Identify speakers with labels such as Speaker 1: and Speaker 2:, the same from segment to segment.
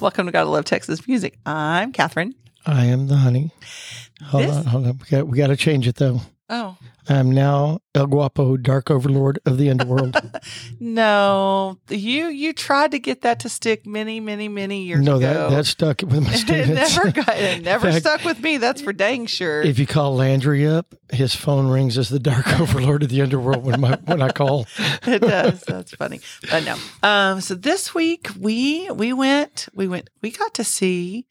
Speaker 1: Welcome to Gotta Love Texas Music. I'm Catherine.
Speaker 2: I am the honey. Hold
Speaker 1: This-
Speaker 2: on, hold on. We got, we got to change it though.
Speaker 1: Oh,
Speaker 2: I'm now El Guapo, Dark Overlord of the Underworld.
Speaker 1: no. You you tried to get that to stick many, many, many years
Speaker 2: no,
Speaker 1: ago.
Speaker 2: that, that stuck with my
Speaker 1: it
Speaker 2: students.
Speaker 1: never got it never
Speaker 2: In fact,
Speaker 1: stuck with me, that's for dang sure.
Speaker 2: If you call Landry up, his phone rings as the Dark Overlord of the Underworld when my when I call.
Speaker 1: it does. That's funny. But no. Um, so this week we we went we went we got to see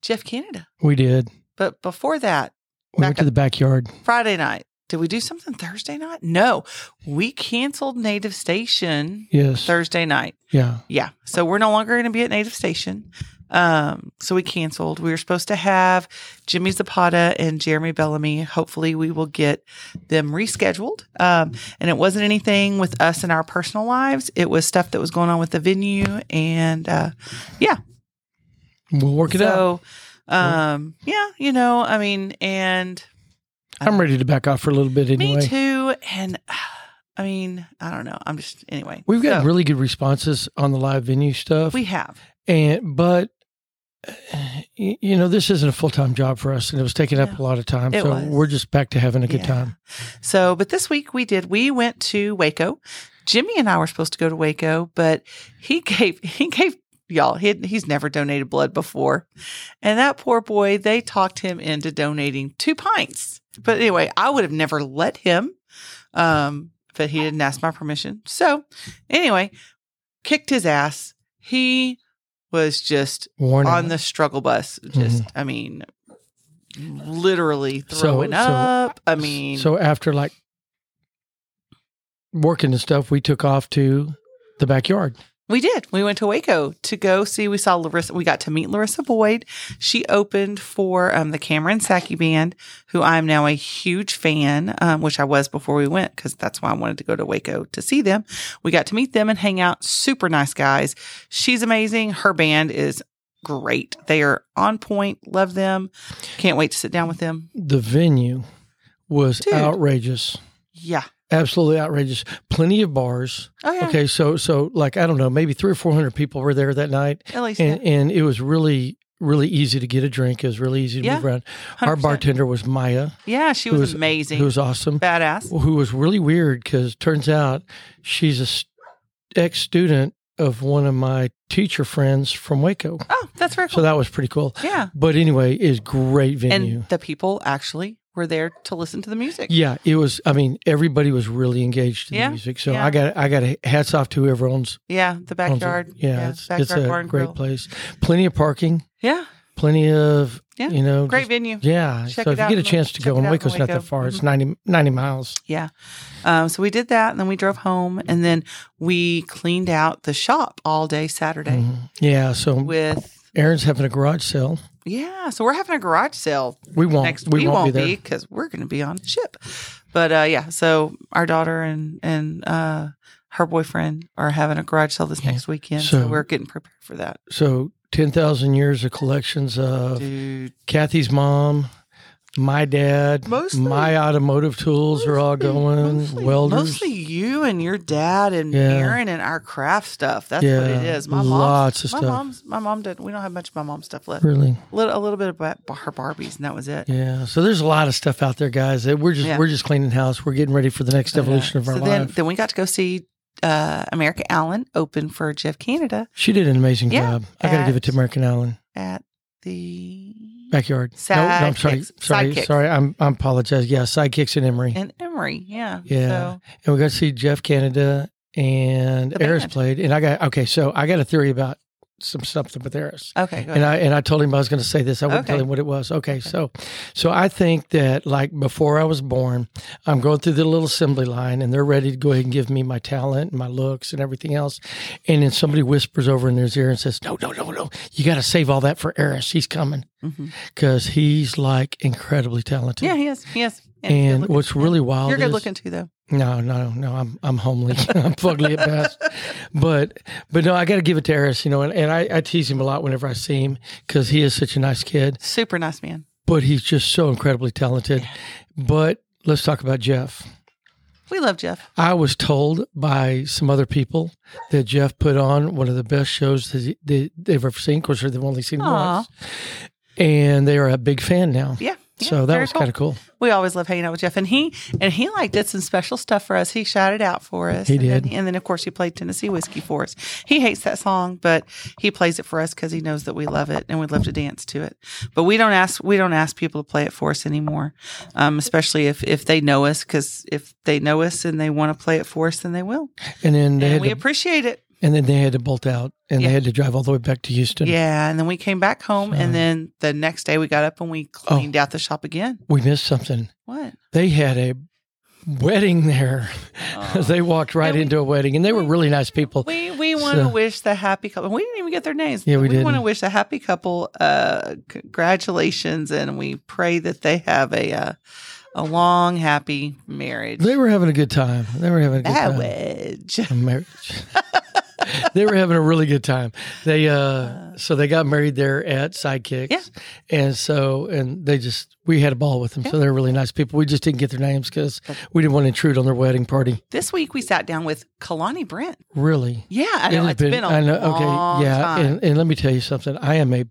Speaker 1: Jeff Canada.
Speaker 2: We did.
Speaker 1: But before that,
Speaker 2: We
Speaker 1: Back
Speaker 2: went to the backyard.
Speaker 1: Friday night. Did we do something Thursday night? No. We canceled Native Station
Speaker 2: Yes.
Speaker 1: Thursday night.
Speaker 2: Yeah.
Speaker 1: Yeah. So we're no longer going to be at Native Station. Um, so we canceled. We were supposed to have Jimmy Zapata and Jeremy Bellamy. Hopefully, we will get them rescheduled. Um, and it wasn't anything with us in our personal lives, it was stuff that was going on with the venue. And uh, yeah.
Speaker 2: We'll work it out.
Speaker 1: so, um, yeah, you know, I mean, and
Speaker 2: I'm ready to back off for a little bit anyway.
Speaker 1: uh, me too. And uh, I mean, I don't know. I'm just, anyway.
Speaker 2: We've got
Speaker 1: So,
Speaker 2: really good responses on the live venue stuff.
Speaker 1: we have.
Speaker 2: and but uh, y- you know this isn't a full-time job for us and it was taking up
Speaker 1: No.
Speaker 2: a lot of time
Speaker 1: It
Speaker 2: so
Speaker 1: was.
Speaker 2: we're just back to having a good
Speaker 1: Yeah.
Speaker 2: time
Speaker 1: So, but this week we did. We went to Waco. Jimmy and I were supposed to go to Waco, but he gave he gave y'all he had, he's never donated blood before, and that poor boy they talked him into donating two pints. But anyway, I would have never let him, um, but he didn't ask my permission. So anyway, kicked his ass. He was just
Speaker 2: warning
Speaker 1: on the struggle bus. Just I mean, literally
Speaker 2: Mm-hmm. So-
Speaker 1: throwing
Speaker 2: so-
Speaker 1: up. I mean,
Speaker 2: so after like working and stuff we took off to the backyard
Speaker 1: We did. We went to Waco to go see. We saw Larissa. We got to meet Larissa Boyd. She opened for um, the Cameron Sackey Band, who I'm now a huge fan, um, which I was before we went because that's why I wanted to go to Waco to see them. We got to meet them and hang out. Super nice guys. She's amazing. Her band is great. They are on point. Love them. Can't wait to sit down with them.
Speaker 2: the venue was
Speaker 1: Dude.
Speaker 2: outrageous
Speaker 1: Yeah.
Speaker 2: absolutely outrageous plenty of bars
Speaker 1: Oh yeah.
Speaker 2: okay so so like i don't know maybe three or four hundred people were there that night
Speaker 1: At least
Speaker 2: and and it was really really easy to get a drink it was really easy to
Speaker 1: Yeah.
Speaker 2: move around
Speaker 1: yeah.
Speaker 2: our
Speaker 1: 100%.
Speaker 2: bartender was maya
Speaker 1: Yeah, she
Speaker 2: who
Speaker 1: was,
Speaker 2: was-
Speaker 1: amazing.
Speaker 2: who was awesome
Speaker 1: badass.
Speaker 2: who was really weird because turns out she's a ex student of one of my teacher friends from Waco.
Speaker 1: Oh, that's very
Speaker 2: So
Speaker 1: cool.
Speaker 2: that was pretty cool.
Speaker 1: yeah.
Speaker 2: But anyway, it's great venue.
Speaker 1: and the people actually were there to listen to the music.
Speaker 2: yeah, it was. I mean, everybody was really engaged in
Speaker 1: Yeah,
Speaker 2: the music. So
Speaker 1: yeah.
Speaker 2: I got I got a hats off to whoever owns,
Speaker 1: Yeah, the
Speaker 2: owns it.
Speaker 1: backyard.
Speaker 2: Yeah, it's, it's a
Speaker 1: barn
Speaker 2: great
Speaker 1: grill.
Speaker 2: place. Plenty of parking.
Speaker 1: Yeah,
Speaker 2: Plenty of
Speaker 1: Yeah,
Speaker 2: you know
Speaker 1: great
Speaker 2: just-
Speaker 1: venue.
Speaker 2: yeah,
Speaker 1: Check
Speaker 2: so
Speaker 1: it
Speaker 2: if you
Speaker 1: out
Speaker 2: get a
Speaker 1: in Wa-
Speaker 2: chance to
Speaker 1: check
Speaker 2: go,
Speaker 1: it
Speaker 2: and
Speaker 1: out in
Speaker 2: Waco's not
Speaker 1: Waco. Mm-hmm.
Speaker 2: that far. It's 90, 90 miles.
Speaker 1: Yeah. Um, so we did that, and then we drove home, and then we cleaned out the shop all day Saturday
Speaker 2: Mhm. Yeah, so
Speaker 1: with.
Speaker 2: Aaron's having a garage sale.
Speaker 1: Yeah, so we're having a garage sale
Speaker 2: We won't.
Speaker 1: next.
Speaker 2: we, won't, be there.
Speaker 1: because we're going to be on the ship. But uh, yeah, so our daughter and and uh, her boyfriend are having a garage sale this
Speaker 2: Yeah.
Speaker 1: next weekend, so,
Speaker 2: So-
Speaker 1: we're getting prepared for that,
Speaker 2: So ten thousand years of collections of
Speaker 1: dude.
Speaker 2: Kathy's mom, my dad,
Speaker 1: Mostly-
Speaker 2: my automotive tools are all going.
Speaker 1: Mostly,
Speaker 2: welders,
Speaker 1: mostly you and your dad and
Speaker 2: Yeah.
Speaker 1: Aaron and our craft stuff. That's what it
Speaker 2: Yeah,
Speaker 1: is. My
Speaker 2: lots
Speaker 1: mom's,
Speaker 2: of
Speaker 1: my
Speaker 2: stuff.
Speaker 1: mom's, my mom did. We don't have much of my mom's stuff left.
Speaker 2: really.
Speaker 1: Little, a little bit about her Barbies, and that was it.
Speaker 2: Yeah. So there's a lot of stuff out there, guys. that We're just
Speaker 1: Yeah.
Speaker 2: we're just cleaning house. We're getting ready for the next
Speaker 1: But, uh,
Speaker 2: evolution of our
Speaker 1: so
Speaker 2: life.
Speaker 1: then, then we got to go see uh, America Allen open for Jeff Canada
Speaker 2: she did an amazing
Speaker 1: Yeah,
Speaker 2: job. I got to give it to
Speaker 1: at-
Speaker 2: American Allen
Speaker 1: at the
Speaker 2: backyard. no, no, I'm sorry,
Speaker 1: Sidekicks.
Speaker 2: sorry,
Speaker 1: Sidekicks.
Speaker 2: sorry. I'm I'm apologize. Yeah, sidekicks in Emory,
Speaker 1: in Emory. Yeah,
Speaker 2: Yeah.
Speaker 1: So,
Speaker 2: and we got to see Jeff Canada and
Speaker 1: The
Speaker 2: Eris
Speaker 1: band.
Speaker 2: played. And I got okay. So I got a theory about some something with Eris.
Speaker 1: okay, go
Speaker 2: and
Speaker 1: ahead.
Speaker 2: I and I told him I was going to say this. I wouldn't tell
Speaker 1: Okay.
Speaker 2: him what it was. Okay, so so I think that like before I was born, I'm going through the little assembly line, and they're ready to go ahead and give me my talent and my looks and everything else. And then somebody whispers over in his ear and says, "No, no, no, no! You got to save all that for Eris. He's coming
Speaker 1: Mhm.
Speaker 2: because he's like incredibly talented."
Speaker 1: Yeah, he is. He is. Yeah, he's
Speaker 2: And
Speaker 1: good-looking.
Speaker 2: what's really wild
Speaker 1: you're
Speaker 2: is
Speaker 1: good looking too, though.
Speaker 2: no, no, no. I'm I'm homely. I'm fugly at best. But but no, I got to give it to Eris. You know, and, and I, I tease him a lot whenever I see him because he is such a nice kid.
Speaker 1: Super nice man.
Speaker 2: But he's just so incredibly talented. But let's talk about Jeff.
Speaker 1: We love Jeff.
Speaker 2: I was told by some other people that Jeff put on one of the best shows that they- they've ever seen. Of course, they've only seen
Speaker 1: Aw.
Speaker 2: once, and they are a big fan now.
Speaker 1: Yeah. yeah,
Speaker 2: so that
Speaker 1: very
Speaker 2: was
Speaker 1: cool.
Speaker 2: kind of cool.
Speaker 1: We always love hanging out with Jeff, and he and he like did some special stuff for us. He shouted out for us.
Speaker 2: He
Speaker 1: and then-
Speaker 2: did.
Speaker 1: and then of course he played Tennessee whiskey for us. He hates that song, but he plays it for us because he knows that we love it and we love to dance to it. But we don't ask we don't ask people to play it for us anymore, um, especially if if they know us. Because if they know us and they want to play it for us, then they will.
Speaker 2: And then they
Speaker 1: And
Speaker 2: had
Speaker 1: we
Speaker 2: to,
Speaker 1: appreciate it.
Speaker 2: and then they had to bolt out, and
Speaker 1: Yeah.
Speaker 2: they had to drive all the way back to Houston.
Speaker 1: Yeah, and then we came back home,
Speaker 2: So-
Speaker 1: and then the next day we got up and we
Speaker 2: Oh.
Speaker 1: cleaned out the shop again.
Speaker 2: We missed something.
Speaker 1: What?
Speaker 2: They had a wedding there.
Speaker 1: Oh.
Speaker 2: they walked right
Speaker 1: Yeah, we-
Speaker 2: into a wedding, and they were really nice people.
Speaker 1: We we want to
Speaker 2: So-
Speaker 1: wish the happy couple. We didn't even get their names.
Speaker 2: Yeah, we
Speaker 1: want to
Speaker 2: didn't.
Speaker 1: wish the happy couple uh, congratulations, and we pray that they have a uh, a long, happy marriage.
Speaker 2: They were having a good time. They were having a good time.
Speaker 1: marriage.
Speaker 2: A marriage. they were having a really good time. They uh so they got married there at Sidekicks.
Speaker 1: Uh-huh. Yeah.
Speaker 2: And so and they just we had a ball with them. So they're really nice people. We just didn't get their names cuz we didn't want to intrude on their wedding party.
Speaker 1: This week we sat down with Kalani Brent.
Speaker 2: Really.
Speaker 1: Yeah, I know
Speaker 2: has
Speaker 1: it's been, a
Speaker 2: I know,
Speaker 1: long
Speaker 2: yeah,
Speaker 1: time.
Speaker 2: and and let me tell you something. I am a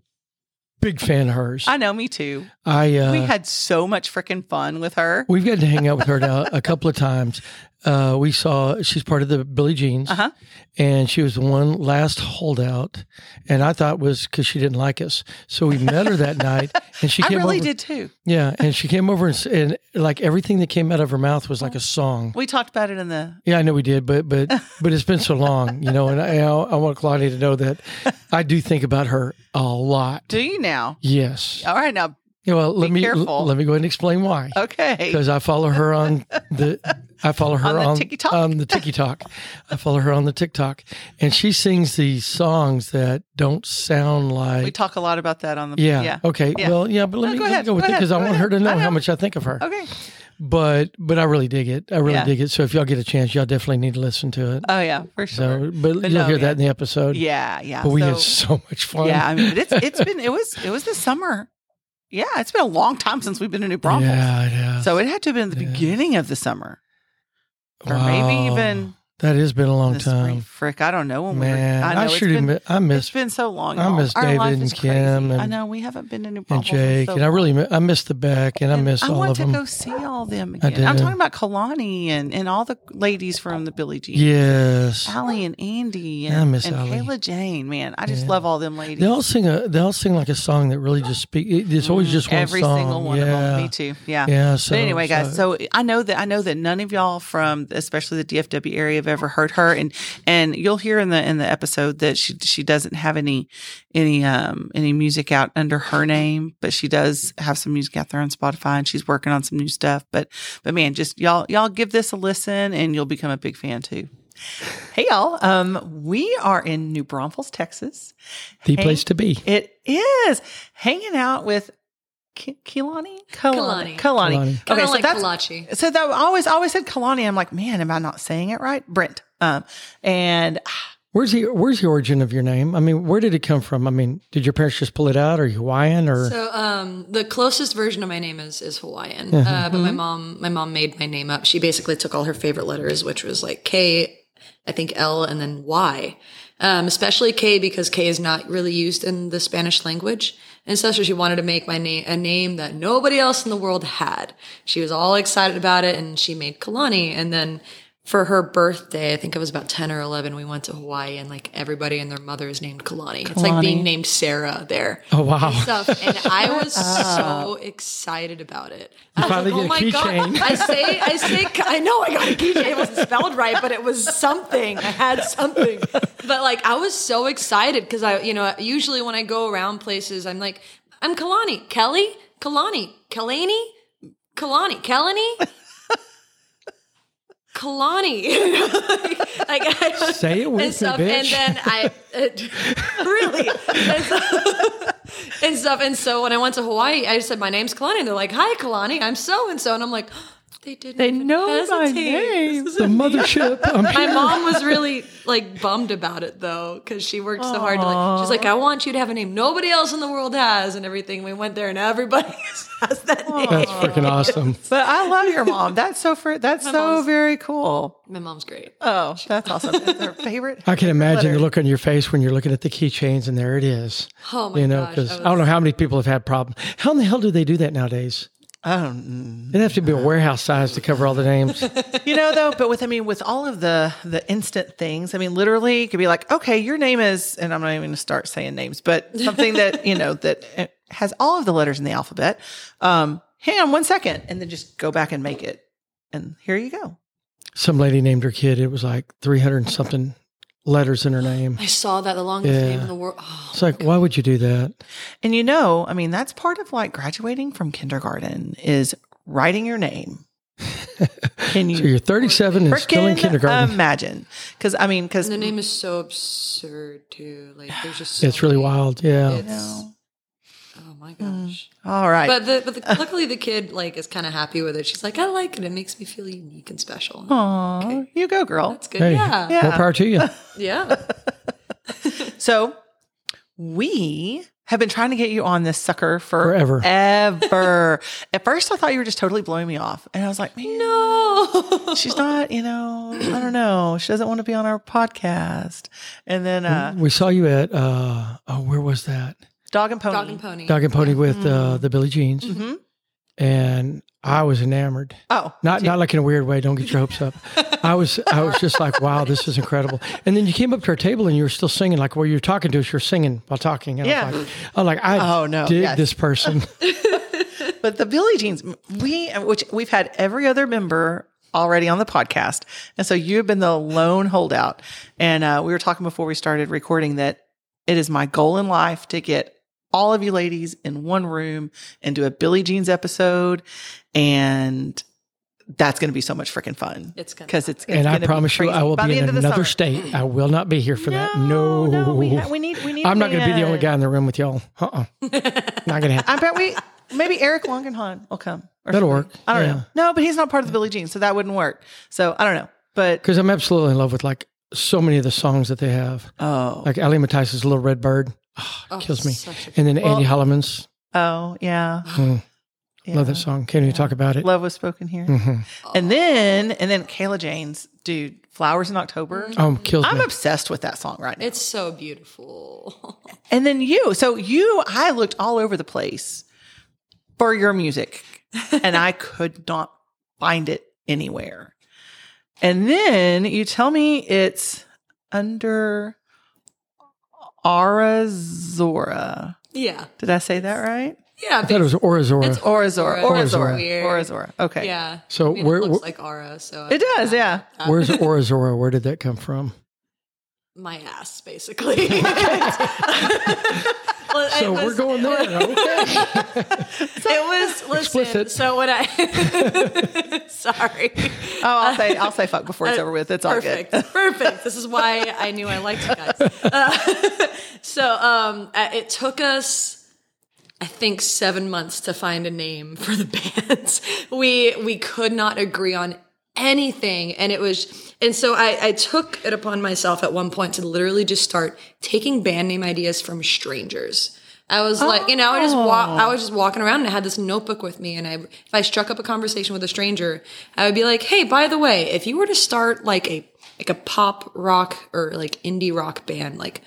Speaker 2: big fan of hers.
Speaker 1: I know, me too.
Speaker 2: I uh
Speaker 1: we had so much freaking fun with her.
Speaker 2: We've gotten to hang out with her now a couple of times. Uh, we saw she's part of the Billie Jeans,
Speaker 1: Uh-huh.
Speaker 2: and she was the one last holdout. And I thought it was because she didn't like us, so we met her that night, and she
Speaker 1: I
Speaker 2: came
Speaker 1: really
Speaker 2: over.
Speaker 1: did too.
Speaker 2: Yeah, and she came over and, s- and like everything that came out of her mouth was like a song.
Speaker 1: We talked about it in the
Speaker 2: Yeah, I know we did, but but but it's been so long, you know. And I, I, I want Claudia to know that I do think about her a lot.
Speaker 1: do you now?
Speaker 2: Yes.
Speaker 1: All right, now
Speaker 2: Yeah, well, let
Speaker 1: be
Speaker 2: me
Speaker 1: careful.
Speaker 2: let me go ahead and explain why
Speaker 1: okay.
Speaker 2: because I follow her on the I follow her
Speaker 1: On
Speaker 2: on
Speaker 1: the
Speaker 2: on,
Speaker 1: TikTok?
Speaker 2: the TikTok. I follow her on the TikTok, and she sings these songs that don't sound
Speaker 1: We
Speaker 2: like.
Speaker 1: talk a lot about that on the
Speaker 2: yeah.
Speaker 1: yeah.
Speaker 2: Okay.
Speaker 1: Yeah.
Speaker 2: Well, yeah, but let
Speaker 1: No,
Speaker 2: me
Speaker 1: go
Speaker 2: let me
Speaker 1: ahead,
Speaker 2: go with
Speaker 1: go
Speaker 2: it because I
Speaker 1: ahead, go
Speaker 2: want her to
Speaker 1: ahead.
Speaker 2: know,
Speaker 1: I know.
Speaker 2: how much I think of her.
Speaker 1: Okay.
Speaker 2: But but I really dig it. I really
Speaker 1: Yeah.
Speaker 2: dig it. So if y'all get a chance, y'all definitely need to listen to it.
Speaker 1: Oh yeah, for sure.
Speaker 2: So, but,
Speaker 1: But
Speaker 2: you'll
Speaker 1: no,
Speaker 2: hear
Speaker 1: yeah.
Speaker 2: that in the episode.
Speaker 1: yeah, yeah.
Speaker 2: But we
Speaker 1: so,
Speaker 2: had so much fun.
Speaker 1: yeah, I mean, but it's it's been it was it was this summer. Yeah, it's been a long time since we've been to New Braunfels.
Speaker 2: Yeah. yeah.
Speaker 1: So it had to have been the
Speaker 2: Yeah.
Speaker 1: beginning of the summer, or maybe
Speaker 2: Wow.
Speaker 1: even
Speaker 2: that has been a long
Speaker 1: the spring.
Speaker 2: time.
Speaker 1: Frick, I don't know when
Speaker 2: Man,
Speaker 1: we were.
Speaker 2: I,
Speaker 1: I know it's
Speaker 2: should
Speaker 1: been,
Speaker 2: admit, I miss
Speaker 1: it's been so long.
Speaker 2: I
Speaker 1: y'all.
Speaker 2: miss
Speaker 1: Our
Speaker 2: David
Speaker 1: life is
Speaker 2: and Kim
Speaker 1: crazy. I
Speaker 2: and-
Speaker 1: know we haven't been to New
Speaker 2: and
Speaker 1: Braunfels. in
Speaker 2: Jake,
Speaker 1: so
Speaker 2: and I
Speaker 1: long.
Speaker 2: really mi- I miss the back, and I
Speaker 1: And
Speaker 2: miss
Speaker 1: I
Speaker 2: all
Speaker 1: want
Speaker 2: of
Speaker 1: to
Speaker 2: them.
Speaker 1: go see all them
Speaker 2: I
Speaker 1: again. I'm
Speaker 2: did.
Speaker 1: talking about Kalani and, and all the ladies from the Billie Jean.
Speaker 2: Yes,
Speaker 1: Allie and Andy
Speaker 2: Yeah, I
Speaker 1: and,
Speaker 2: miss
Speaker 1: and
Speaker 2: Allie.
Speaker 1: Kayla Jane, man, I just
Speaker 2: Yeah.
Speaker 1: love all them ladies.
Speaker 2: they all sing a they all sing like a song that really just speak. it- It's always
Speaker 1: Mm,
Speaker 2: just one
Speaker 1: every
Speaker 2: song.
Speaker 1: single one
Speaker 2: yeah.
Speaker 1: of them. Me too. Yeah.
Speaker 2: Yeah. So
Speaker 1: but anyway, guys,
Speaker 2: so-
Speaker 1: so I know that I know that none of y'all from especially the DFW area have ever heard her, and and you'll hear in the in the episode that she she doesn't have any any um any music out under her name, but she does have some music out there on Spotify, and she's working on some new stuff. But but man, just y'all y'all give this a listen, and you'll become a big fan too. Hey y'all, um, we are in New Braunfels, Texas.
Speaker 2: the
Speaker 1: hey,
Speaker 2: place to be.
Speaker 1: It is hanging out with Ki- Kilani, Kalani,
Speaker 3: Kalani.
Speaker 1: Kalani.
Speaker 3: Kind
Speaker 1: Okay,
Speaker 3: of
Speaker 1: so
Speaker 3: like
Speaker 1: that's
Speaker 3: kolache.
Speaker 1: so that I always I always said Kalani. I'm like, man, am I not saying it right, Brent? Um, and
Speaker 2: Where's the Where's the origin of your name? I mean, where did it come from? I mean, did your parents just pull it out? Are you Hawaiian or?
Speaker 3: So um, the closest version of my name is is Hawaiian, uh,
Speaker 2: Mhm.
Speaker 3: but my mom my mom made my name up. She basically took all her favorite letters, which was like K, I think L, and then Y. Um, especially K because K is not really used in the Spanish language, and so she wanted to make my name a name that nobody else in the world had. She was all excited about it, and she made Kalani, and then. For her birthday, I think I was about ten or eleven. We went to Hawaii, and like everybody and their mother is named Kalani. It's like being named Sarah there
Speaker 2: oh wow! Ah.
Speaker 3: stuff, and I was so excited about it. I was
Speaker 2: finally get a keychain."
Speaker 3: I say, I say, I know I got a keychain. It wasn't spelled right, but it was something. I had something. But like, I was so excited because I, you know, usually when I go around places, I'm like, I'm Kalani, Kelly, Kalani, Kalani, Kalani, Kalani. Kalani, like, I don't-
Speaker 2: Say it with me,
Speaker 3: and stuff,
Speaker 2: bitch.
Speaker 3: and then I it, really and so, and stuff. And so when I went to Hawaii, I said my name's Kalani, and they're like, "Hi, Kalani, I'm so and so," and I'm like, They didn't.
Speaker 1: They
Speaker 3: even
Speaker 1: know my
Speaker 3: hesitate.
Speaker 1: name.
Speaker 2: The mothership. I'm
Speaker 3: My
Speaker 2: here.
Speaker 3: mom was really like bummed about it though, because she worked so hard. To, like, she's like, I want you to have a name nobody else in the world has, and everything. We went there, and everybody has that name.
Speaker 2: That's freaking awesome.
Speaker 1: But I love your mom. That's so fr- that's so
Speaker 3: mom's-
Speaker 1: very cool.
Speaker 3: My mom's great.
Speaker 1: Oh, that's awesome. That's her favorite.
Speaker 2: I can imagine the
Speaker 1: letter.
Speaker 2: look on your face when you're looking at the keychains, and there it is.
Speaker 3: Oh my
Speaker 2: You know,
Speaker 3: gosh,
Speaker 2: because
Speaker 3: I
Speaker 2: I don't know how many people have had problems. How in the hell do they do that nowadays?
Speaker 1: I don't
Speaker 2: It'd have to be a warehouse size to cover all the names.
Speaker 1: you know though but with i mean with all of the the instant things i mean literally it could be like okay your name is and i'm not even going to start saying names but something that you know that uh, has all of the letters in the alphabet um hang on one second and then just go back and make it and here you go
Speaker 2: Some lady named her kid. It was like 300 and something letters in her name.
Speaker 3: I saw that the longest
Speaker 2: Yeah.
Speaker 3: name in the world. Oh,
Speaker 2: It's like, why would you do that?
Speaker 1: and you know i mean that's part of like graduating from kindergarten is writing your name can
Speaker 2: So
Speaker 1: you
Speaker 2: you're 37 and still in
Speaker 1: frickin' um,
Speaker 2: kindergarten.
Speaker 1: imagine because i mean because
Speaker 3: and the name is so absurd too. Like there's just so
Speaker 2: it's really
Speaker 3: many-
Speaker 2: wild. Yeah.
Speaker 3: It's, Oh my gosh.
Speaker 1: all right
Speaker 3: But the, but the, luckily the kid like is kind of happy with it. She's like, I like it. It makes me feel unique and special.
Speaker 1: Aw, you go girl
Speaker 3: That's good.
Speaker 2: Oh, Hey.
Speaker 3: Yeah.
Speaker 1: Yeah.
Speaker 2: More power to you.
Speaker 3: Yeah.
Speaker 1: So we have been trying to get you on this sucker for
Speaker 2: Forever.
Speaker 1: Ever. At first, I thought you were just totally blowing me off, and I was like, man,
Speaker 3: No.
Speaker 1: she's not. You know, I don't know. She doesn't want to be on our podcast. And then uh,
Speaker 2: We saw you at, uh, oh, where was that?
Speaker 1: dog and pony.
Speaker 3: Dog and pony.
Speaker 2: Dog and Pony with
Speaker 1: Mm-hmm.
Speaker 2: uh, the Billy Jeans.
Speaker 1: Mhm.
Speaker 2: And I was enamored.
Speaker 1: Oh,
Speaker 2: Not not like in a weird way. Don't get your hopes up. I was I was just like, wow, this is incredible. And then you came up to our table and you were still singing. Like while you were talking to us, you're singing while talking. And I
Speaker 1: Yeah.
Speaker 2: was like, I'm like, I
Speaker 1: Oh, no.
Speaker 2: dig
Speaker 1: Yes.
Speaker 2: this person.
Speaker 1: but the Billy Jeans, we which we've had every other member already on the podcast, and so you've been the lone holdout. And uh, we were talking before we started recording that it is my goal in life to get all of you ladies in one room and do a Billy Jeans episode, and that's going to be so much freaking fun.
Speaker 3: It's gonna
Speaker 1: because it's, it's
Speaker 2: and I
Speaker 1: gonna be
Speaker 2: promise you, I
Speaker 1: crazy.
Speaker 2: will
Speaker 1: By
Speaker 2: be
Speaker 1: the
Speaker 2: in
Speaker 1: end of the summer.
Speaker 2: another state. I will not be here for that. No,
Speaker 1: no, we, ha- we need we need.
Speaker 2: I'm not going to be the only
Speaker 1: man.
Speaker 2: guy in the room with y'all. Uh-uh. not going to happen.
Speaker 1: I bet we maybe Eric Longenhahn will come. or
Speaker 2: That'll
Speaker 1: something.
Speaker 2: work.
Speaker 1: I don't
Speaker 2: Yeah.
Speaker 1: know. No, but he's not part of the Billie Jean, so that wouldn't work. So I don't know. But
Speaker 2: Because I'm absolutely in love with like so many of the songs that they have.
Speaker 1: oh,
Speaker 2: Like Ali Matisse's Little Red Bird. Ah,
Speaker 3: Oh,
Speaker 2: kills me.
Speaker 3: such a-
Speaker 2: And then Andy Holloman's.
Speaker 1: oh yeah,
Speaker 2: Mm,
Speaker 1: yeah.
Speaker 2: Love that song. Can't even talk about it.
Speaker 1: Love was spoken here,
Speaker 2: Mhm.
Speaker 1: and then and then Kayla Jane's dude, Flowers in October.
Speaker 2: Oh, kills
Speaker 1: I'm
Speaker 2: me.
Speaker 1: obsessed with that song right now.
Speaker 3: It's so beautiful.
Speaker 1: and then you, so you, I looked all over the place for your music, and I could not find it anywhere. And then you tell me it's under Arazora.
Speaker 3: yeah.
Speaker 1: Did I say that right?
Speaker 3: Yeah.
Speaker 2: I thought it was Orazora.
Speaker 3: It's
Speaker 1: Orazora. Orazora.
Speaker 3: Weird.
Speaker 1: Orazora. Okay.
Speaker 3: Yeah.
Speaker 2: So
Speaker 3: I mean,
Speaker 2: where-
Speaker 3: it looks
Speaker 2: wh-
Speaker 3: like aura. So
Speaker 1: It does, yeah.
Speaker 2: Where's Orazora? Where did that come from?
Speaker 3: my ass, basically. Well, it
Speaker 2: So
Speaker 3: was-
Speaker 2: we're going there. Okay.
Speaker 3: It was listen.
Speaker 2: Explicit.
Speaker 3: So when I sorry,
Speaker 1: Oh, I'll say I'll say fuck before it's over with. It's all
Speaker 3: Uh, perfect,
Speaker 1: good.
Speaker 3: perfect. This is why I knew I liked you guys. Uh, so um, uh, it took us, I think, seven months to find a name for the bands. We we could not agree on anything, and it was, and so I, I took it upon myself at one point to literally just start taking band name ideas from strangers. I was like, you know, I just walk, I was just walking around and I had this notebook with me. And I, if I struck up a conversation with a stranger, I would be like, Hey, by the way, if you were to start like a, like a pop rock or like indie rock band, like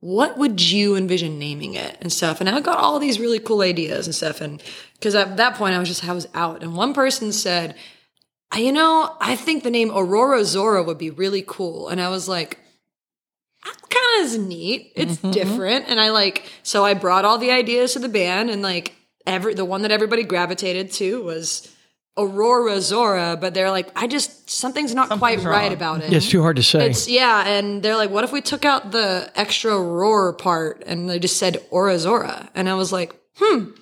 Speaker 3: what would you envision naming it and stuff? And I got all these really cool ideas and stuff. And cause at that point I was just, I was out. And one person said, "I- you know, I think the name Aurora Zora would be really cool. And I was like, kind of is neat. It's different. And I like, so I brought all the ideas to the band and like every, the one that everybody gravitated to was Aurora Zora, but they're like, I just, something's not quite right about it.
Speaker 2: It's too hard to say.
Speaker 3: It's, yeah. And they're like, what if we took out the extra roar part and they just said Aura Zora? And I was like, hmm,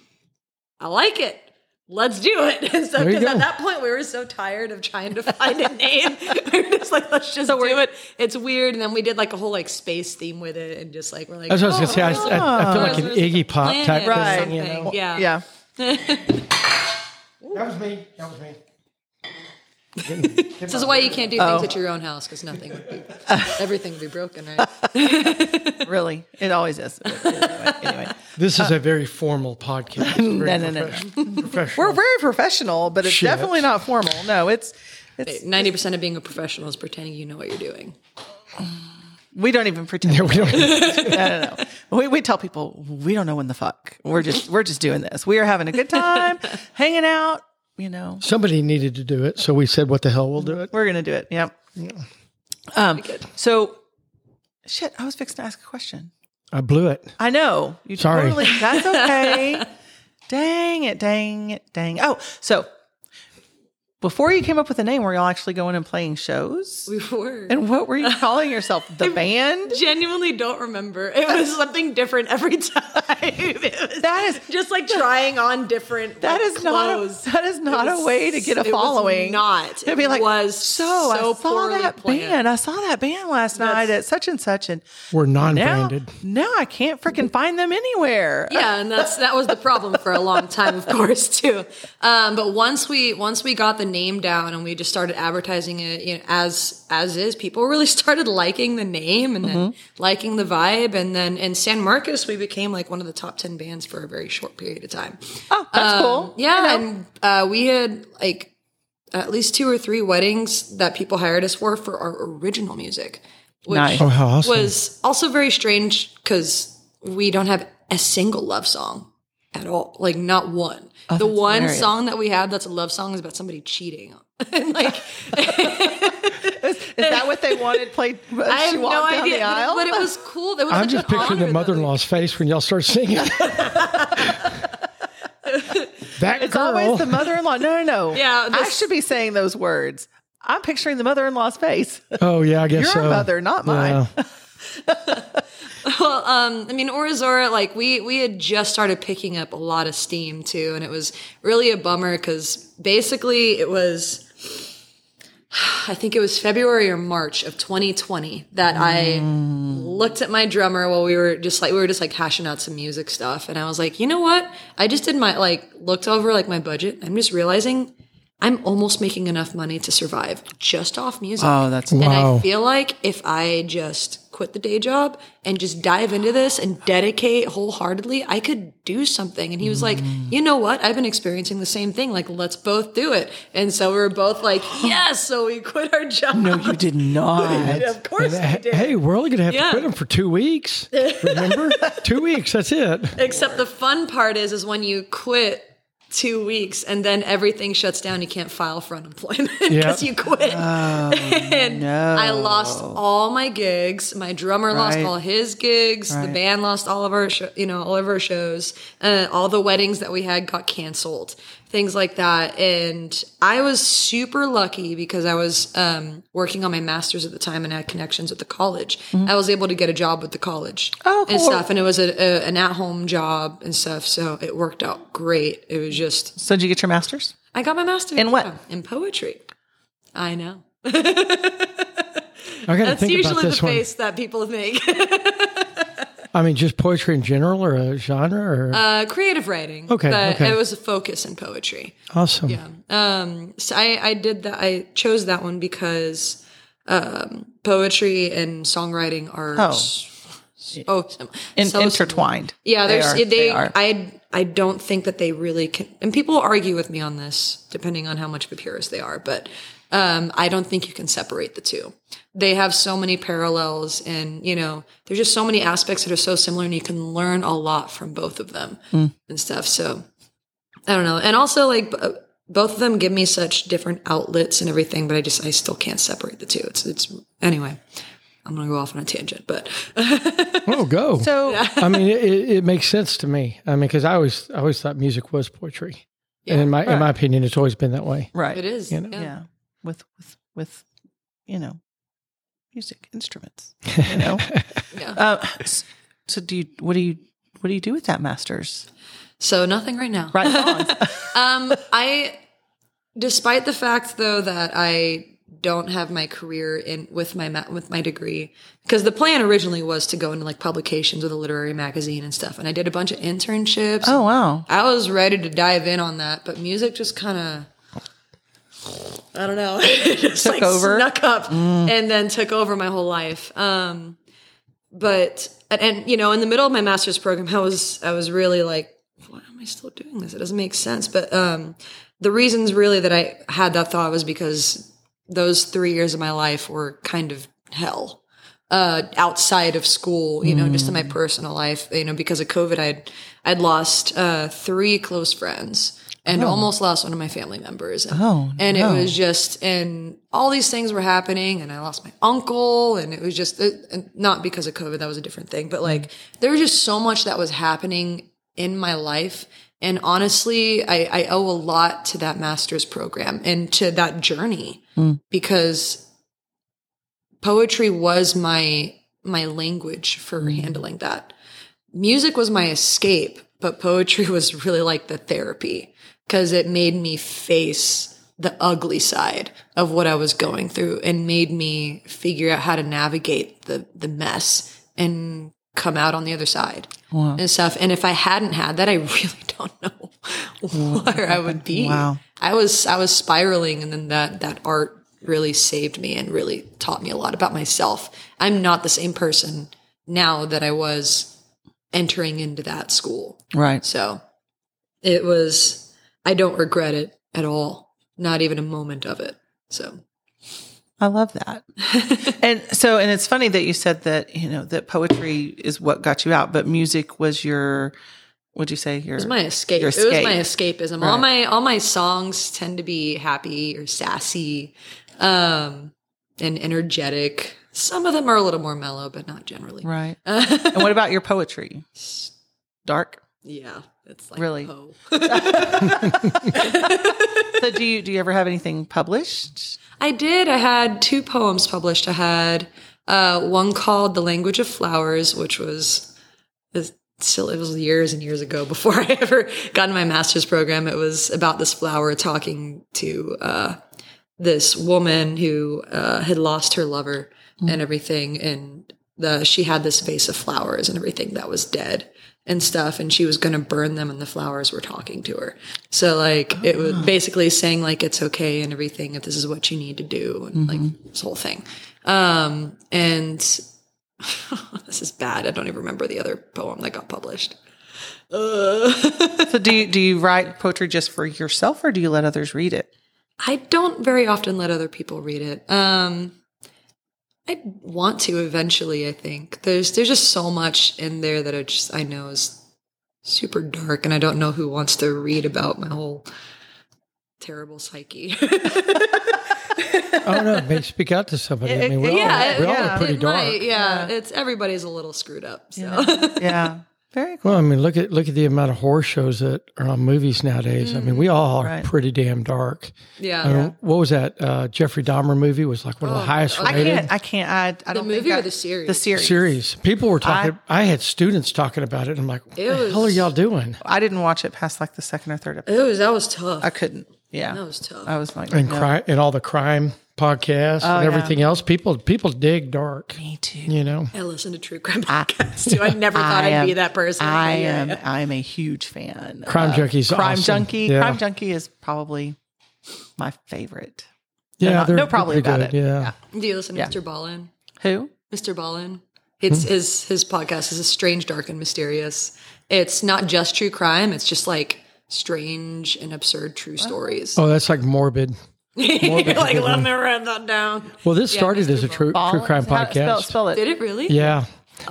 Speaker 3: I like it. Let's do it. And so,
Speaker 2: There you
Speaker 3: because at
Speaker 2: go.
Speaker 3: that point, we were so tired of trying to find a name. we were just like, let's just do it. It's weird. And then we did like a whole like space theme with it and just like, we're like,
Speaker 2: That's what I was going to say. I,
Speaker 3: oh,
Speaker 2: I, I feel
Speaker 3: Aurora
Speaker 2: like an
Speaker 3: Zora's
Speaker 2: Iggy Pop
Speaker 3: planet
Speaker 2: type
Speaker 3: or
Speaker 1: Right.
Speaker 2: thing. You
Speaker 3: something.
Speaker 2: know?
Speaker 3: Yeah.
Speaker 1: Yeah.
Speaker 2: That was me. That was me.
Speaker 3: This is why you can't do things at your own house because nothing would be, everything would be broken, right?
Speaker 1: Really, it always is. Anyway, anyway.
Speaker 2: This is a very formal podcast. Very
Speaker 1: no, no, no.
Speaker 2: professional- professional.
Speaker 1: we're very professional, but it's
Speaker 2: Shit.
Speaker 1: definitely not formal. No, it's it's
Speaker 3: Ninety percent of being a professional is pretending you know what you're doing.
Speaker 1: we don't even pretend.
Speaker 2: Yeah, we don't-
Speaker 1: We, we tell people we don't know when the fuck we're just we're just doing this. We are having a good time, hanging out. You know,
Speaker 2: somebody needed to do it, so we said, "What the hell, we'll do it."
Speaker 1: we're gonna do it. Yep. Um. So, shit. I was fixing to ask a question.
Speaker 2: I blew it.
Speaker 1: I know. You
Speaker 2: Sorry.
Speaker 1: totally that's okay. dang it, dang it, dang. Oh, so before you came up with a name, were y'all actually going and playing shows?
Speaker 3: We were.
Speaker 1: And what were you calling yourself? The band?
Speaker 3: Genuinely don't remember. It was something different every time. It was
Speaker 1: That is
Speaker 3: just like trying on different.
Speaker 1: that
Speaker 3: like,
Speaker 1: is not
Speaker 3: clothes.
Speaker 1: a, that is not
Speaker 3: was-
Speaker 1: a way to get a
Speaker 3: it was
Speaker 1: following.
Speaker 3: not.
Speaker 1: It'd be
Speaker 3: It
Speaker 1: like
Speaker 3: was
Speaker 1: so,
Speaker 3: so
Speaker 1: I saw
Speaker 3: poorly
Speaker 1: that
Speaker 3: planned."
Speaker 1: band. I saw that band last night at such and such and
Speaker 2: We're
Speaker 1: now,
Speaker 2: non-branded.
Speaker 1: now I can't freaking find them anywhere.
Speaker 3: yeah, and that's that was the problem for a long time, of course, too. Um, but once we once we got the name down and we just started advertising it you know, as as is, people really started liking the name and then liking the vibe, and then in San Marcos we became like one of the top ten bands for a very short period of time.
Speaker 1: Oh, that's cool.
Speaker 3: um, Yeah, and uh, we had like at least two or three weddings that people hired us for for our original music, which
Speaker 1: Nice.
Speaker 2: Oh, how awesome!
Speaker 3: was also very strange because we don't have a single love song at all. Like not one. the
Speaker 1: Oh, that's
Speaker 3: one
Speaker 1: hilarious.
Speaker 3: song that we have that's a love song is about somebody cheating. and like
Speaker 1: Is that what they wanted played she
Speaker 3: I have
Speaker 1: walked
Speaker 3: no
Speaker 1: down
Speaker 3: idea,
Speaker 1: the aisle?
Speaker 3: but, it- but it was cool. That was
Speaker 2: I'm
Speaker 3: such
Speaker 2: just
Speaker 3: an
Speaker 2: picturing
Speaker 3: honor
Speaker 2: the
Speaker 3: that-
Speaker 2: mother-in-law's face when y'all start singing. that
Speaker 1: It's
Speaker 2: girl.
Speaker 1: always the mother-in-law. No, no, no.
Speaker 3: Yeah,
Speaker 1: I
Speaker 3: this-
Speaker 1: should be saying those words. I'm picturing the mother-in-law's face.
Speaker 2: oh yeah, I guess
Speaker 1: Your
Speaker 2: so.
Speaker 1: mother, not
Speaker 2: Yeah.
Speaker 1: mine.
Speaker 3: Well, um, I mean, Orizora, like we we had just started picking up a lot of steam too, and it was really a bummer because basically it was, I think it was February or March of 2020 that I looked at my drummer while we were just like we were just like hashing out some music stuff, and I was like, you know what? I just did my like looked over like my budget. I'm just realizing I'm almost making enough money to survive just off music.
Speaker 1: Oh, that's
Speaker 2: Wow.
Speaker 3: And I feel like if I just quit the day job and just dive into this and dedicate wholeheartedly, I could do something. And he was like,
Speaker 2: Mm.
Speaker 3: you know what? I've been experiencing the same thing. Like, let's both do it. And so we were both like, yes. So we quit our job.
Speaker 1: no, you did not.
Speaker 3: of course we did.
Speaker 2: Hey, we're only gonna have to
Speaker 3: Yeah.
Speaker 2: quit them for two weeks. Remember, two weeks. That's it.
Speaker 3: Except the fun part is, is when you quit two weeks and then everything shuts down, you can't file for unemployment because
Speaker 2: Yeah.
Speaker 3: you quit. and I lost all my gigs. My drummer lost
Speaker 1: Right.
Speaker 3: all his gigs. The band lost all of our, sho you know, all of our shows. Uh, all the weddings that we had got canceled. Things like that. And I was super lucky because I was um, working on my master's at the time and had connections with the college. I was able to get a job with the college
Speaker 1: Mm-hmm. Oh,
Speaker 3: and
Speaker 1: cool.
Speaker 3: stuff. And it was a, a, an at home job and stuff. So it worked out great. It was just,
Speaker 1: So did you get your master's?
Speaker 3: I got my master's
Speaker 1: In what?
Speaker 3: yeah, In poetry. I know.
Speaker 2: I got to
Speaker 3: That's
Speaker 2: think about
Speaker 3: usually the
Speaker 2: this one.
Speaker 3: face that people make.
Speaker 2: I mean, just poetry in general, or a genre, or
Speaker 3: uh, creative writing.
Speaker 2: Okay,
Speaker 3: But
Speaker 2: okay.
Speaker 3: it was a focus in poetry.
Speaker 2: awesome.
Speaker 3: Um, so I, I did that. I chose that one because um, poetry and songwriting are.
Speaker 1: Oh.
Speaker 3: s- Oh, so-
Speaker 1: In,
Speaker 3: so similar.
Speaker 1: intertwined.
Speaker 3: Yeah,
Speaker 1: They
Speaker 3: there's
Speaker 1: are,
Speaker 3: they,
Speaker 1: they are.
Speaker 3: I I don't think that they really can and people argue with me on this depending on how much of a purist they are, but um, I don't think you can separate the two. They have so many parallels and you know, there's just so many aspects that are so similar and you can learn a lot from both of them
Speaker 1: Hmm.
Speaker 3: and stuff. So I don't know. And also like b- both of them give me such different outlets and everything, but I just I still can't separate the two. It's it's anyway. I'm gonna go off on a tangent, but
Speaker 2: Oh, go.
Speaker 1: so
Speaker 2: I mean, it, it, it makes sense to me. I mean, because I always, I always thought music was poetry, and in my, in my opinion, it's always been that way.
Speaker 1: right.
Speaker 3: it is.
Speaker 2: You know.
Speaker 1: Yeah. With with with you know music instruments. You know.
Speaker 3: Yeah.
Speaker 1: uh, s- so do you what do you what do you do with that master's?
Speaker 3: So nothing right now.
Speaker 1: Right songs.
Speaker 3: Um, I, despite the fact though that I don't have my career in with my ma- with my degree, because the plan originally was to go into like publications with a literary magazine and stuff, and I did a bunch of internships.
Speaker 1: oh wow.
Speaker 3: I was ready to dive in on that, but music just kind of. I don't know. It just
Speaker 1: Took
Speaker 3: like
Speaker 1: over? Mm.
Speaker 3: snuck up and then took over my whole life. Um, but and, and you know, in the middle of my master's program, I was I was really like, why am I still doing this? It doesn't make sense. But um, the reasons really that I had that thought was because those three years of my life were kind of hell uh, outside of school, you know, just in
Speaker 1: Mm.
Speaker 3: my personal life, you know, because of COVID, I'd, I'd lost, uh, three close friends and almost lost one of my family members. And,
Speaker 1: Oh,
Speaker 3: and
Speaker 1: no.
Speaker 3: it was just, and all these things were happening and I lost my uncle and it was just it, and not because of COVID. That was a different thing, but
Speaker 1: Mm.
Speaker 3: like there was just so much that was happening in my life. And honestly, I, I owe a lot to that master's program and to that journey
Speaker 1: Mm.
Speaker 3: because poetry was my my language for handling that music was my escape but poetry was really like the therapy because it made me face the ugly side of what i was going through and made me figure out how to navigate the the mess and come out on the other side and stuff and if i hadn't had that i really don't know where i would be
Speaker 1: Wow.
Speaker 3: I was I was spiraling, and then that that art really saved me and really taught me a lot about myself. I'm not the same person now that I was entering into that school.
Speaker 1: Right.
Speaker 3: So it was I don't regret it at all. Not even a moment of it. So
Speaker 1: I love that. and so, and it's funny that you said that, you know, that poetry is what got you out, but music was your, what'd you say? Your,
Speaker 3: It was my escape.
Speaker 1: Your
Speaker 3: It was my
Speaker 1: escape.
Speaker 3: escapism.
Speaker 1: Right.
Speaker 3: All my all my songs tend to be happy or sassy, um, and energetic. Some of them are a little more mellow, but not generally.
Speaker 1: right. and what about your poetry? Dark.
Speaker 3: Yeah, it's like
Speaker 1: Really?
Speaker 3: Poe.
Speaker 1: So do you, do you ever have anything published?
Speaker 3: I did. I had two poems published. I had uh, one called "The Language of Flowers," which was is still it was years and years ago before I ever got in my master's program. It was about this flower talking to uh, this woman who uh, had lost her lover and everything, and the she had this vase of flowers and everything that was dead and stuff, and she was going to burn them, and the flowers were talking to her. So like it was basically saying like it's okay and everything if this is what you need to do and like this whole thing. Um, and this is bad. I don't even remember the other poem that got published. Uh,
Speaker 1: So do you, do you write poetry just for yourself or do you let others read it?
Speaker 3: I don't very often let other people read it. Um, I want to eventually. I think there's there's just so much in there that I just I know is super dark, and I don't know who wants to read about my whole terrible psyche.
Speaker 2: Oh no, maybe speak out to somebody. I mean, we're all,
Speaker 3: yeah,
Speaker 2: we're all
Speaker 3: yeah,
Speaker 2: pretty
Speaker 3: it
Speaker 2: dark.
Speaker 3: might, yeah, it's everybody's a little screwed up. So.
Speaker 1: Yeah. Very cool.
Speaker 2: Well, I mean, look at look at the amount of horror shows that are on movies nowadays. I mean, we all are
Speaker 1: Right.
Speaker 2: pretty damn dark.
Speaker 3: Mm, Yeah. Oh,
Speaker 2: I mean, what was that uh, Jeffrey Dahmer movie? Was like one of the highest
Speaker 1: I
Speaker 2: rated
Speaker 1: can't, I can't, I, I
Speaker 3: the
Speaker 1: don't
Speaker 3: movie
Speaker 1: think I-
Speaker 3: or the series?
Speaker 1: The series.
Speaker 2: series. People were talking. I, had students talking about it. And I'm like, what
Speaker 3: It
Speaker 2: the hell are
Speaker 3: was-
Speaker 2: y'all doing?
Speaker 1: I didn't watch it past like the second or third episode.
Speaker 3: It was that was tough.
Speaker 1: I couldn't. Yeah.
Speaker 3: that was tough.
Speaker 1: I was like,
Speaker 2: And
Speaker 1: no.
Speaker 2: cri- and all the crime podcasts and
Speaker 1: Oh, yeah.
Speaker 2: everything else. People people dig dark.
Speaker 1: me too.
Speaker 2: You know.
Speaker 3: I listen to true crime podcasts too. I never thought I would be that person.
Speaker 1: I
Speaker 3: Yeah,
Speaker 1: am.
Speaker 3: yeah.
Speaker 1: I'm a huge fan.
Speaker 2: Crime
Speaker 1: of
Speaker 2: Junkie's
Speaker 1: Uh, Crime
Speaker 2: awesome.
Speaker 1: junkie.
Speaker 2: Yeah.
Speaker 1: Crime junkie is probably my favorite.
Speaker 2: Yeah,
Speaker 1: not-
Speaker 2: they're-
Speaker 1: no
Speaker 2: they're
Speaker 1: problem
Speaker 2: pretty
Speaker 1: about
Speaker 2: good,
Speaker 1: it.
Speaker 2: Yeah.
Speaker 3: Do you listen to
Speaker 1: Yeah.
Speaker 3: Mr. Ballin?
Speaker 1: Who?
Speaker 3: Mr. Ballin. It's
Speaker 1: Hmm.
Speaker 3: his his podcast is a strange, dark, and mysterious. It's not just true crime. It's just like strange and absurd true stories.
Speaker 2: Oh, that's like morbid.
Speaker 1: Oh,
Speaker 3: like let me write that down.
Speaker 2: Well, this started as a true true
Speaker 1: Ballin?
Speaker 2: crime
Speaker 1: How-
Speaker 2: podcast.
Speaker 1: Spell, spell it. Oh,
Speaker 3: Did it really?
Speaker 2: Yeah.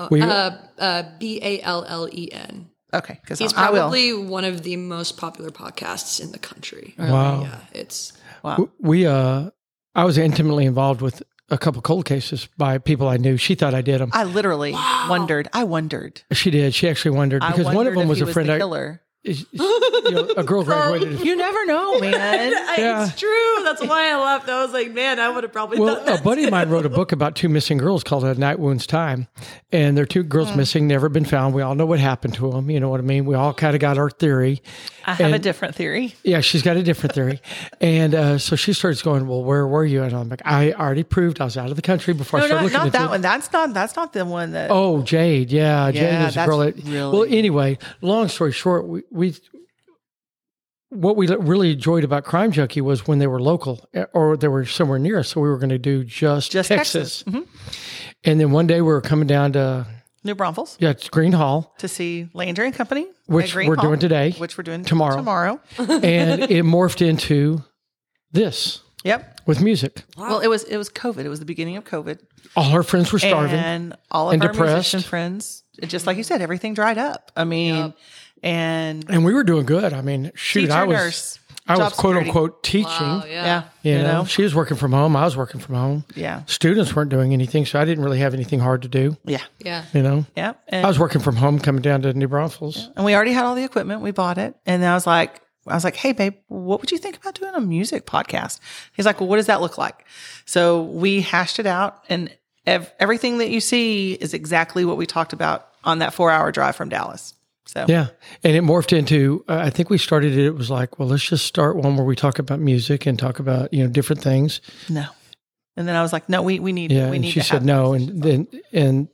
Speaker 2: we,
Speaker 3: Uh, B a l l e n.
Speaker 1: Okay, because
Speaker 3: He's
Speaker 1: I will.
Speaker 3: probably one of the most popular podcasts in the country.
Speaker 2: Wow.
Speaker 3: Yeah, it's
Speaker 1: Wow.
Speaker 2: we uh I was intimately involved with a couple cold cases by people I knew. She thought I did them.
Speaker 1: I literally wondered. I wondered.
Speaker 2: she did. She actually wondered
Speaker 1: I
Speaker 2: because
Speaker 1: wondered
Speaker 2: one of them
Speaker 1: if
Speaker 2: was
Speaker 1: he
Speaker 2: a friend.
Speaker 1: the
Speaker 2: I-
Speaker 1: killer.
Speaker 2: is- you know, a girl graduated.
Speaker 1: You never know, man.
Speaker 2: Yeah.
Speaker 3: It's true. That's why I left. I was like, man, I would have probably done
Speaker 2: Well,
Speaker 3: that.
Speaker 2: a buddy of mine wrote a book about two missing girls called "A Night Wounds Time," and they're two girls
Speaker 1: Hmm.
Speaker 2: missing, never been found. We all know what happened to them. You know what I mean? We all kind of got our theory.
Speaker 1: I have a different theory.
Speaker 2: Yeah, she's got a different theory, and uh, so she starts going, "Well, where were you?" And I'm like, "I already proved I was out of the country before I
Speaker 1: No,
Speaker 2: started
Speaker 1: not,
Speaker 2: looking
Speaker 1: not
Speaker 2: into it."
Speaker 1: that one. That's not. That's not the one that.
Speaker 2: Oh, Jade. Yeah, Jade
Speaker 1: Yeah,
Speaker 2: is a
Speaker 1: that's
Speaker 2: girl. That,
Speaker 1: really-
Speaker 2: Well, anyway, long story short, we, we what we really enjoyed about Crime Junkie was when they were local eh, or they were somewhere near us. So we were going to do just,
Speaker 1: Just Texas.
Speaker 2: Texas.
Speaker 1: Mhm.
Speaker 2: And then one day we were coming down to
Speaker 1: New Braunfels
Speaker 2: yeah, it's Green Hall,
Speaker 1: to see Landry and Company, at
Speaker 2: Which
Speaker 1: Green
Speaker 2: we're
Speaker 1: Hall,
Speaker 2: doing today,
Speaker 1: which we're doing
Speaker 2: tomorrow.
Speaker 1: Tomorrow.
Speaker 2: and it morphed into this
Speaker 1: Yep.
Speaker 2: with music.
Speaker 1: Well, it was it was COVID. It was the beginning of COVID,
Speaker 2: All our friends were starving.
Speaker 1: and all of
Speaker 2: and
Speaker 1: our
Speaker 2: depressed.
Speaker 1: musician friends, just like you said, everything dried up. I mean, and
Speaker 2: and we were doing good. I mean, shoot,
Speaker 1: teacher,
Speaker 2: I was
Speaker 1: nurse,
Speaker 2: I was
Speaker 1: job
Speaker 2: quote
Speaker 1: security.
Speaker 2: unquote teaching.
Speaker 3: Wow, yeah.
Speaker 1: yeah,
Speaker 2: You, know,
Speaker 1: know?
Speaker 2: she was working from home. I was working from home.
Speaker 1: yeah,
Speaker 2: Students weren't doing anything, so I didn't really have anything hard to do.
Speaker 1: yeah,
Speaker 3: Yeah.
Speaker 2: You know,
Speaker 1: yeah.
Speaker 2: I
Speaker 1: And,
Speaker 2: was working from home, coming down to New Braunfels.
Speaker 1: and we already had all the equipment. We bought it, and then I was like, I was like, hey, babe, what would you think about doing a music podcast? He's like, well, what does that look like? So we hashed it out, and ev- everything that you see is exactly what we talked about on that four-hour drive from Dallas. So
Speaker 2: Yeah. And it morphed into, uh, I think we started it. It was like, well, let's just start one where we talk about music and talk about, you know, different things.
Speaker 1: no. And then I was like, no, we we need
Speaker 2: Yeah.
Speaker 1: we
Speaker 2: and
Speaker 1: need.
Speaker 2: she
Speaker 1: to
Speaker 2: said
Speaker 1: have
Speaker 2: no. And then, and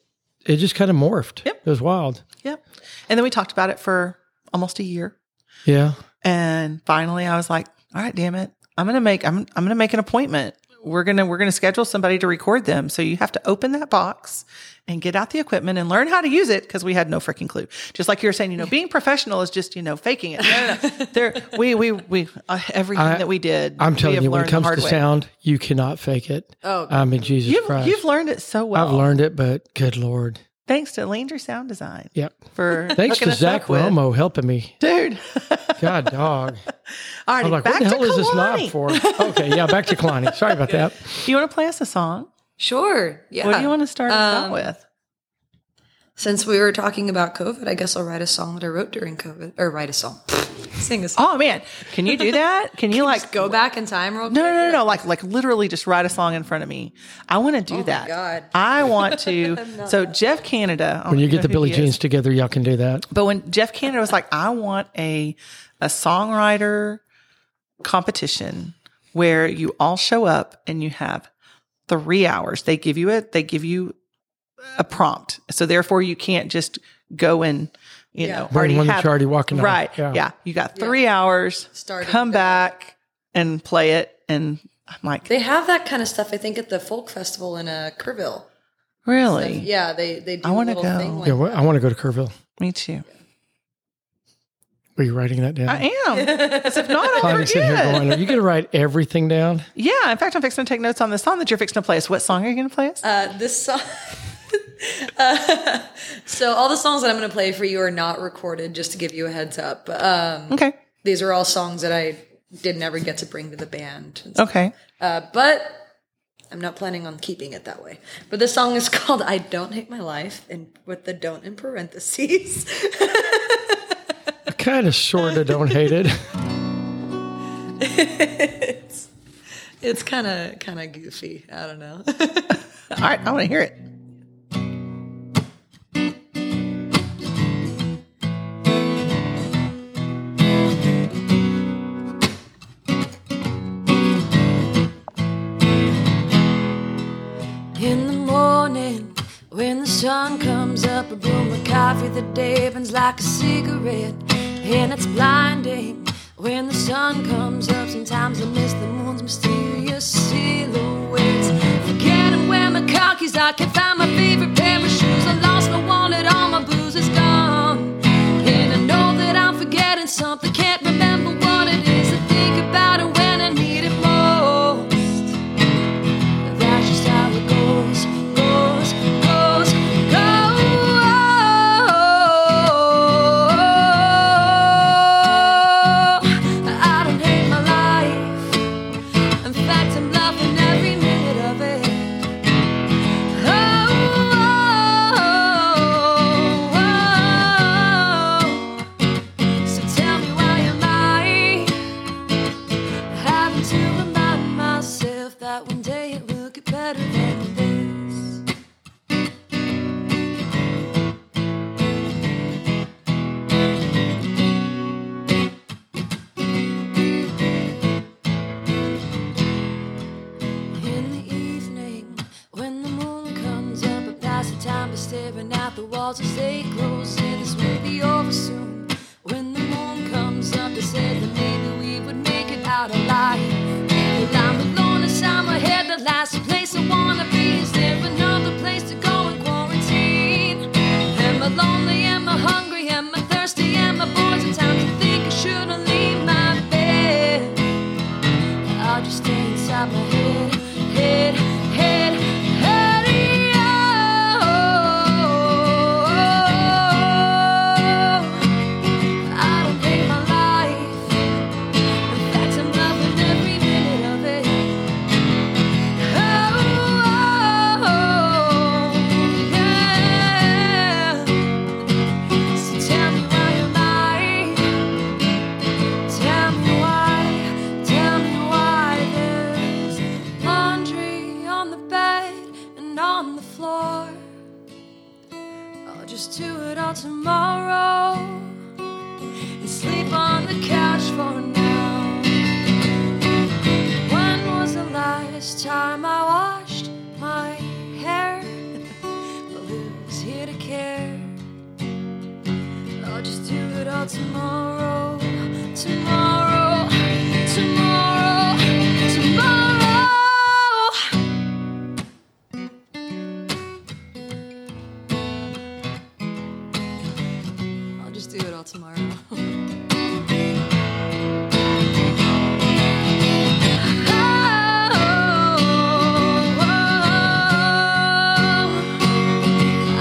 Speaker 2: it just kind of morphed.
Speaker 1: Yep.
Speaker 2: It was wild.
Speaker 1: Yep. And then we talked about it for almost a year.
Speaker 2: Yeah.
Speaker 1: And finally I was like, all right, damn it. I'm going to make I'm I'm going to make an appointment. We're going to we're going to schedule somebody to record them. So you have to open that box and get out the equipment and learn how to use it because we had no freaking clue. Just like you were saying, you know, being professional is just, you know, faking it. No, no, no. there we we we uh, everything
Speaker 2: I-
Speaker 1: that we did
Speaker 2: I'm
Speaker 1: we
Speaker 2: telling
Speaker 1: have
Speaker 2: you, when
Speaker 1: learned the
Speaker 2: it comes
Speaker 1: hard
Speaker 2: to
Speaker 1: way.
Speaker 2: sound, you cannot fake it.
Speaker 3: Oh,
Speaker 2: I mean, Jesus
Speaker 1: You've,
Speaker 2: Christ.
Speaker 1: you've learned it so well.
Speaker 2: I've learned it, but good Lord.
Speaker 1: Thanks to Landry Sound Design
Speaker 2: Yep.
Speaker 1: for
Speaker 2: Thanks
Speaker 1: hooking
Speaker 2: to
Speaker 1: us
Speaker 2: Zach
Speaker 1: up with-
Speaker 2: Romo helping me.
Speaker 1: Dude.
Speaker 2: God, dog.
Speaker 1: All
Speaker 2: I'm
Speaker 1: right,
Speaker 2: like,
Speaker 1: back
Speaker 2: what the
Speaker 1: to
Speaker 2: hell is this knob
Speaker 1: Kalani.
Speaker 2: for? Okay. Yeah. Back to Kalani. Sorry about that.
Speaker 1: Do you want to play us a song?
Speaker 3: sure. Yeah.
Speaker 1: What do you want to start us out
Speaker 3: Um,
Speaker 1: with?
Speaker 3: Since we were talking about COVID, I guess I'll write a song that I wrote during COVID, or write a song, sing a song.
Speaker 1: Oh man, can you do that? Can you like
Speaker 3: Just go back in time, real quick.
Speaker 1: No, no, no, no. Like, like literally, just write a song in front of me. I want to do that.
Speaker 3: Oh, God.
Speaker 1: I want to. so Jeff Canada.
Speaker 2: When you get the Billy Jeans together, y'all can do that.
Speaker 1: But when Jeff Canada was like, I want a a songwriter competition where you all show up and you have three hours. They give you it, they give you a prompt. So therefore you can't just go and you
Speaker 3: Yeah.
Speaker 1: know
Speaker 2: Bring
Speaker 1: already
Speaker 2: one that
Speaker 1: have
Speaker 2: you're already walking on.
Speaker 1: Right.
Speaker 2: Yeah.
Speaker 1: Yeah. You got three hours.
Speaker 3: Starting
Speaker 1: come
Speaker 3: there.
Speaker 1: back and play it. And I'm like,
Speaker 3: They have that kind of stuff, I think, at the folk festival in uh, Kerrville.
Speaker 1: really?
Speaker 3: Yeah, they they do
Speaker 1: I
Speaker 3: a
Speaker 1: wanna
Speaker 3: little
Speaker 1: go.
Speaker 3: thing like
Speaker 2: Yeah. well, I want to go to Kerrville.
Speaker 1: Me too.
Speaker 2: Were you writing that down?
Speaker 1: I am. As if not, I'll
Speaker 2: Connie's sitting here
Speaker 1: forget.
Speaker 2: going, Are you going to write everything down?
Speaker 1: Yeah. In fact, I'm fixing to take notes on the song that you're fixing to play us. What song are you going to play us?
Speaker 3: uh, this song. Uh, so all the songs that I'm going to play for you are not recorded, just to give you a heads up. Um,
Speaker 1: okay.
Speaker 3: these are all songs that I did never get to bring to the band. and stuff.
Speaker 1: Okay.
Speaker 3: Uh, but I'm not planning on keeping it that way. But this song is called "I Don't Hate My Life" and with the "don't" in parentheses.
Speaker 2: I kind of, sort of don't hate it.
Speaker 3: it's it's kind of kind of goofy. I don't know.
Speaker 1: All right. I want to hear it.
Speaker 3: In the morning, when the sun comes up, I brew my coffee that dampens like a cigarette, and it's blinding. When the sun comes up, sometimes I miss the moon's mysterious silhouettes. Forgetting where my car keys, I can't find my favorite pair of shoes. I lost my wallet, all my blues is gone. And I know that I'm forgetting something, can't remember what it is. I think about it when I need it most. That's just how it goes, goes, goes, goes. I don't hate my life. In fact, I'm loving every minute of it. Oh, so tell me why am I? Having to remind myself that one day it will get better than this. In the evening, when the moon comes up, I pass the time by staring at the walls as they close. Say this will be over soon. When the moon comes up, they say that maybe
Speaker 4: I'm a head, head, head, heady. I don't hate my life. In fact, I'm loving every minute of it. Oh, yeah. So tell me why am I? Tell me why, tell me why there's laundry on the bed and on the floor. I'll just do it all tomorrow and sleep on the couch for now. When was the last time I washed my hair? but who's here to care? I'll just do it all tomorrow, tomorrow, tomorrow, tomorrow.
Speaker 3: I'll just do it all tomorrow.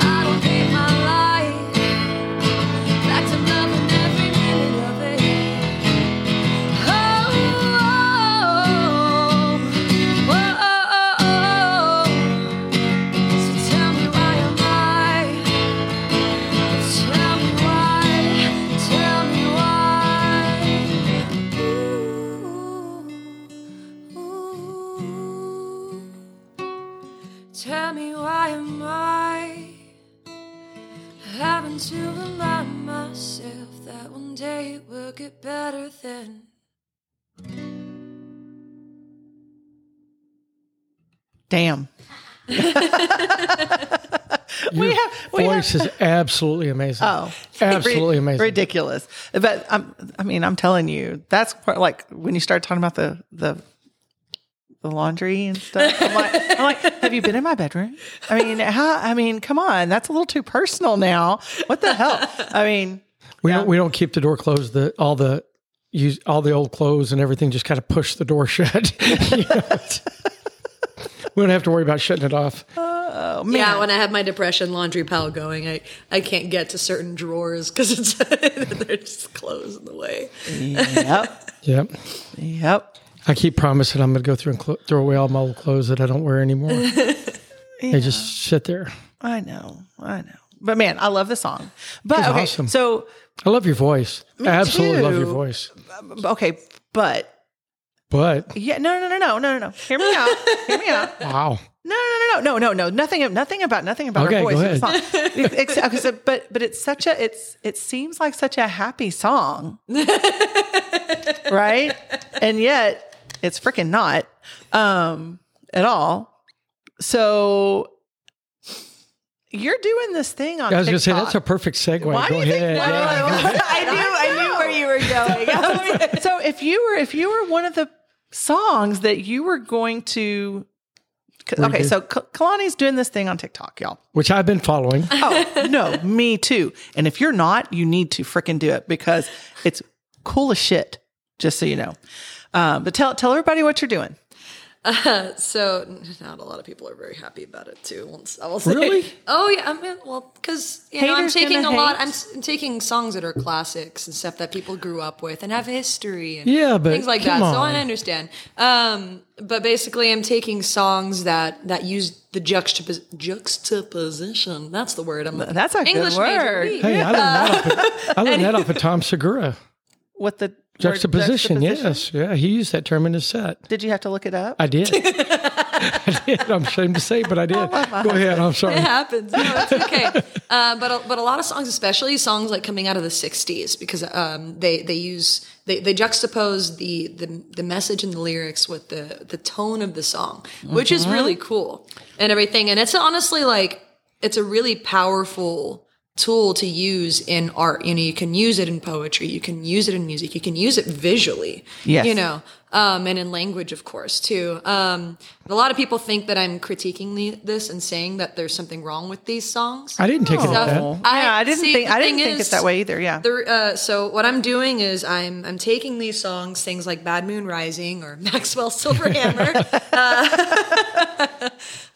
Speaker 4: I don't hate my life. Back to loving every minute of it. Oh, so tell me why am I? Tell me why? Tell me why? Ooh, ooh. Tell me why am I having to remind myself that one day it will get better than
Speaker 1: Damn.
Speaker 2: Your
Speaker 1: have- we have-
Speaker 2: voice is absolutely amazing.
Speaker 1: Oh,
Speaker 2: absolutely amazing.
Speaker 1: ridiculous. But I'm, I mean, I'm telling you, that's quite like when you start talking about the the the laundry and stuff. I'm like, I'm like, have you been in my bedroom? I mean, how? I mean, come on, that's a little too personal now. What the hell? I mean,
Speaker 2: We don't we don't keep the door closed. The all the use all the old clothes and everything just kind of push the door shut. You know, it's- we don't have to worry about shutting it off.
Speaker 1: oh, man.
Speaker 3: Yeah, when I have my depression laundry pile going, I, I can't get to certain drawers because it's they're just closed in the way.
Speaker 1: yep,
Speaker 2: Yep.
Speaker 1: yep.
Speaker 2: I keep promising I'm going to go through and clo- throw away all my old clothes that I don't wear anymore. They just sit there.
Speaker 1: I know, I know. But man, I love the song. But okay,
Speaker 2: awesome.
Speaker 1: so
Speaker 2: I love your voice. I absolutely love your
Speaker 1: too.
Speaker 2: voice.
Speaker 1: okay, but
Speaker 2: But
Speaker 1: yeah, no, no, no, no, no, no. no. Hear me out. Hear me out.
Speaker 2: wow,
Speaker 1: No, no, no, no, no, no, no. Nothing, nothing about, nothing about
Speaker 2: Okay,
Speaker 1: her
Speaker 2: go
Speaker 1: voice. in the song. It's- okay, so- but, but it's such a, it's, it seems like such a happy song, right? And yet, it's freaking not um, at all. So you're doing this thing on.
Speaker 2: I was going to say
Speaker 1: TikTok.
Speaker 2: that's a perfect segue.
Speaker 1: Why do
Speaker 2: go
Speaker 1: you think-
Speaker 2: ahead.
Speaker 1: why do
Speaker 2: Yeah.
Speaker 4: I knew I knew where you were going.
Speaker 1: Oh, so if you were if you were one of the songs that you were going to okay
Speaker 2: Redo.
Speaker 1: so Ka- kalani's doing this thing on tiktok y'all
Speaker 2: Which I've been following.
Speaker 1: oh no me too and if you're not you need to freaking do it because it's cool as shit just so you know um, but tell tell everybody what you're doing
Speaker 3: So n- not a lot of people are very happy about it too. Once I will say,
Speaker 2: Really?
Speaker 3: oh yeah, I mean, well, because you know, I'm
Speaker 1: Haters
Speaker 3: taking a
Speaker 1: gonna
Speaker 3: lot.
Speaker 1: hate.
Speaker 3: I'm, s- I'm taking songs that are classics and stuff that people grew up with and have history and
Speaker 2: Yeah, but
Speaker 3: things like
Speaker 2: come
Speaker 3: that. So
Speaker 2: on.
Speaker 3: I understand. Um, but basically, I'm taking songs that that use the juxtapos- juxtaposition. That's the word. I'm looking
Speaker 1: that's a good
Speaker 3: English major,
Speaker 1: word.
Speaker 3: wee.
Speaker 2: Hey, I learned, that, off of, I learned that off of Tom Segura.
Speaker 1: with the word
Speaker 2: Juxtaposition, yes. Yeah, he used that term in his set.
Speaker 1: did you have to look it up
Speaker 2: I did. I did. I'm ashamed to say, but I did. Go ahead. I'm sorry.
Speaker 3: It happens. No, it's okay. uh, but a, but a lot of songs, especially songs like coming out of the '60s, because um, they they use they, they juxtapose the, the the message and the lyrics with the the tone of the song, which is really cool and everything. And it's honestly like it's a really powerful tool to use in art. You know, you can use it in poetry, you can use it in music, you can use it visually.
Speaker 1: Yes.
Speaker 3: You know, um, and in language, of course, too. Um, a lot of people think that I'm critiquing the, this and saying that there's something wrong with these songs.
Speaker 2: I didn't take it at
Speaker 3: So-
Speaker 2: that.
Speaker 1: Oh. yeah, I didn't
Speaker 3: see,
Speaker 1: think
Speaker 3: the
Speaker 1: I didn't
Speaker 3: thing
Speaker 1: think
Speaker 3: is,
Speaker 1: it that way either. Yeah.
Speaker 3: the, uh, so what I'm doing is I'm I'm taking these songs, things like Bad Moon Rising or Maxwell Silverhammer, uh,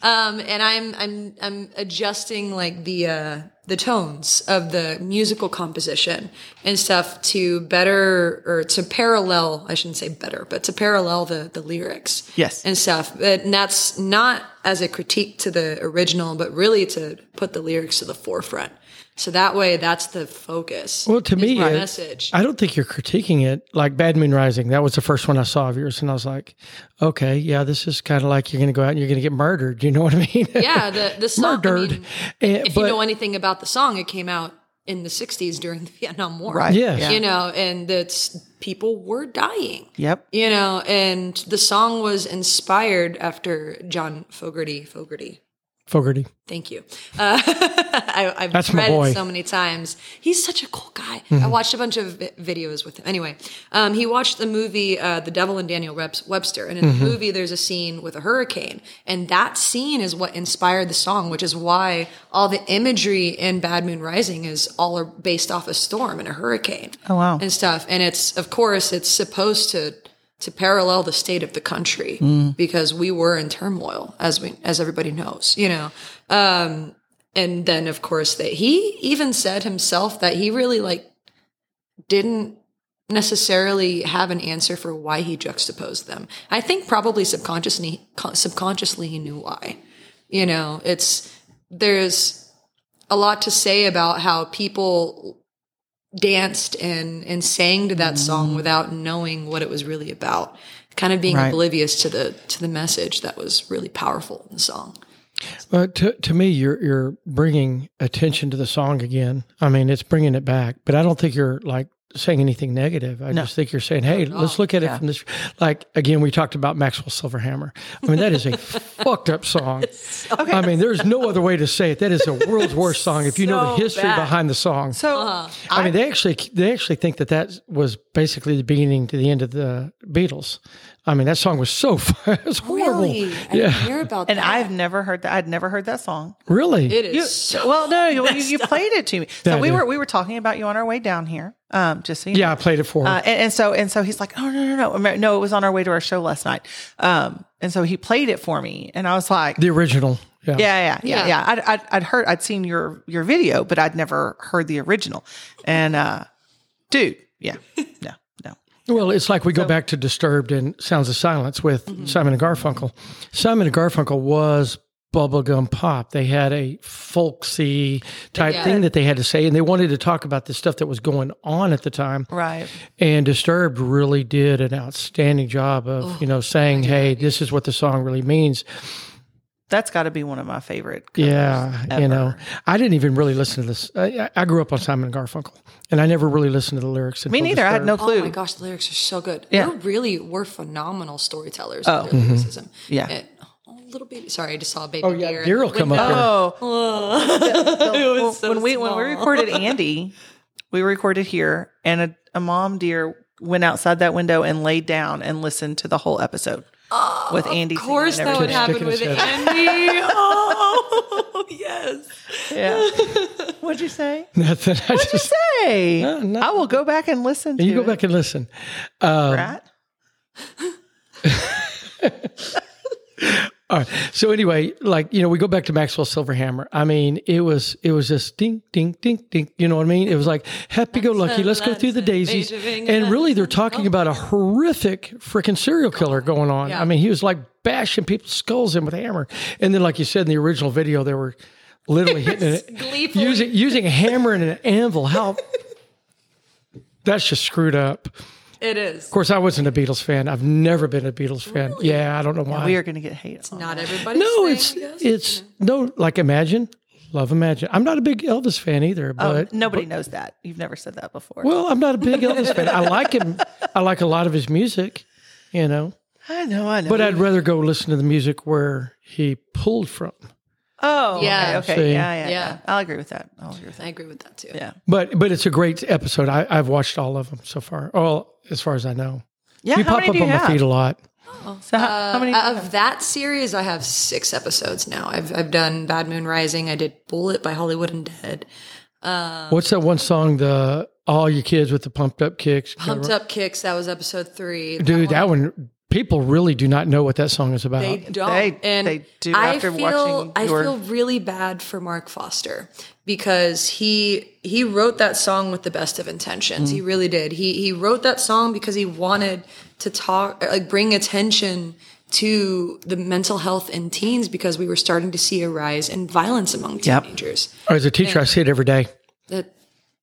Speaker 3: um, and I'm I'm I'm adjusting like the uh, the tones of the musical composition and stuff to better or to parallel. I shouldn't say better, but to parallel the the lyrics.
Speaker 1: Yes.
Speaker 3: and stuff. But and that's not as a critique to the original, but really to put the lyrics to the forefront. So that way, that's the focus.
Speaker 2: Well, to
Speaker 3: is
Speaker 2: me,
Speaker 3: my
Speaker 2: it-
Speaker 3: message.
Speaker 2: I don't think you're critiquing it. Like Bad Moon Rising, that was the first one I saw of yours, and I was like, okay, yeah, this is kind of like you're going to go out and you're going to get murdered. You know what I mean?
Speaker 3: yeah, the the song. I
Speaker 2: murdered.
Speaker 3: mean,
Speaker 2: Eh,
Speaker 3: if
Speaker 2: but
Speaker 3: you know anything about the song, it came out in the '60s during the Vietnam War.
Speaker 1: Right.
Speaker 2: Yes.
Speaker 1: Yeah.
Speaker 3: You know, and that's people were dying.
Speaker 1: Yep.
Speaker 3: You know, and the song was inspired after John Fogerty. Fogerty.
Speaker 2: Fogarty,
Speaker 3: Thank you. Uh, I, I've
Speaker 2: That's my
Speaker 3: read
Speaker 2: boy. Mm-hmm.
Speaker 3: it so many times. He's such a cool guy. I watched a bunch of vi- videos with him. Anyway, um, he watched the movie uh, The Devil and Daniel Webs- Webster, and in
Speaker 2: Mm-hmm.
Speaker 3: the movie, there's a scene with a hurricane, and that scene is what inspired the song, which is why all the imagery in Bad Moon Rising is all are based off a storm and a hurricane.
Speaker 1: Oh, wow.
Speaker 3: And stuff, and it's of course it's supposed to to parallel the state of the country
Speaker 2: Mm.
Speaker 3: because we were in turmoil as we as everybody knows, you know and then of course that he even said himself that he really like didn't necessarily have an answer for why he juxtaposed them i think probably subconsciously subconsciously he knew why you know it's there's a lot to say about how people danced and and sang to that song without knowing what it was really about kind of being
Speaker 1: Mm. Right.
Speaker 3: oblivious to the to the message that was really powerful in the song
Speaker 2: Well, to to me, you're you're bringing attention to the song again. I mean, it's bringing it back, but I don't think you're like saying anything negative. I just think you're saying, hey, let's look at it from this. Like again, we talked about Maxwell Silverhammer. I mean, that is a fucked up song. I mean, there's no other way to say it. That is the world's worst song. If you know the
Speaker 1: So
Speaker 2: history
Speaker 1: bad.
Speaker 2: behind the song,
Speaker 1: So
Speaker 3: Uh-huh.
Speaker 2: I mean, they actually they actually think that that was basically the beginning to the end of the Beatles. I mean, that song was so far, it was horrible.
Speaker 3: Really? I didn't hear about
Speaker 1: and
Speaker 3: that.
Speaker 1: I've never heard that. I'd never heard that song.
Speaker 2: Really?
Speaker 3: It is.
Speaker 1: You-
Speaker 3: so-
Speaker 1: well, no, you, you, you played it to me. So
Speaker 2: Yeah, I
Speaker 1: we
Speaker 2: did.
Speaker 1: were we were talking about you on our way down here. Um, just so you
Speaker 2: yeah, I played it for. her.
Speaker 1: Uh, and, and so and so he's like, oh no no no Amer- no, it was on our way to our show last night. Um, and so he played it for me, and I was like,
Speaker 2: The original. Yeah.
Speaker 1: yeah yeah yeah
Speaker 3: Yeah.
Speaker 1: yeah. I'd, I'd I'd heard I'd seen your your video, but I'd never heard the original. And uh, dude, yeah, no no,
Speaker 2: Well, it's like we go back to Disturbed and Sounds of Silence with
Speaker 1: Mm-hmm.
Speaker 2: Simon and Garfunkel. Simon and Garfunkel was bubblegum pop. They had a folksy type
Speaker 3: Yeah.
Speaker 2: thing that they had to say, and they wanted to talk about the stuff that was going on at the time.
Speaker 1: right.
Speaker 2: And Disturbed really did an outstanding job of,
Speaker 1: Oh,
Speaker 2: you know, saying, hey, this is what the song really means.
Speaker 1: That's got to be one of my favorite. covers
Speaker 2: Yeah, you
Speaker 1: ever.
Speaker 2: know, I didn't even really listen to this. I, I I grew up on Simon and Garfunkel, and I never really listened to the lyrics.
Speaker 1: Me neither. I had no clue.
Speaker 3: Oh my gosh, the lyrics are so good.
Speaker 1: Yeah. mm-hmm.
Speaker 3: We're really we're phenomenal storytellers. Oh, lyricism.
Speaker 1: Yeah.
Speaker 3: It- oh, little baby. Sorry, I just saw a baby.
Speaker 2: Oh yeah,
Speaker 3: deer in
Speaker 2: Daryl
Speaker 3: the
Speaker 2: come up
Speaker 3: window.
Speaker 2: here.
Speaker 1: Oh, The- the-
Speaker 3: so
Speaker 1: when we when we
Speaker 3: small.
Speaker 1: recorded Andy, we recorded here, and a, a mom deer went outside that window and laid down and listened to the whole episode with Andy.
Speaker 3: Oh, Of course, that would happen
Speaker 2: Sticking his
Speaker 3: with
Speaker 2: head.
Speaker 3: Andy. Oh, yes.
Speaker 1: Yeah. What'd you say?
Speaker 2: Nothing. I just
Speaker 1: Say,
Speaker 2: No, no.
Speaker 1: I will go back and listen. to
Speaker 2: you go
Speaker 1: it,
Speaker 2: back and listen. Um,
Speaker 1: right?
Speaker 2: all right. So anyway, like you know, we go back to Maxwell Silverhammer. I mean, it was it was just ding ding ding ding. You know what I mean? It was like happy go lucky. Let's go through the daisies. And really, they're talking about a horrific freaking serial killer going on. I mean, he was like bashing people's skulls in with a hammer. And then, like you said in the original video, they were literally hitting it
Speaker 3: Gleeful.
Speaker 2: using using a hammer and an anvil. How? That's just screwed up.
Speaker 3: It is.
Speaker 2: Of course, I wasn't a Beatles fan. I've never been a Beatles fan. Yeah, I don't know why.
Speaker 1: We are going to get hate. on
Speaker 3: Not everybody.
Speaker 2: No, it's it's no like Imagine, love Imagine. I'm not a big Elvis fan either,
Speaker 1: that.
Speaker 2: but
Speaker 1: Nobody knows that. You've never said that before.
Speaker 2: well, I'm not a big Elvis fan. I like him. I like a lot of his music, you know.
Speaker 1: I know, I know.
Speaker 2: But I'd rather go listen to the music where he pulled from.
Speaker 1: Oh,
Speaker 3: Yeah.
Speaker 1: Okay.
Speaker 2: See?
Speaker 1: okay. Yeah, yeah, yeah.
Speaker 3: Yeah.
Speaker 1: I'll agree with that. I'll agree with that.
Speaker 3: I agree with that too.
Speaker 1: Yeah.
Speaker 2: But but it's a great episode. I, I've watched all of them so far. Well, as far as I know,
Speaker 1: Yeah.
Speaker 2: you
Speaker 1: how
Speaker 2: pop
Speaker 1: many
Speaker 2: up
Speaker 1: do
Speaker 2: on
Speaker 1: you
Speaker 2: my
Speaker 1: have?
Speaker 2: feed a lot.
Speaker 1: So how,
Speaker 3: Uh,
Speaker 1: how many?
Speaker 3: of that series, I have six episodes now. I've I've done Bad Moon Rising. I did Bullet by Hollywood and Dead.
Speaker 2: What's that one song? The all you kids with the pumped up kicks.
Speaker 3: Pumped Up Kicks. That was episode three.
Speaker 2: Dude, that one. People really do not know what that song is about.
Speaker 3: They don't.
Speaker 1: They-
Speaker 3: and
Speaker 1: they do
Speaker 3: I
Speaker 1: after
Speaker 3: feel,
Speaker 1: watching
Speaker 3: I
Speaker 1: your-
Speaker 3: feel really bad for Mark Foster because he he wrote that song with the best of intentions.
Speaker 1: Mm-hmm.
Speaker 3: He really did. He he wrote that song because he wanted to talk, like bring attention to the mental health in teens because we were starting to see a rise in violence among
Speaker 1: Yep.
Speaker 3: teenagers.
Speaker 2: As a teacher, I see it every day.
Speaker 3: That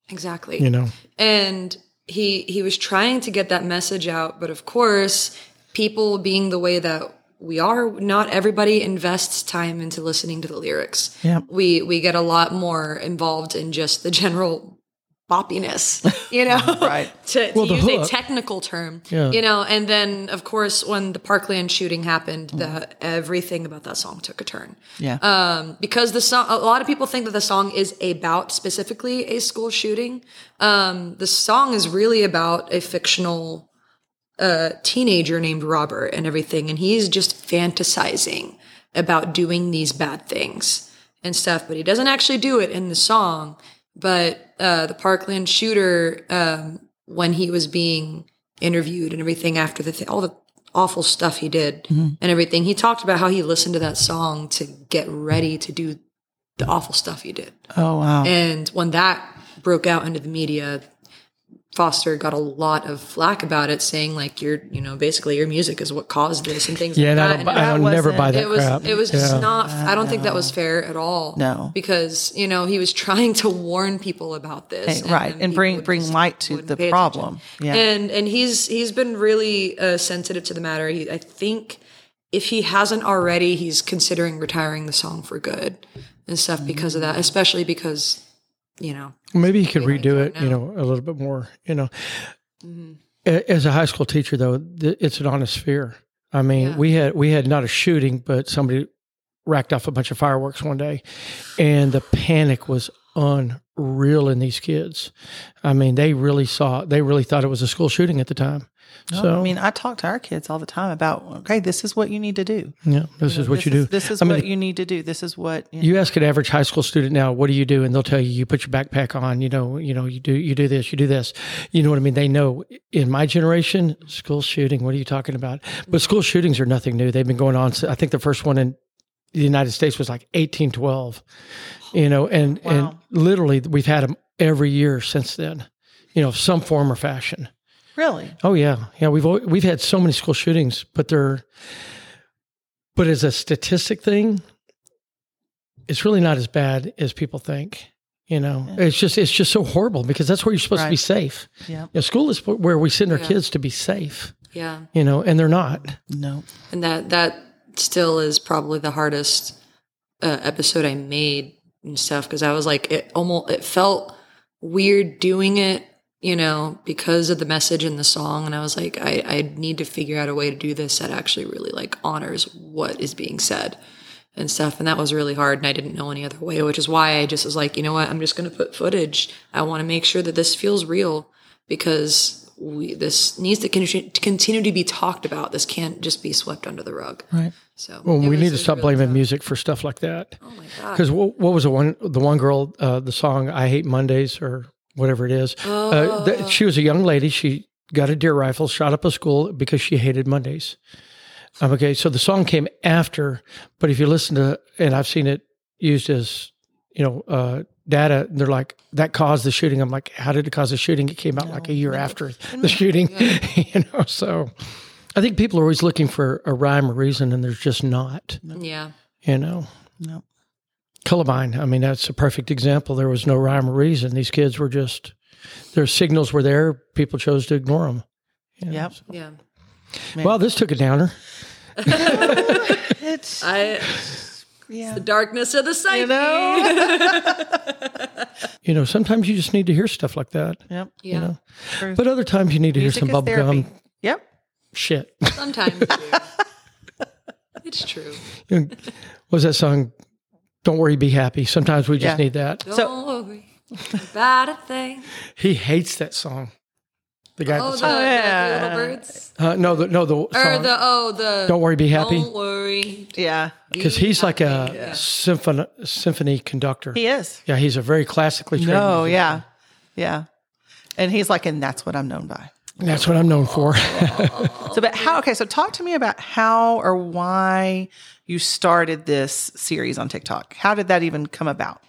Speaker 3: exactly.
Speaker 2: You know,
Speaker 3: and he he was trying to get that message out but of course people being the way that we are not everybody invests time into listening to the lyrics
Speaker 1: Yeah.
Speaker 3: we we get a lot more involved in just the general boppiness you know
Speaker 1: Right.
Speaker 3: to, to
Speaker 2: Well, the
Speaker 3: use a
Speaker 2: hook.
Speaker 3: technical term
Speaker 2: Yeah.
Speaker 3: you know and then of course when the parkland shooting happened that everything about that song took a turn
Speaker 1: yeah.
Speaker 3: um, because the song a lot of people think that the song is about specifically a school shooting um, the song is really about a fictional uh, teenager named robert and everything and he's just fantasizing about doing these bad things and stuff but he doesn't actually do it in the song but uh, the parkland shooter um, when he was being interviewed and everything after the th- all the awful stuff he did and everything. He talked about how he listened to that song to get ready to do the awful stuff he did.
Speaker 1: oh wow.
Speaker 3: And when that broke out into the media, Foster got a lot of flack about it, saying like, "Your, you know, basically your music is what caused this and things
Speaker 2: yeah, and
Speaker 3: like
Speaker 2: I
Speaker 3: that."
Speaker 2: don't,
Speaker 3: And
Speaker 2: I
Speaker 1: that
Speaker 2: don't never buy
Speaker 1: wasn't-
Speaker 2: that
Speaker 3: it was
Speaker 2: crap.
Speaker 3: it was just
Speaker 2: Yeah.
Speaker 3: not i don't think that was fair at all
Speaker 1: No.
Speaker 3: because you know he was trying to warn people about
Speaker 1: Hey,
Speaker 3: this
Speaker 1: right, and
Speaker 3: then people
Speaker 1: bring-
Speaker 3: just
Speaker 1: bring light to
Speaker 3: wouldn't
Speaker 1: the
Speaker 3: pay attention.
Speaker 1: problem. Yeah.
Speaker 3: and and he's he's been really uh, sensitive to the matter he, i think if he hasn't already he's considering retiring the song for good and stuff because of that especially because you know
Speaker 2: Maybe you could redo it, you
Speaker 3: now.
Speaker 2: know, a little bit more. You know,
Speaker 3: Mm-hmm.
Speaker 2: A as a high school teacher, though, th- it's an honest fear. I mean,
Speaker 3: Yeah.
Speaker 2: we had we had not a shooting, but somebody racked off a bunch of fireworks one day, and the panic was unreal in these kids. I mean, they really saw, they really thought it was a school shooting at the time. so,
Speaker 1: I mean, I talk to our kids all the time about okay, this is what you need to do.
Speaker 2: yeah, this is what you do.
Speaker 1: Is, this is
Speaker 2: I mean,
Speaker 1: what you need to do. This is what you,
Speaker 2: you ask an average high school student now what do you do and they'll tell you you put your backpack on you know you know you do you do this you do this you know what i mean they know in my generation school shooting what are you talking about but school shootings are nothing new they've been going on si- i think the first one in the united states was like 1812 you know and
Speaker 1: Wow.
Speaker 2: and literally we've had them every year since then you know some form or fashion
Speaker 1: really.
Speaker 2: Oh yeah, yeah. We've al- we've had so many school shootings, but they're but as a statistic thing, it's really not as bad as people think. You know, it's just it's just so horrible because that's where you're supposed to be
Speaker 1: Right.
Speaker 2: safe.
Speaker 1: Yeah.
Speaker 2: You know, school is where we send our
Speaker 3: Yeah.
Speaker 2: kids to be safe.
Speaker 3: yeah
Speaker 2: You know, and they're not.
Speaker 1: No.
Speaker 3: and that that still is probably the hardest uh, episode I made and stuff because I was like it almost it felt weird doing it you know because of the message in the song and I was like I I need to figure out a way to do this that actually really like honors what is being said and stuff and that was really hard and I didn't know any other way which is why I just was like you know what I'm just going to put footage I want to make sure that this feels real because we this needs to continue to continue to be talked about this can't just be swept under the rug
Speaker 1: Right.
Speaker 3: so
Speaker 2: Well, we
Speaker 3: it was-
Speaker 2: need
Speaker 3: it
Speaker 2: to
Speaker 3: was
Speaker 2: stop
Speaker 3: really
Speaker 2: blaming
Speaker 3: tough.
Speaker 2: music for stuff like that.
Speaker 3: oh my god
Speaker 2: Because what, what was the one the one girl uh, the song I hate Mondays or whatever it is? Uh,
Speaker 3: Oh.
Speaker 2: th- she was a young lady. She got a deer rifle, shot up a school because she hated Mondays. Um, okay, so the song came after, but if you listen to and I've seen it used as you know uh, data, they're like that caused the shooting. I'm like, how did it cause the shooting? It came out like a year after the shooting, you know. So I think people are always looking for a rhyme or reason, and there's just not.
Speaker 3: yeah
Speaker 2: You know.
Speaker 1: No.
Speaker 2: Columbine. I mean, that's a perfect example. There was no rhyme or reason. These kids were just their signals were there. People chose to ignore them.
Speaker 1: Yep.
Speaker 3: yeah
Speaker 2: Well, this took a downer.
Speaker 1: It's
Speaker 3: I
Speaker 1: yeah.
Speaker 3: the darkness of the psyche
Speaker 1: know?
Speaker 2: You know, sometimes you just need to hear stuff like that.
Speaker 1: Yep.
Speaker 3: yeah
Speaker 2: know? But other times you need to
Speaker 1: Music
Speaker 2: hear
Speaker 1: is
Speaker 2: some bubblegum
Speaker 1: therapy. Yep.
Speaker 2: shit.
Speaker 3: sometimes you do. it's true
Speaker 2: You know, what was that song? Don't worry, be happy. Sometimes we just
Speaker 1: Yeah.
Speaker 2: need that.
Speaker 3: Don't
Speaker 1: So-
Speaker 3: worry about a thing.
Speaker 2: He hates that song. The guy. that
Speaker 3: Oh, the,
Speaker 2: sang-
Speaker 1: yeah.
Speaker 3: the little birds.
Speaker 2: uh, no, the, no, the
Speaker 3: Or
Speaker 2: song.
Speaker 3: the oh the
Speaker 2: Don't worry, be happy.
Speaker 3: Don't worry.
Speaker 1: Yeah.
Speaker 2: Because he's like a symphony symphony conductor.
Speaker 1: He is.
Speaker 2: yeah, he's a very classically trained.
Speaker 1: No,
Speaker 2: musician.
Speaker 1: yeah. Yeah. And he's like, and that's what I'm known by.
Speaker 2: that's what I'm known for.
Speaker 1: So, but how, okay, so talk to me about how or why you started this series on TikTok. How did that even come about?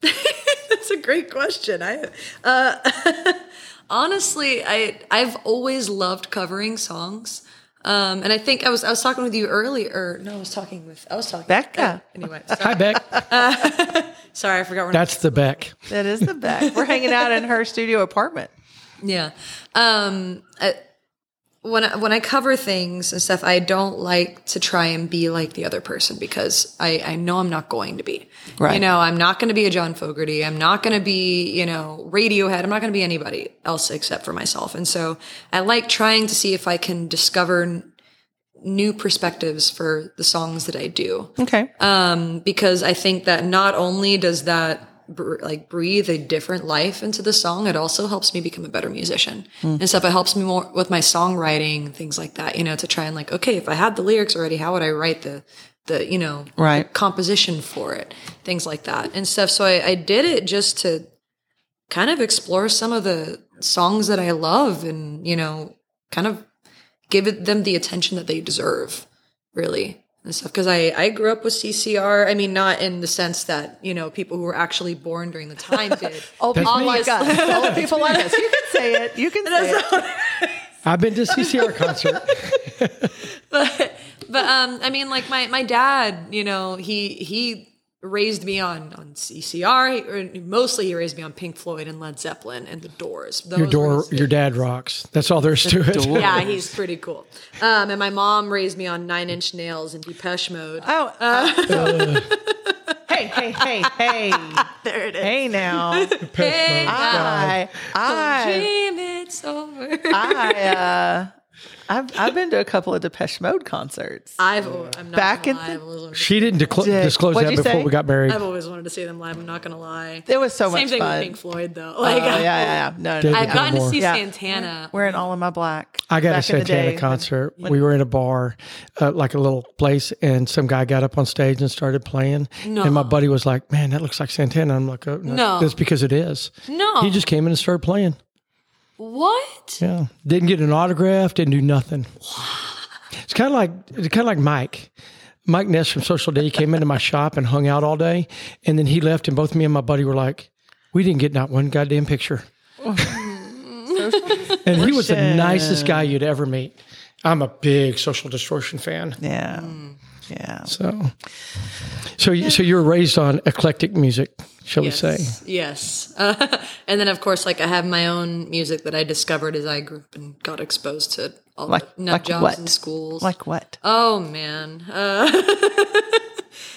Speaker 3: That's a great question. I uh, honestly, I I've always loved covering songs. Um, and I think I was I was talking with you earlier. No, I was talking with I was talking
Speaker 1: Becca.
Speaker 3: anyway,
Speaker 2: Hi,
Speaker 3: sorry,
Speaker 2: Beck.
Speaker 3: sorry, I forgot. We're not
Speaker 2: That's the Beck.
Speaker 1: That is the best. We're hanging out in her studio apartment.
Speaker 3: Yeah. Um, I, when I, when I cover things and stuff, I don't like to try and be like the other person because I, I know I'm not going to be. You
Speaker 1: Right.
Speaker 3: know, I'm not going to be a John Fogerty. I'm not going to be, you know, Radiohead. I'm not going to be anybody else except for myself. And so I like trying to see if I can discover n- new perspectives for the songs that I do
Speaker 1: Okay.
Speaker 3: because I think that not only does that br- like breathe a different life into the song, it also helps me become a better musician and stuff. It helps me more with my songwriting, things like that, you know, to try and like, okay, if I had the lyrics already, how would I write the, the, you know,
Speaker 1: Right.
Speaker 3: composition for it, things like that and stuff. So I, I did it just to kind of explore some of the songs that I love and, you know, kind of give it- them the attention that they deserve, really. And stuff because I, I grew up with CCR. I mean, not in the sense that you know people who were actually born during the time did.
Speaker 1: Old people
Speaker 2: me.
Speaker 1: like Oh, us. Old people like us. You can say it. You can say it.
Speaker 2: I've been to CCR concert.
Speaker 3: but but um I mean like my my dad, you know, he he raised me on on CCR or mostly he raised me on Pink Floyd and Led Zeppelin and the Doors. Those
Speaker 2: Your
Speaker 3: were
Speaker 2: door,
Speaker 3: his-
Speaker 2: your dad rocks. That's all there is to it.
Speaker 3: Yeah, he's pretty cool. Um and my mom raised me on 9 Inch Nails and Depeche Mode.
Speaker 1: Oh. uh, hey, hey, hey, hey.
Speaker 3: there it is.
Speaker 1: Hey now.
Speaker 3: Hey,
Speaker 1: I, I
Speaker 3: dream it's over.
Speaker 1: I uh, I've I've been to a couple of Depeche Mode concerts.
Speaker 3: I've al- I'm not
Speaker 1: Back
Speaker 3: gonna
Speaker 1: in
Speaker 3: lie,
Speaker 1: the-
Speaker 3: I've, always wanted,
Speaker 2: She didn't decl-
Speaker 1: Dick.
Speaker 2: disclose
Speaker 1: What'd
Speaker 2: that
Speaker 1: you
Speaker 2: before
Speaker 1: say?
Speaker 2: we got married.
Speaker 3: I've always wanted to see them live. I'm not gonna lie.
Speaker 1: It was so
Speaker 3: Same
Speaker 1: much
Speaker 3: thing
Speaker 1: fun.
Speaker 3: with Pink Floyd though. Like
Speaker 1: oh yeah, yeah, yeah. No, no,
Speaker 2: David
Speaker 1: yeah.
Speaker 3: I've gotten to
Speaker 2: Gilmour.
Speaker 3: see
Speaker 1: Yeah.
Speaker 3: Santana.
Speaker 1: Wearing all of my black.
Speaker 2: I got a
Speaker 1: back in the
Speaker 2: Santana
Speaker 1: day.
Speaker 2: concert. we were in a bar, uh, like a little place, and some guy got up on stage and started playing. And my buddy was like, "Man, that looks like Santana." I'm like, oh,
Speaker 3: No.
Speaker 2: that's because it is."
Speaker 3: No.
Speaker 2: He just came in and started playing.
Speaker 3: What?
Speaker 2: Yeah, didn't get an autograph, didn't do nothing. It's kind of like it's kind of like Mike. Mike Ness from Social Day came into my shop and hung out all day, and then he left, and both me and my buddy were like, "We didn't get not one goddamn picture." and he was the nicest guy you'd ever meet. I'm a big Social Distortion fan,
Speaker 1: Yeah.
Speaker 3: Hmm.
Speaker 1: Yeah.
Speaker 2: so so you so you're raised on eclectic music, shall we say?
Speaker 3: Yes. Yes. Uh, and then, of course, like I have my own music that I discovered as I grew up and got exposed to all
Speaker 1: Like-
Speaker 3: the nut
Speaker 1: like
Speaker 3: jobs
Speaker 1: what?
Speaker 3: in schools.
Speaker 1: Like what?
Speaker 3: oh man. Uh,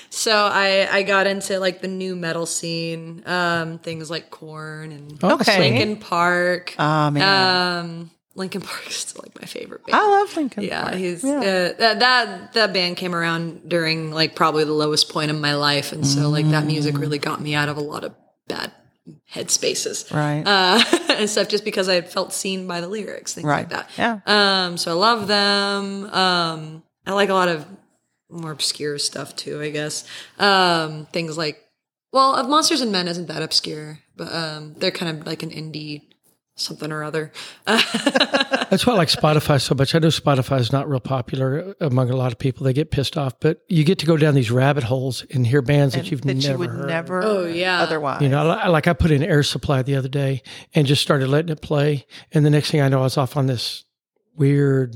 Speaker 3: so I I got into like the new metal scene, um, things like Corn and
Speaker 1: Okay.
Speaker 3: Linkin Park.
Speaker 1: Oh man.
Speaker 3: um, Linkin Park is still like my favorite band.
Speaker 1: I love Lincoln.
Speaker 3: Yeah,
Speaker 1: Park.
Speaker 3: he's Uh, that that that band came around during like probably the lowest point of my life, and so like that music
Speaker 1: Mm.
Speaker 3: really got me out of a lot of bad headspaces,
Speaker 1: Right.
Speaker 3: Uh, and stuff just because I felt seen by the lyrics, things
Speaker 1: right.
Speaker 3: like that.
Speaker 1: Yeah.
Speaker 3: Um, so I love them. Um, I like a lot of more obscure stuff too, I guess. Um, things like well, of Monsters and Men isn't that obscure, but um, they're kind of like an indie something or other.
Speaker 2: That's why I like Spotify so much. I know Spotify is not real popular among a lot of people. They get pissed off, but you get to go down these rabbit holes and hear bands that you've
Speaker 1: that
Speaker 2: never
Speaker 1: you would
Speaker 2: heard.
Speaker 1: never
Speaker 3: Oh, yeah.
Speaker 1: otherwise.
Speaker 2: You know, I- like I put in Air Supply the other day and just started letting it play, and the next thing I know, I was off on this weird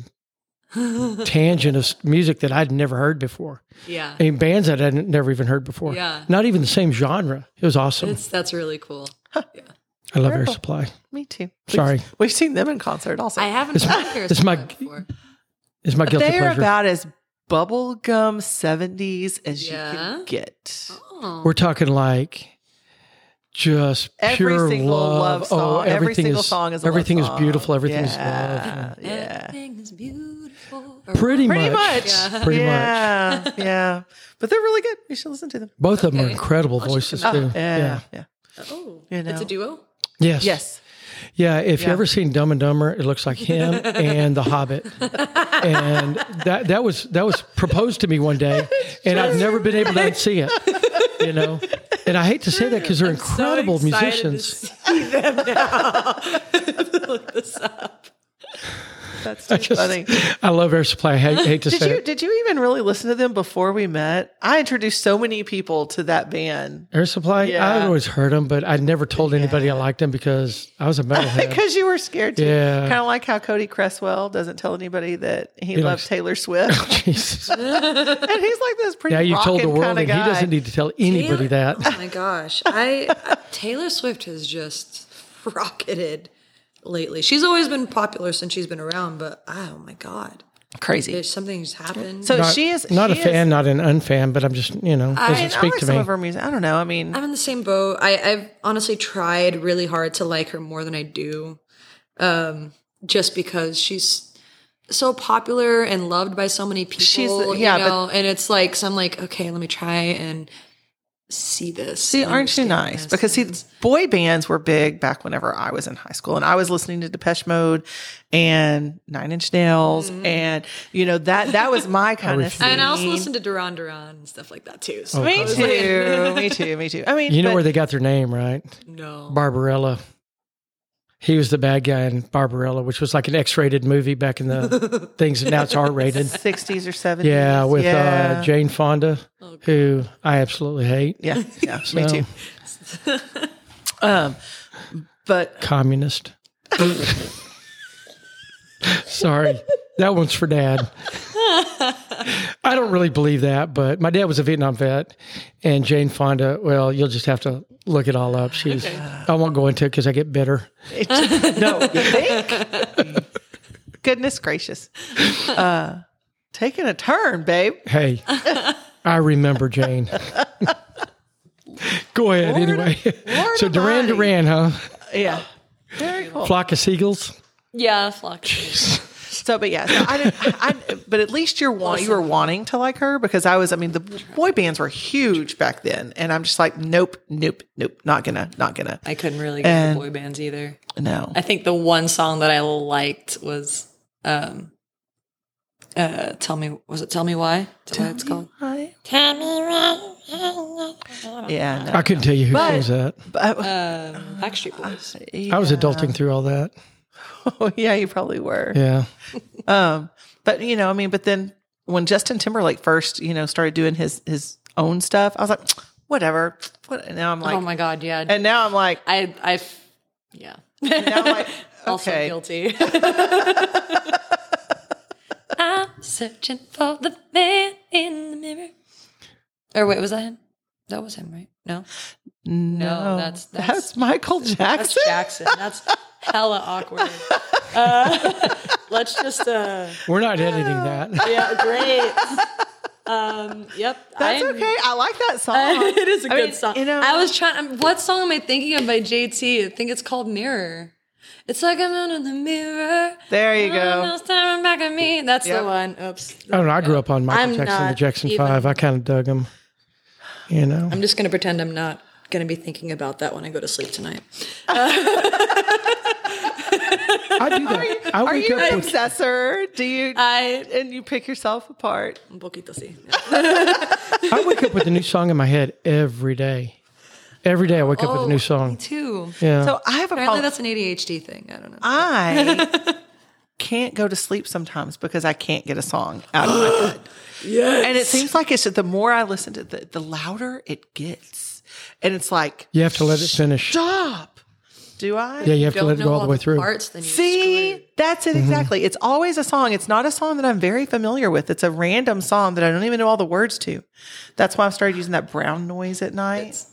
Speaker 2: tangent of s- music that I'd never heard before.
Speaker 3: Yeah.
Speaker 2: I mean, bands that I'd never even heard before.
Speaker 3: Yeah.
Speaker 2: Not even the same genre. It was awesome.
Speaker 3: It's that's really cool.
Speaker 2: I love Air
Speaker 1: Terrible.
Speaker 2: Supply.
Speaker 1: Me too.
Speaker 2: Sorry.
Speaker 1: We've, we've seen them in concert also.
Speaker 3: I haven't
Speaker 2: It's-
Speaker 3: heard Harris
Speaker 2: it's my-
Speaker 3: Potter before.
Speaker 2: It's my guilty
Speaker 1: They're
Speaker 2: pleasure.
Speaker 1: about as bubblegum 70s as you
Speaker 3: Yeah.
Speaker 1: can get.
Speaker 3: Oh,
Speaker 2: We're talking like just
Speaker 1: Every
Speaker 2: pure
Speaker 1: single love
Speaker 2: love.
Speaker 1: song-
Speaker 2: Oh,
Speaker 1: every
Speaker 2: everything
Speaker 1: single
Speaker 2: is
Speaker 1: song is a love
Speaker 2: everything
Speaker 1: song.
Speaker 2: is beautiful. Everything is
Speaker 1: Yeah.
Speaker 2: love.
Speaker 1: Yeah.
Speaker 3: Everything is beautiful.
Speaker 2: Pretty,
Speaker 1: Pretty much.
Speaker 3: Yeah.
Speaker 2: Pretty much.
Speaker 1: yeah, yeah. But they're really good. You should listen to them.
Speaker 2: Both of them are
Speaker 3: Okay.
Speaker 2: incredible
Speaker 3: I'll check
Speaker 2: voices
Speaker 3: them
Speaker 1: Oh,
Speaker 2: too.
Speaker 1: yeah, yeah.
Speaker 3: Oh,
Speaker 1: You know.
Speaker 3: it's a duo.
Speaker 2: Yes.
Speaker 1: Yes.
Speaker 2: Yeah. If you
Speaker 1: Yeah.
Speaker 2: you ever seen Dumb and Dumber, it looks like him and the Hobbit. And that that was that was proposed to me one day, and I've never been able to unsee it. You know. And I hate to say that because they're incredible musicians.
Speaker 1: That's too
Speaker 2: Just-
Speaker 1: funny.
Speaker 2: I love Air Supply. I hate, hate to
Speaker 1: Did
Speaker 2: say
Speaker 1: you
Speaker 2: it.
Speaker 1: did you even really listen to them before we met? I introduced so many people to that band
Speaker 2: Air Supply.
Speaker 1: Yeah.
Speaker 2: I'd always heard them, but I never told anybody I liked them because I
Speaker 1: Oh
Speaker 2: was a metalhead.
Speaker 1: because you were scared to.
Speaker 2: Yeah.
Speaker 1: Kind of like how Cody Cresswell doesn't tell anybody that he,
Speaker 2: He
Speaker 1: loves
Speaker 2: likes-
Speaker 1: Taylor Swift,
Speaker 2: Jesus.
Speaker 1: and he's like this pretty.
Speaker 2: Now you told the world,
Speaker 1: kind of
Speaker 2: and
Speaker 1: guy.
Speaker 2: he doesn't need to tell anybody
Speaker 3: Taylor-
Speaker 2: that.
Speaker 3: Oh my gosh, I Taylor Swift has just rocketed lately. She's always been popular since she's been around, but oh my god,
Speaker 1: crazy.
Speaker 3: there's something's happened.
Speaker 1: So
Speaker 2: e-, Not,
Speaker 1: she is
Speaker 2: not
Speaker 1: she
Speaker 2: a
Speaker 1: is-
Speaker 2: fan, not an unfan, but I'm just you know
Speaker 1: I,
Speaker 2: doesn't
Speaker 1: mean, I
Speaker 2: speak
Speaker 1: like
Speaker 2: to
Speaker 1: some
Speaker 2: me.
Speaker 1: of her music. I don't know. I mean,
Speaker 3: I'm in the same boat. I, I've honestly tried really hard to like her more than I do, um, just because she's so popular and loved by so many people.
Speaker 1: She's-
Speaker 3: yeah,
Speaker 1: yeah,
Speaker 3: you
Speaker 1: but-
Speaker 3: know? and it's like so I'm like, okay, let me try and see this.
Speaker 1: See,
Speaker 3: and
Speaker 1: aren't you
Speaker 3: understand
Speaker 1: nice?
Speaker 3: this.
Speaker 1: Because see, boy bands were big back whenever I was in high school, and I was listening to Depeche Mode and Nine Inch Nails, and you know that that was my kind of.
Speaker 2: refuse.
Speaker 1: Scene.
Speaker 3: and I also listen to Duran Duran and stuff like that too. So I
Speaker 1: Me
Speaker 3: was
Speaker 1: too.
Speaker 3: like-
Speaker 1: me too. Me too. I mean,
Speaker 2: You know
Speaker 1: but-
Speaker 2: where they got their name, right?
Speaker 3: no.
Speaker 2: Barbarella. He was the bad guy in Barbarella, which was like an X-rated movie back in the things. And now it's R-rated.
Speaker 1: 60s or 70s.
Speaker 2: Yeah, with
Speaker 1: Jane.
Speaker 2: Uh, Jane Fonda,
Speaker 1: Oh,
Speaker 2: who I absolutely hate.
Speaker 1: Yeah, yeah,
Speaker 2: So,
Speaker 1: me too. Um, but
Speaker 2: Communist. Sorry, that one's for Dad. I don't really believe that, but my dad was a Vietnam vet, and Jane Fonda. Well, you'll just have to look it all up. She's. I won't go into it because I get bitter.
Speaker 1: no, you think? Goodness gracious. Uh, taking a turn, babe.
Speaker 2: Hey, I remember Jane. Go ahead
Speaker 1: Lord-
Speaker 2: anyway.
Speaker 1: Lord
Speaker 2: so Duran
Speaker 1: Almighty.
Speaker 2: Duran, huh?
Speaker 1: Yeah. Very cool.
Speaker 2: Flock of seagulls.
Speaker 3: Yeah, flock.
Speaker 1: So, but yeah, so I didn't, I, but at least you're want, you were wanting to like her because I was, I mean, the boy bands were huge back then. And I'm just like, nope, nope, nope, not gonna, not gonna.
Speaker 3: I couldn't really get
Speaker 1: And-
Speaker 3: the boy bands either.
Speaker 1: No.
Speaker 3: I think the one song that I liked was um uh tell me was it tell me why? Is that what it's called?
Speaker 1: Yeah. No.
Speaker 2: I couldn't tell you who
Speaker 1: But-
Speaker 2: sings that.
Speaker 1: But- uh,
Speaker 3: Um Backstreet
Speaker 1: Ah,
Speaker 3: Boys.
Speaker 2: I was adulting through all that.
Speaker 1: yeah, you probably were.
Speaker 2: Yeah.
Speaker 1: Um, but you know, I mean, but then when Justin Timberlake first, you know, started doing his his own stuff, I was like, whatever. What? And now I'm like,
Speaker 3: oh my god, yeah.
Speaker 1: and now I'm like,
Speaker 3: I I f- yeah.
Speaker 1: now I'm like,
Speaker 3: also
Speaker 1: okay.
Speaker 3: guilty. I'm searching for the man in the mirror. Or wait, was that him? That was him, right? No.
Speaker 1: No, that's,
Speaker 3: that's- that's-
Speaker 1: that's Michael
Speaker 3: That's
Speaker 1: Jackson.
Speaker 3: Jackson. That's hella awkward. Uh, let's just uh
Speaker 2: We're not editing that.
Speaker 3: Yeah, great. Um, yep.
Speaker 1: That's
Speaker 3: I'm-
Speaker 1: okay. I like that song.
Speaker 3: it is a
Speaker 1: I
Speaker 3: good
Speaker 1: mean,
Speaker 3: song.
Speaker 1: You know,
Speaker 3: I was trying. I'm- What song am I thinking of by JT? I think it's called Mirror. It's like I'm out in the mirror.
Speaker 1: there you
Speaker 3: Someone
Speaker 1: go.
Speaker 3: else staring back at me. That's
Speaker 1: Yep.
Speaker 3: the one. Oops.
Speaker 2: I don't know. I grew up on Michael
Speaker 3: I'm
Speaker 2: Jackson, and the
Speaker 3: not
Speaker 2: Jackson
Speaker 3: even-
Speaker 2: Five. I kind of dug them. You know.
Speaker 3: I'm just gonna pretend I'm not gonna be thinking about that when I go to sleep tonight.
Speaker 2: I do that. I
Speaker 1: Are
Speaker 2: wake
Speaker 1: you
Speaker 2: up
Speaker 1: an
Speaker 2: with.
Speaker 1: obsessor? Do you?
Speaker 3: I
Speaker 1: and you pick yourself apart.
Speaker 3: un poquito sí.
Speaker 2: I wake up with a new song in my head every day. Every day I wake up with a
Speaker 1: Oh.
Speaker 2: new song.
Speaker 3: Too.
Speaker 2: Yeah.
Speaker 1: So I have a
Speaker 3: Apparently
Speaker 1: problem.
Speaker 3: that's an ADHD thing. I don't know.
Speaker 1: I can't go to sleep sometimes because I can't get a song out of my head. Yes. And it seems like it's the more I listen to the the louder it gets. And it's like,
Speaker 2: you have to let it finish.
Speaker 1: stop. Do I?
Speaker 2: Yeah, you have to let it go all the way through.
Speaker 3: Parts, then you're
Speaker 1: See,
Speaker 3: screwed.
Speaker 1: that's
Speaker 2: Mm-hmm.
Speaker 1: it exactly. It's always a song. It's not a song that I'm very familiar with. It's a random song that I don't even know all the words to. That's why I started using that brown noise at night.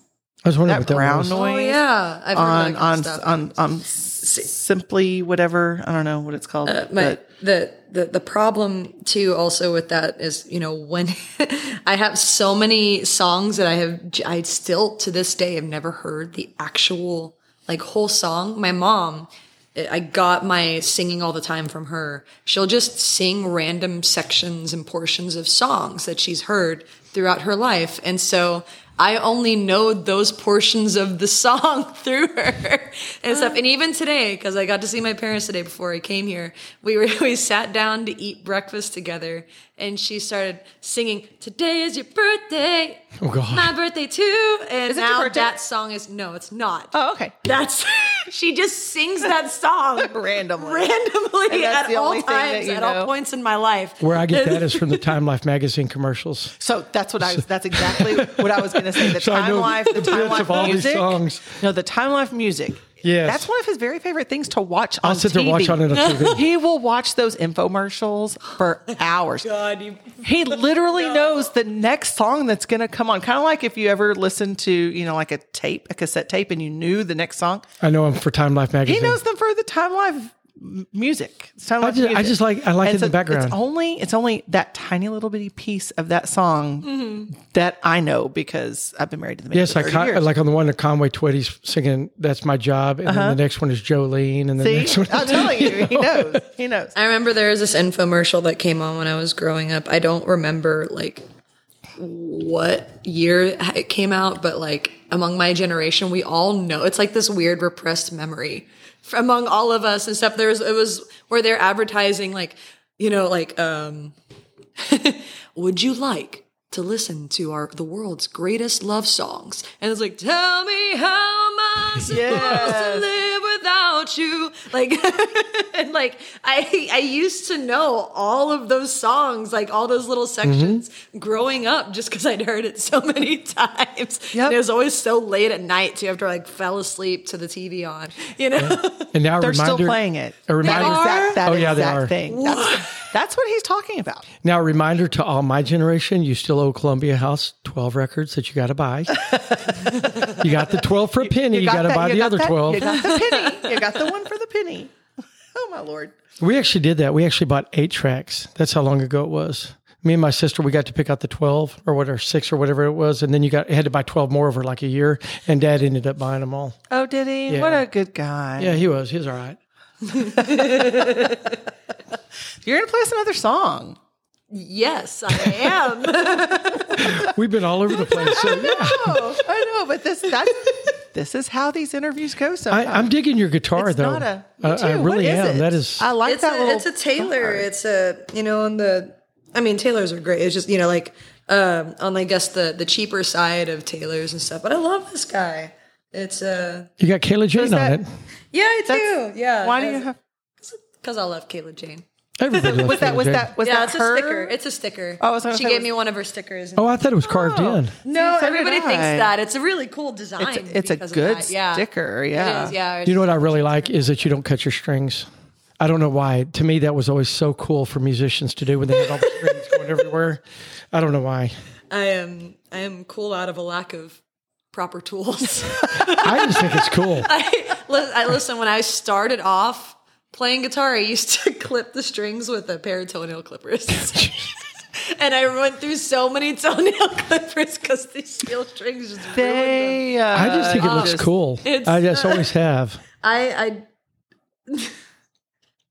Speaker 2: I was wondering
Speaker 1: that
Speaker 2: what that
Speaker 1: brown
Speaker 2: was.
Speaker 1: noise
Speaker 3: Oh yeah, I've heard
Speaker 1: on
Speaker 3: that kind
Speaker 1: on
Speaker 3: of stuff.
Speaker 1: on on simply whatever. I don't know what it's called.
Speaker 3: Uh, my,
Speaker 1: but
Speaker 3: the, the the problem too also with that is you know when I have so many songs that I have I still to this day have never heard the actual like whole song. My mom I got my singing all the time from her. She'll just sing random sections and portions of songs that she's heard throughout her life. And so I only know those portions of the song through her and stuff. And even today, because I got to see my parents today before I came here, we were, we sat down to eat breakfast together, and she started singing, "Today is your birthday,
Speaker 2: Oh, God.
Speaker 3: my birthday too." And
Speaker 1: Is it your
Speaker 3: now
Speaker 1: birthday?
Speaker 3: that song is no, it's not.
Speaker 1: Oh, okay.
Speaker 3: That's she just sings that song
Speaker 1: Randomly.
Speaker 3: randomly
Speaker 1: And that's
Speaker 3: at
Speaker 1: the
Speaker 3: all
Speaker 1: only thing that
Speaker 3: times,
Speaker 1: you
Speaker 3: at
Speaker 1: know.
Speaker 3: all points in my life.
Speaker 2: Where I get that is from the Time Life magazine commercials.
Speaker 1: So that's what I was. That's exactly what I was going to say. The
Speaker 2: So I
Speaker 1: time
Speaker 2: know
Speaker 1: life, the
Speaker 2: the
Speaker 1: time
Speaker 2: bits
Speaker 1: life
Speaker 2: of all these
Speaker 1: music.
Speaker 2: songs.
Speaker 1: No, the time life music.
Speaker 2: Yes.
Speaker 1: that's one of his very favorite things to watch on
Speaker 2: I'll sit there
Speaker 1: TV.
Speaker 2: and watch on it on TV.
Speaker 1: He will watch those infomercials for hours.
Speaker 3: God, you
Speaker 1: He literally knows the next song that's going to come on. Kind of like if you ever listened to, you know, like a tape, a cassette tape, and you knew the next song.
Speaker 2: I know I'm for Time Life
Speaker 1: He
Speaker 2: magazine.
Speaker 1: knows them for the time live m- music. It's time
Speaker 2: I
Speaker 1: live
Speaker 2: just- I
Speaker 1: music.
Speaker 2: just like- I like
Speaker 1: And
Speaker 2: it in the background.
Speaker 1: It's only it's only that tiny little bitty piece of that song that I know because I've been married to the man
Speaker 2: Yes,
Speaker 1: for
Speaker 2: I
Speaker 1: 30
Speaker 2: con-
Speaker 1: years.
Speaker 2: like on the one that Conway Twitty's singing "That's My Job," and then the next one is Jolene, and the next
Speaker 1: Uh-huh. See,
Speaker 2: one.
Speaker 1: I'm telling you, he knows. He knows.
Speaker 3: I remember there was this infomercial that came on when I was growing up. I don't remember like what year it came out, but like among my generation, we all know it's like this weird repressed memory f- among all of us and stuff. There was it was where they're advertising like you know like um would you like to listen to our the world's greatest love songs and it's like tell me how am i supposed
Speaker 1: Yes.
Speaker 3: to live without you like and like i i used to know all of those songs like all those little
Speaker 1: Mm-hmm.
Speaker 3: sections growing up just because i'd heard it so many times
Speaker 1: Yep.
Speaker 3: and it was always so late at night too after like fell asleep to the tv on you know
Speaker 2: And now a
Speaker 1: They're
Speaker 2: reminder,
Speaker 1: still playing it.
Speaker 2: A reminder,
Speaker 3: are?
Speaker 1: That exact, that
Speaker 2: Oh, yeah, they
Speaker 1: exact
Speaker 2: are.
Speaker 1: thing. That's, that's what he's talking about.
Speaker 2: Now, a reminder to all my generation: you still owe Columbia House twelve records that you got to buy. you got the twelve for a penny. You, got to
Speaker 1: that-
Speaker 2: buy the
Speaker 1: got
Speaker 2: other
Speaker 1: that-
Speaker 2: twelve.
Speaker 1: You got the penny. You got the one for the penny. Oh my lord.
Speaker 2: We actually did that. We actually bought eight tracks. That's how long ago it was. Me and my sister, we got to pick out the twelve or whatever, six or whatever it was, and then you got had to buy twelve more over like a year. And Dad ended up buying them all.
Speaker 1: Oh, did he? What a good guy.
Speaker 2: Yeah, he was. He was all right.
Speaker 1: You're gonna play us another song.
Speaker 3: yes i am
Speaker 2: We've been all over the place. So, yeah.
Speaker 1: Oh, I know, but this that's this is how these interviews go.
Speaker 2: I,
Speaker 1: Sometimes
Speaker 2: I'm digging your guitar
Speaker 1: it's
Speaker 2: though.
Speaker 1: not a. Me
Speaker 2: I-
Speaker 1: too.
Speaker 2: I,
Speaker 1: What
Speaker 2: really
Speaker 1: is
Speaker 2: am.
Speaker 1: it?
Speaker 2: That is.
Speaker 1: I like
Speaker 3: it's
Speaker 1: that
Speaker 3: a,
Speaker 1: little.
Speaker 3: It's a Taylor.
Speaker 1: guitar.
Speaker 3: It's a you know on the. I mean, Taylors are great. It's just you know like um, on I guess the the cheaper side of Taylors and stuff. But I love this guy. It's uh,
Speaker 2: you got Kayla Jane
Speaker 1: that-
Speaker 2: on it.
Speaker 3: yeah, I
Speaker 1: That's-
Speaker 3: do. Yeah.
Speaker 1: Why do you have?
Speaker 3: Because I love Kayla Jane.
Speaker 2: Everybody loves
Speaker 1: Was that?
Speaker 2: Kayla
Speaker 1: Was
Speaker 2: Jane.
Speaker 1: that? Was
Speaker 3: Yeah,
Speaker 1: that
Speaker 3: it's
Speaker 1: her?
Speaker 3: a sticker. It's a sticker.
Speaker 1: Oh, I was gonna
Speaker 3: she
Speaker 1: say it
Speaker 3: gave
Speaker 1: was-
Speaker 3: me one of her stickers.
Speaker 2: Oh, I thought it was carved in.
Speaker 3: no,
Speaker 1: so did
Speaker 3: everybody
Speaker 1: I.
Speaker 3: thinks that it's a really cool design.
Speaker 1: It's, a- it's a
Speaker 3: because of
Speaker 1: good
Speaker 3: that. yeah.
Speaker 1: sticker.
Speaker 3: It
Speaker 1: Yeah.
Speaker 3: is, yeah.
Speaker 2: You know what I really like is that you don't cut your strings. I don't know why. To me, that was always so cool for musicians to do when they had all the strings going everywhere. I don't know why.
Speaker 3: I am I am cool out of a lack of proper tools.
Speaker 2: I just think it's cool.
Speaker 3: I, li- I listen when I started off playing guitar. I used to clip the strings with a pair of toenail clippers. And I went through so many toenail clippers because these steel strings just ruined them.
Speaker 1: They. Uh,
Speaker 2: I just think it looks
Speaker 1: just-
Speaker 2: cool.
Speaker 3: it's,
Speaker 2: I just always have.
Speaker 3: I I,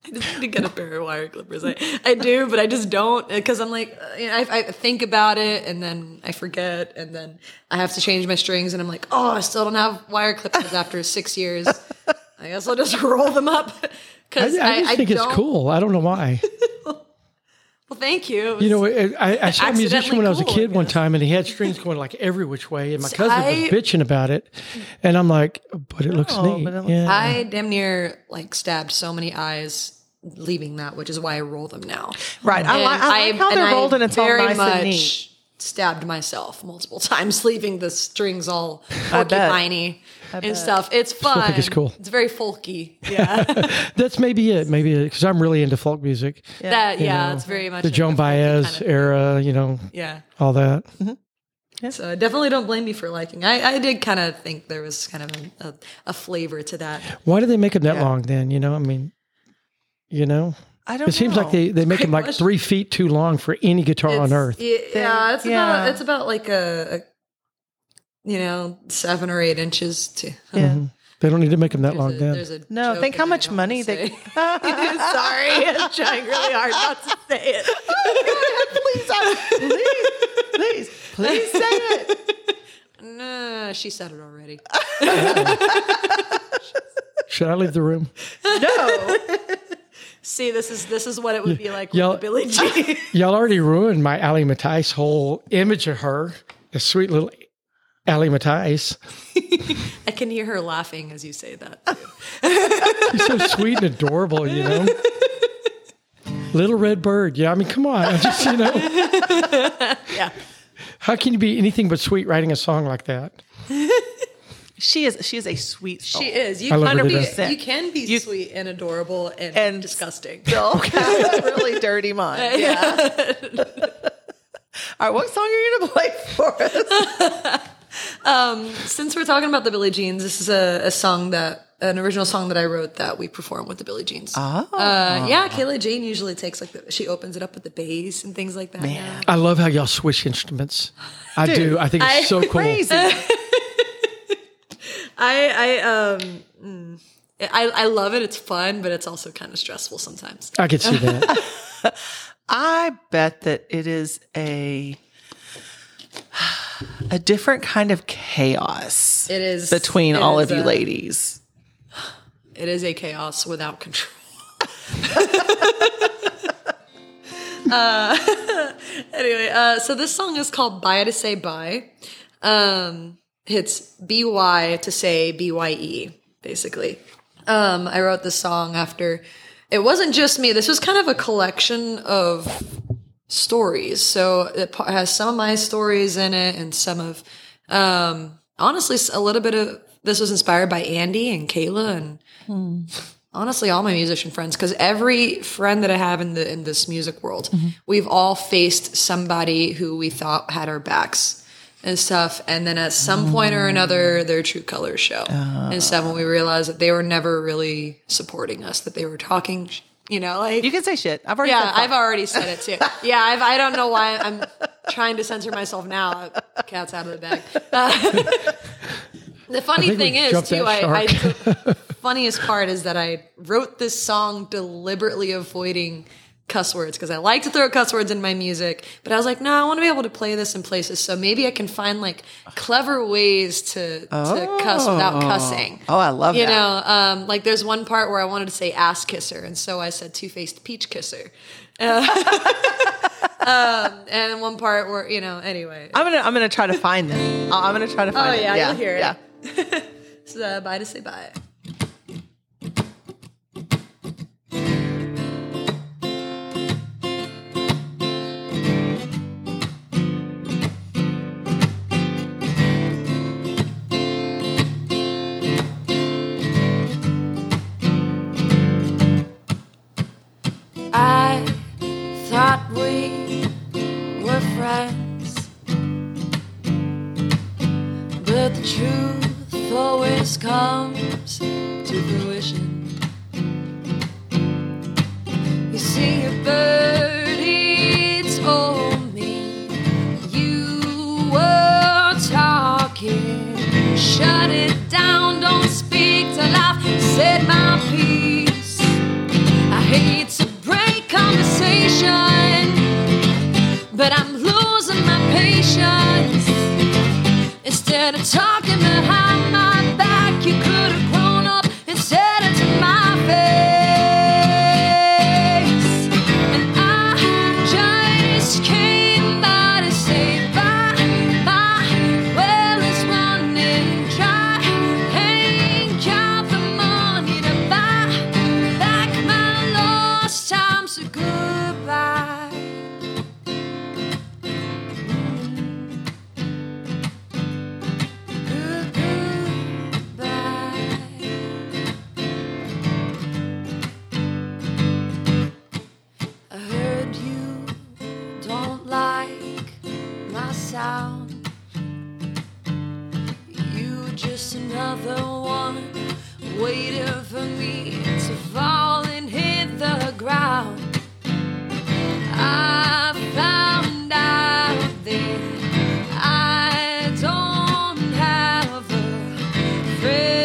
Speaker 3: I just need to get a pair of wire clippers. I, I do, but I just don't because I'm like uh, you know, I, I think about it and then I forget and then I have to change my strings and I'm like oh I still don't have wire clippers after six years. I guess I'll just roll them up
Speaker 2: I, I
Speaker 3: because
Speaker 2: just
Speaker 3: I, I
Speaker 2: think it's
Speaker 3: don't-
Speaker 2: cool. I don't know why.
Speaker 3: Well, thank you.
Speaker 2: You know, I, I- I saw a musician
Speaker 3: Accidentally
Speaker 2: when I was a
Speaker 3: cool,
Speaker 2: kid
Speaker 3: I
Speaker 2: one
Speaker 3: guess.
Speaker 2: time, and he had strings going like every which way, and my cousin
Speaker 3: I-
Speaker 2: was bitching about it, and I'm like, but it looks neat.
Speaker 1: but it looks-
Speaker 2: yeah.
Speaker 3: I damn near like stabbed so many eyes leaving that, which is why I roll them now.
Speaker 1: Right. I, li-
Speaker 3: And
Speaker 1: I like how they're rolled and it's all
Speaker 3: very
Speaker 1: nice
Speaker 3: much
Speaker 1: and neat.
Speaker 3: Stabbed myself multiple times, leaving the strings all
Speaker 1: bet.
Speaker 3: porcupiney and stuff. It's fun.
Speaker 2: think it's cool.
Speaker 3: It's very folky. Yeah,
Speaker 2: That's maybe it. Maybe because I'm really into folk music,
Speaker 3: that, yeah it's very much
Speaker 2: the
Speaker 3: like
Speaker 2: Joan
Speaker 3: a folky
Speaker 2: Baez
Speaker 3: kind of-
Speaker 2: era, you know,
Speaker 3: yeah.
Speaker 2: all that.
Speaker 3: So I definitely don't blame you for liking. I, I did kind of think there was kind of a, a, a flavor to that.
Speaker 2: Why do they make them that long? Then you know, I mean, you know,
Speaker 1: I don't.
Speaker 2: it seems
Speaker 1: know.
Speaker 2: like they they make them like three feet too long for any guitar on
Speaker 3: It's-
Speaker 2: earth.
Speaker 3: y- Yeah, it's
Speaker 1: Yeah.
Speaker 3: about it's about like a, a you know seven or eight inches to
Speaker 1: Yeah.
Speaker 2: They don't need to make them that long.
Speaker 3: There's a-
Speaker 2: Dan.
Speaker 3: there's a
Speaker 5: No,
Speaker 3: joke
Speaker 5: think
Speaker 3: in
Speaker 5: how
Speaker 3: there
Speaker 5: much
Speaker 3: I wanna
Speaker 5: money they.
Speaker 3: say.
Speaker 5: Sorry, I'm trying really hard not to say it.
Speaker 1: please, I- please, please, please say it.
Speaker 3: Nah, she said it already.
Speaker 2: Should I leave the room?
Speaker 3: See, this is this is what it would be like
Speaker 2: Y'all-
Speaker 3: with Billy Jean.
Speaker 2: Y'all already ruined my Allie Matisse whole image of her, the sweet little Allie Matisse.
Speaker 3: I can hear her laughing as you say that.
Speaker 2: She's so sweet and adorable, you know. Little red bird. Yeah, I mean, come on. I just, you know.
Speaker 3: Yeah.
Speaker 2: How can you be anything but sweet writing a song like that?
Speaker 1: She is. She is a sweet. Soul.
Speaker 3: She is. You
Speaker 2: I love
Speaker 3: can
Speaker 2: her to
Speaker 3: be
Speaker 2: death.
Speaker 3: you can be sweet and adorable and,
Speaker 1: And-
Speaker 3: disgusting.
Speaker 1: Bill has a really dirty mind. Yeah. All right, what song are you going to play for us?
Speaker 3: Since we're talking about the Billie Jeans, this is a, a song that an original song that I wrote that we perform with the Billie Jeans. Oh. Uh, yeah, Kayla Jane usually takes like the, she opens it up with the bass and things like that. now.
Speaker 2: I love how y'all switch instruments. I do. I think it's
Speaker 3: I-
Speaker 2: so cool.
Speaker 3: I I um mm, I, I love it. It's fun, but it's also kind of stressful sometimes.
Speaker 2: I could see that.
Speaker 1: I bet that it is a a different kind of chaos
Speaker 3: It is
Speaker 1: between
Speaker 3: it
Speaker 1: all
Speaker 3: is
Speaker 1: of you
Speaker 3: a-
Speaker 1: ladies.
Speaker 3: It is a chaos without control. uh, anyway, uh, so this song is called "Bye to Say Bye." Um, it's B Y to say B Y E, basically. Um, I wrote this song after it wasn't just me. This was kind of a collection of stories. So it pa- has some of my stories in it and some of, um, honestly, s- a little bit of this was inspired by Andy and Kayla and honestly all my musician friends. Cause every friend that I have in the, in this music world, we've all faced somebody who we thought had our backs and stuff. And then at some point or another, their true colors show and stuff. When we realized that they were never really supporting us, that they were talking, sh- you know, like
Speaker 1: You can say shit. I've already
Speaker 3: yeah,
Speaker 1: said
Speaker 3: I've already said it too. Yeah, I've, I don't know why I'm trying to censor myself now. Cat's out of the bag. Uh, the funny
Speaker 2: think we
Speaker 3: thing is,
Speaker 2: jumped
Speaker 3: too,
Speaker 2: that
Speaker 3: I, I the funniest part is that I wrote this song deliberately avoiding cuss words because I like to throw cuss words in my music. But I was like, no, I want to be able to play this in places, so maybe I can find like clever ways to, to cuss without cussing.
Speaker 1: Oh, I love
Speaker 3: You
Speaker 1: that.
Speaker 3: know, um, like there's one part where I wanted to say ass kisser, and so I said two faced peach kisser. Uh, um, and one part where you know, anyway,
Speaker 1: I'm gonna I'm gonna try to find them. I- I'm gonna try to find.
Speaker 3: Oh, yeah,
Speaker 1: it.
Speaker 3: you'll hear it. it's uh, bye to say bye.
Speaker 4: I thought we were friends, but the truth always comes to fruition. You see, a bird he told me you were talking. Shut it down, don't speak till I've said my piece. I hate to break conversation, but I'm losing my patience. Instead of talking behind my back, you could have grown up and said it to my face. And I just came by to say bye, bye. Well, it's running dry. Ain't got the money to buy back my lost time, so goodbye. I heard you don't like my sound. You just another one waiting for me to fall and hit the ground. I found out that I don't have a friend.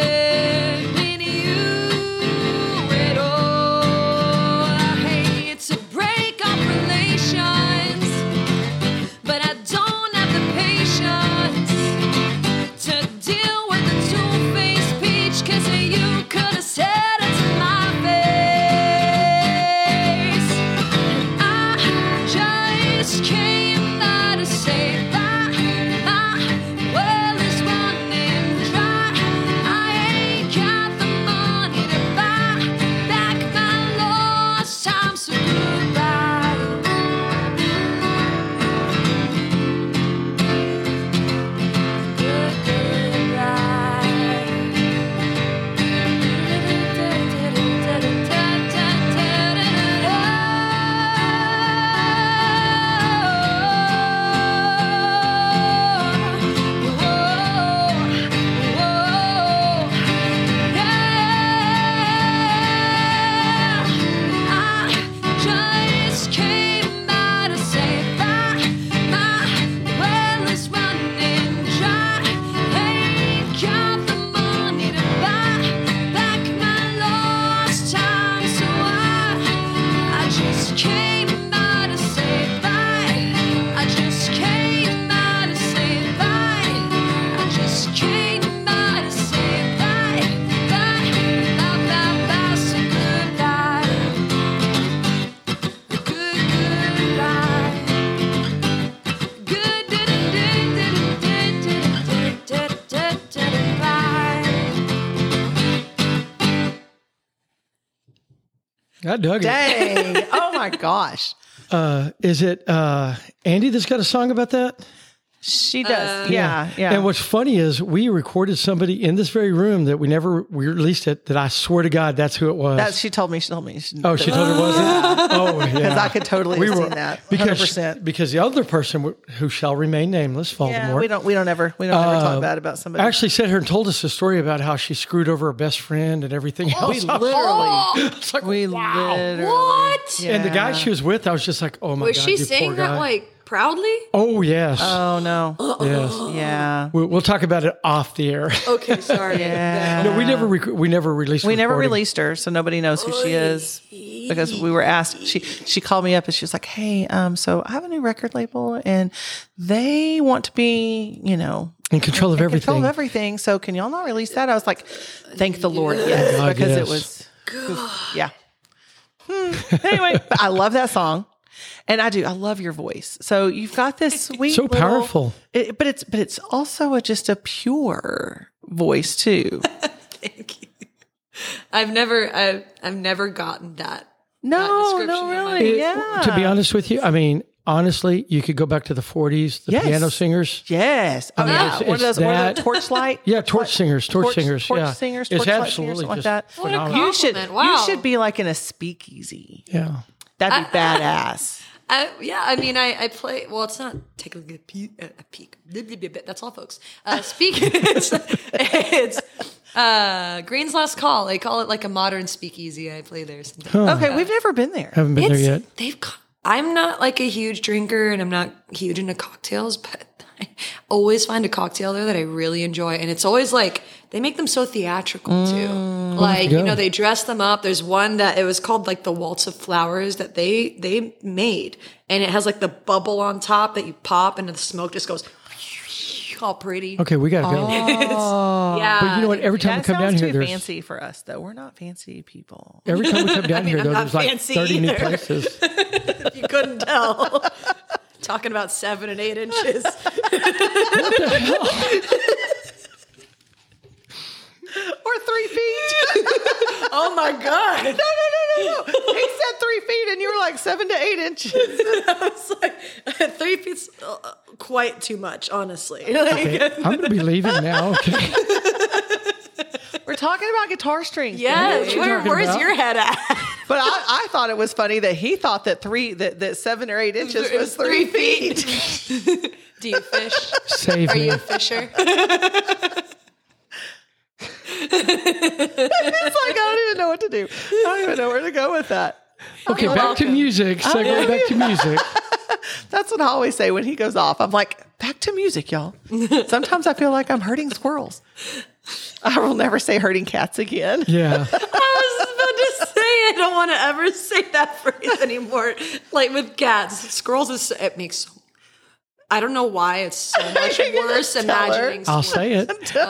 Speaker 2: I dug it.
Speaker 1: Dang. oh my gosh.
Speaker 2: Uh, is it uh, Andy that's got a song about that?
Speaker 1: She
Speaker 3: Um,
Speaker 1: does. yeah. Uh, Yeah.
Speaker 2: And what's funny is we recorded somebody in this very room that we never we released it. That I swear to God, that's who it was.
Speaker 1: that, she told me. She told me.
Speaker 2: oh, she told it wasn't. Oh, yeah.
Speaker 1: Because I could totally
Speaker 2: We
Speaker 1: have
Speaker 2: were-
Speaker 1: seen that. 100%.
Speaker 2: because because the other person w- who shall remain nameless, Voldemort.
Speaker 1: yeah, we don't. We don't ever. We don't ever talk bad about somebody.
Speaker 2: Um, Actually, sat here and told us a story about how she screwed over her best friend and everything
Speaker 1: Oh, we
Speaker 2: else.
Speaker 1: literally.
Speaker 2: It's like,
Speaker 1: we literally.
Speaker 3: Oh, What?
Speaker 2: And the guy she was with, I was just like, "Oh my
Speaker 3: Was
Speaker 2: god!"
Speaker 3: she
Speaker 2: you poor
Speaker 3: saying that
Speaker 2: guy.
Speaker 3: like proudly?
Speaker 2: "Oh yes,
Speaker 1: Oh no.
Speaker 2: yes."
Speaker 1: Yeah.
Speaker 2: We, we'll talk about it off the air.
Speaker 3: Okay, sorry.
Speaker 1: Yeah.
Speaker 2: no, we never rec- we never released.
Speaker 1: We never
Speaker 2: recording.
Speaker 1: released her, so nobody knows who she is because we were asked. She she called me up and she was like, "Hey, um, so I have a new record label and they want to be, you know,
Speaker 2: in control of everything.
Speaker 1: control of everything. So can y'all not release that?" I was like, "Thank the Lord, yes,"
Speaker 2: God,
Speaker 1: because
Speaker 2: yes.
Speaker 1: it was, yeah. Hmm. Anyway, but I love that song, and I do. I love your voice. So you've got this sweet,
Speaker 2: So
Speaker 1: little-
Speaker 2: powerful.
Speaker 1: it, but it's but it's also a, just a pure voice too.
Speaker 3: Thank you. I've never, I've, I've never gotten that.
Speaker 1: No,
Speaker 3: description
Speaker 1: no,
Speaker 3: of my
Speaker 1: really,
Speaker 3: voice.
Speaker 1: yeah.
Speaker 2: To be honest with you, I mean, honestly, you could go back to the 40s, the
Speaker 1: Yes.
Speaker 2: piano singers.
Speaker 1: Yes. Oh,
Speaker 2: mean,
Speaker 1: yeah.
Speaker 2: it's-
Speaker 1: one
Speaker 2: it's
Speaker 1: of those, one of
Speaker 2: that-
Speaker 1: those torchlight.
Speaker 2: Yeah, torch singers, torch,
Speaker 1: torch-
Speaker 2: singers,
Speaker 1: torch
Speaker 2: yeah,
Speaker 1: singers,
Speaker 2: it's
Speaker 1: torchlight
Speaker 2: absolutely
Speaker 1: singers, something like
Speaker 2: just
Speaker 1: that. What
Speaker 2: phenomenal.
Speaker 3: com-
Speaker 1: You should,
Speaker 3: Compliment, wow.
Speaker 1: you should be like in a speakeasy.
Speaker 2: yeah,
Speaker 1: That'd be badass.
Speaker 3: I, yeah, I mean, I, I play. Well, it's not taking a peek. A peek. Blah, blah, blah, blah. That's all, folks. Uh, speaking, it's, it's uh, Green's Last Call. They call it like a modern speakeasy. I play there sometimes.
Speaker 1: Okay, we've never been there.
Speaker 2: haven't been
Speaker 3: It's,
Speaker 2: there yet.
Speaker 3: They've. co- I'm not like a huge drinker, and I'm not huge into cocktails, but I always find a cocktail there that I really enjoy, and it's always like they make them so theatrical too.
Speaker 2: Mm. Oh
Speaker 3: Like you
Speaker 2: go.
Speaker 3: know, they dress them up. There's one that it was called like the Waltz of Flowers that they they made, and it has like the bubble on top that you pop, and the smoke just goes all pretty.
Speaker 2: Okay, we gotta go.
Speaker 3: yeah,
Speaker 2: But you know what? Every
Speaker 1: Oh.
Speaker 2: time we
Speaker 1: That
Speaker 2: come down
Speaker 1: sounds
Speaker 2: here,
Speaker 1: too
Speaker 2: there's
Speaker 1: fancy for us, though. We're not fancy people.
Speaker 2: every time we come down here,
Speaker 3: I'm
Speaker 2: though,
Speaker 3: not
Speaker 2: there's like
Speaker 3: fancy
Speaker 2: 30 new
Speaker 3: either.
Speaker 2: places.
Speaker 3: you couldn't tell. Talking about seven and eight inches.
Speaker 1: Or three feet.
Speaker 3: oh my god.
Speaker 1: he said three feet, and you were like seven to eight inches.
Speaker 3: It's like three feet's uh, quite too much, honestly.
Speaker 2: Okay, I'm gonna be leaving now. Okay,
Speaker 1: We're talking about guitar strings.
Speaker 3: Yes,
Speaker 2: you
Speaker 3: where,
Speaker 2: talking
Speaker 3: where's
Speaker 2: about?
Speaker 3: your head at?
Speaker 1: But I, I thought it was funny that he thought that three that, that seven or eight inches
Speaker 3: It
Speaker 1: was three feet.
Speaker 3: Do you fish?
Speaker 2: save
Speaker 3: Are
Speaker 2: me.
Speaker 3: you a fisher?
Speaker 1: it's like I don't even know what to do. I don't even know where to go with that.
Speaker 3: Oh,
Speaker 2: Okay, back to music. Segue back to music.
Speaker 1: That's what I always say when he goes off. I'm like, back to music, y'all. Sometimes I feel like I'm hurting squirrels. I will never say hurting cats again.
Speaker 2: Yeah.
Speaker 3: I was about to say I don't want to ever say that phrase anymore. Like with cats, squirrels is it makes. so- I don't know why it's so much
Speaker 1: You're gonna
Speaker 3: worse
Speaker 1: tell her.
Speaker 3: imagining.
Speaker 2: I'll
Speaker 3: squirrels.
Speaker 2: say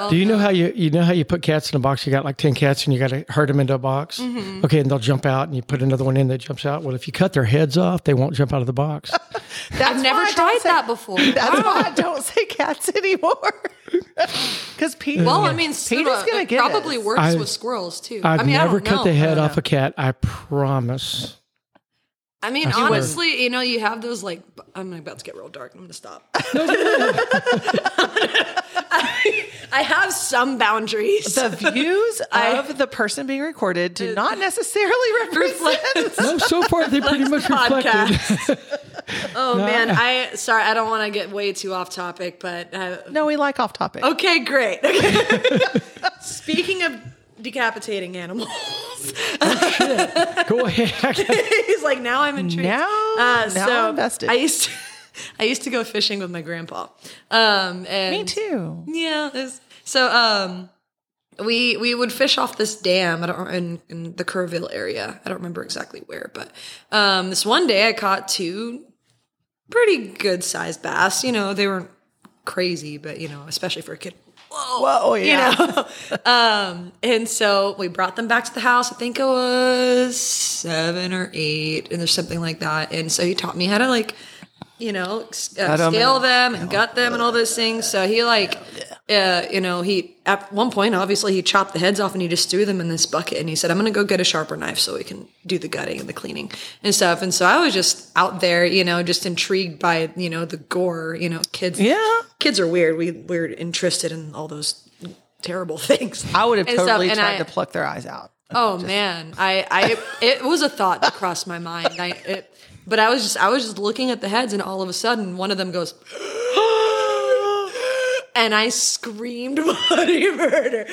Speaker 2: it. Do you know how you you know how you put cats in a box? You got like ten cats, and you got to herd them into a box.
Speaker 3: Mm-hmm.
Speaker 2: Okay, and they'll jump out, and you put another one in that jumps out. Well, if you cut their heads off, they won't jump out of the box.
Speaker 1: That's
Speaker 3: I've never
Speaker 1: why I don't
Speaker 3: tried
Speaker 1: say-
Speaker 3: that before.
Speaker 1: That's
Speaker 3: Wow.
Speaker 1: why I don't say cats anymore. Because Pete.
Speaker 3: Well, I mean,
Speaker 1: Peter's gonna
Speaker 3: it
Speaker 1: get
Speaker 3: probably
Speaker 1: us.
Speaker 3: works
Speaker 2: I've-
Speaker 3: with squirrels too.
Speaker 2: I've
Speaker 3: I mean,
Speaker 2: never
Speaker 3: I don't
Speaker 2: cut
Speaker 3: know.
Speaker 2: the head off a cat. I promise.
Speaker 3: I mean,
Speaker 2: swear.
Speaker 3: honestly, you know, you have those like. b- I'm about to get real dark. I'm going to stop. I have some boundaries.
Speaker 1: the views
Speaker 3: I- Uh,
Speaker 1: of the person being recorded do not necessarily represent.
Speaker 2: No, so far they pretty much reflected.
Speaker 3: Podcast. oh
Speaker 2: No.
Speaker 3: man, I sorry, I don't want to get way too off topic, but uh,
Speaker 1: No, we like off topic.
Speaker 3: okay, great. Speaking of decapitating animals,
Speaker 2: Go ahead.
Speaker 3: he's like, now I'm intrigued.
Speaker 1: Now,
Speaker 3: Uh,
Speaker 1: now
Speaker 3: so
Speaker 1: I'm invested.
Speaker 3: I used to, I used to go fishing with my grandpa. Um, and
Speaker 1: Me too.
Speaker 3: Yeah. it's- so um, we we would fish off this dam. I don't in, in the Kerrville area. I don't remember exactly where, but um, this one day I caught two pretty good sized bass. You know, they weren't crazy, but you know, especially for a kid.
Speaker 1: Whoa, oh, yeah.
Speaker 3: Um, and so we brought them back to the house. I think it was seven or eight, and there's something like that. And so he taught me how to like you know, s- uh,
Speaker 1: Got 'em
Speaker 3: scale
Speaker 1: and-
Speaker 3: them and gut them and all those things. So he like, uh, you know, he at one point obviously he chopped the heads off and he just threw them in this bucket and he said, "I'm gonna go get a sharper knife so we can do the gutting and the cleaning and stuff." And so I was just out there, you know, just intrigued by you know the gore. You know, kids.
Speaker 1: Yeah.
Speaker 3: kids are weird. We we're interested in all those terrible things.
Speaker 1: I would have
Speaker 3: And stuff,
Speaker 1: totally
Speaker 3: and
Speaker 1: tried
Speaker 3: I-
Speaker 1: to pluck their eyes out.
Speaker 3: Oh man, I, I it was a thought that crossed my mind. I it, but I was just I was just looking at the heads, and all of a sudden one of them goes, and I screamed bloody murder.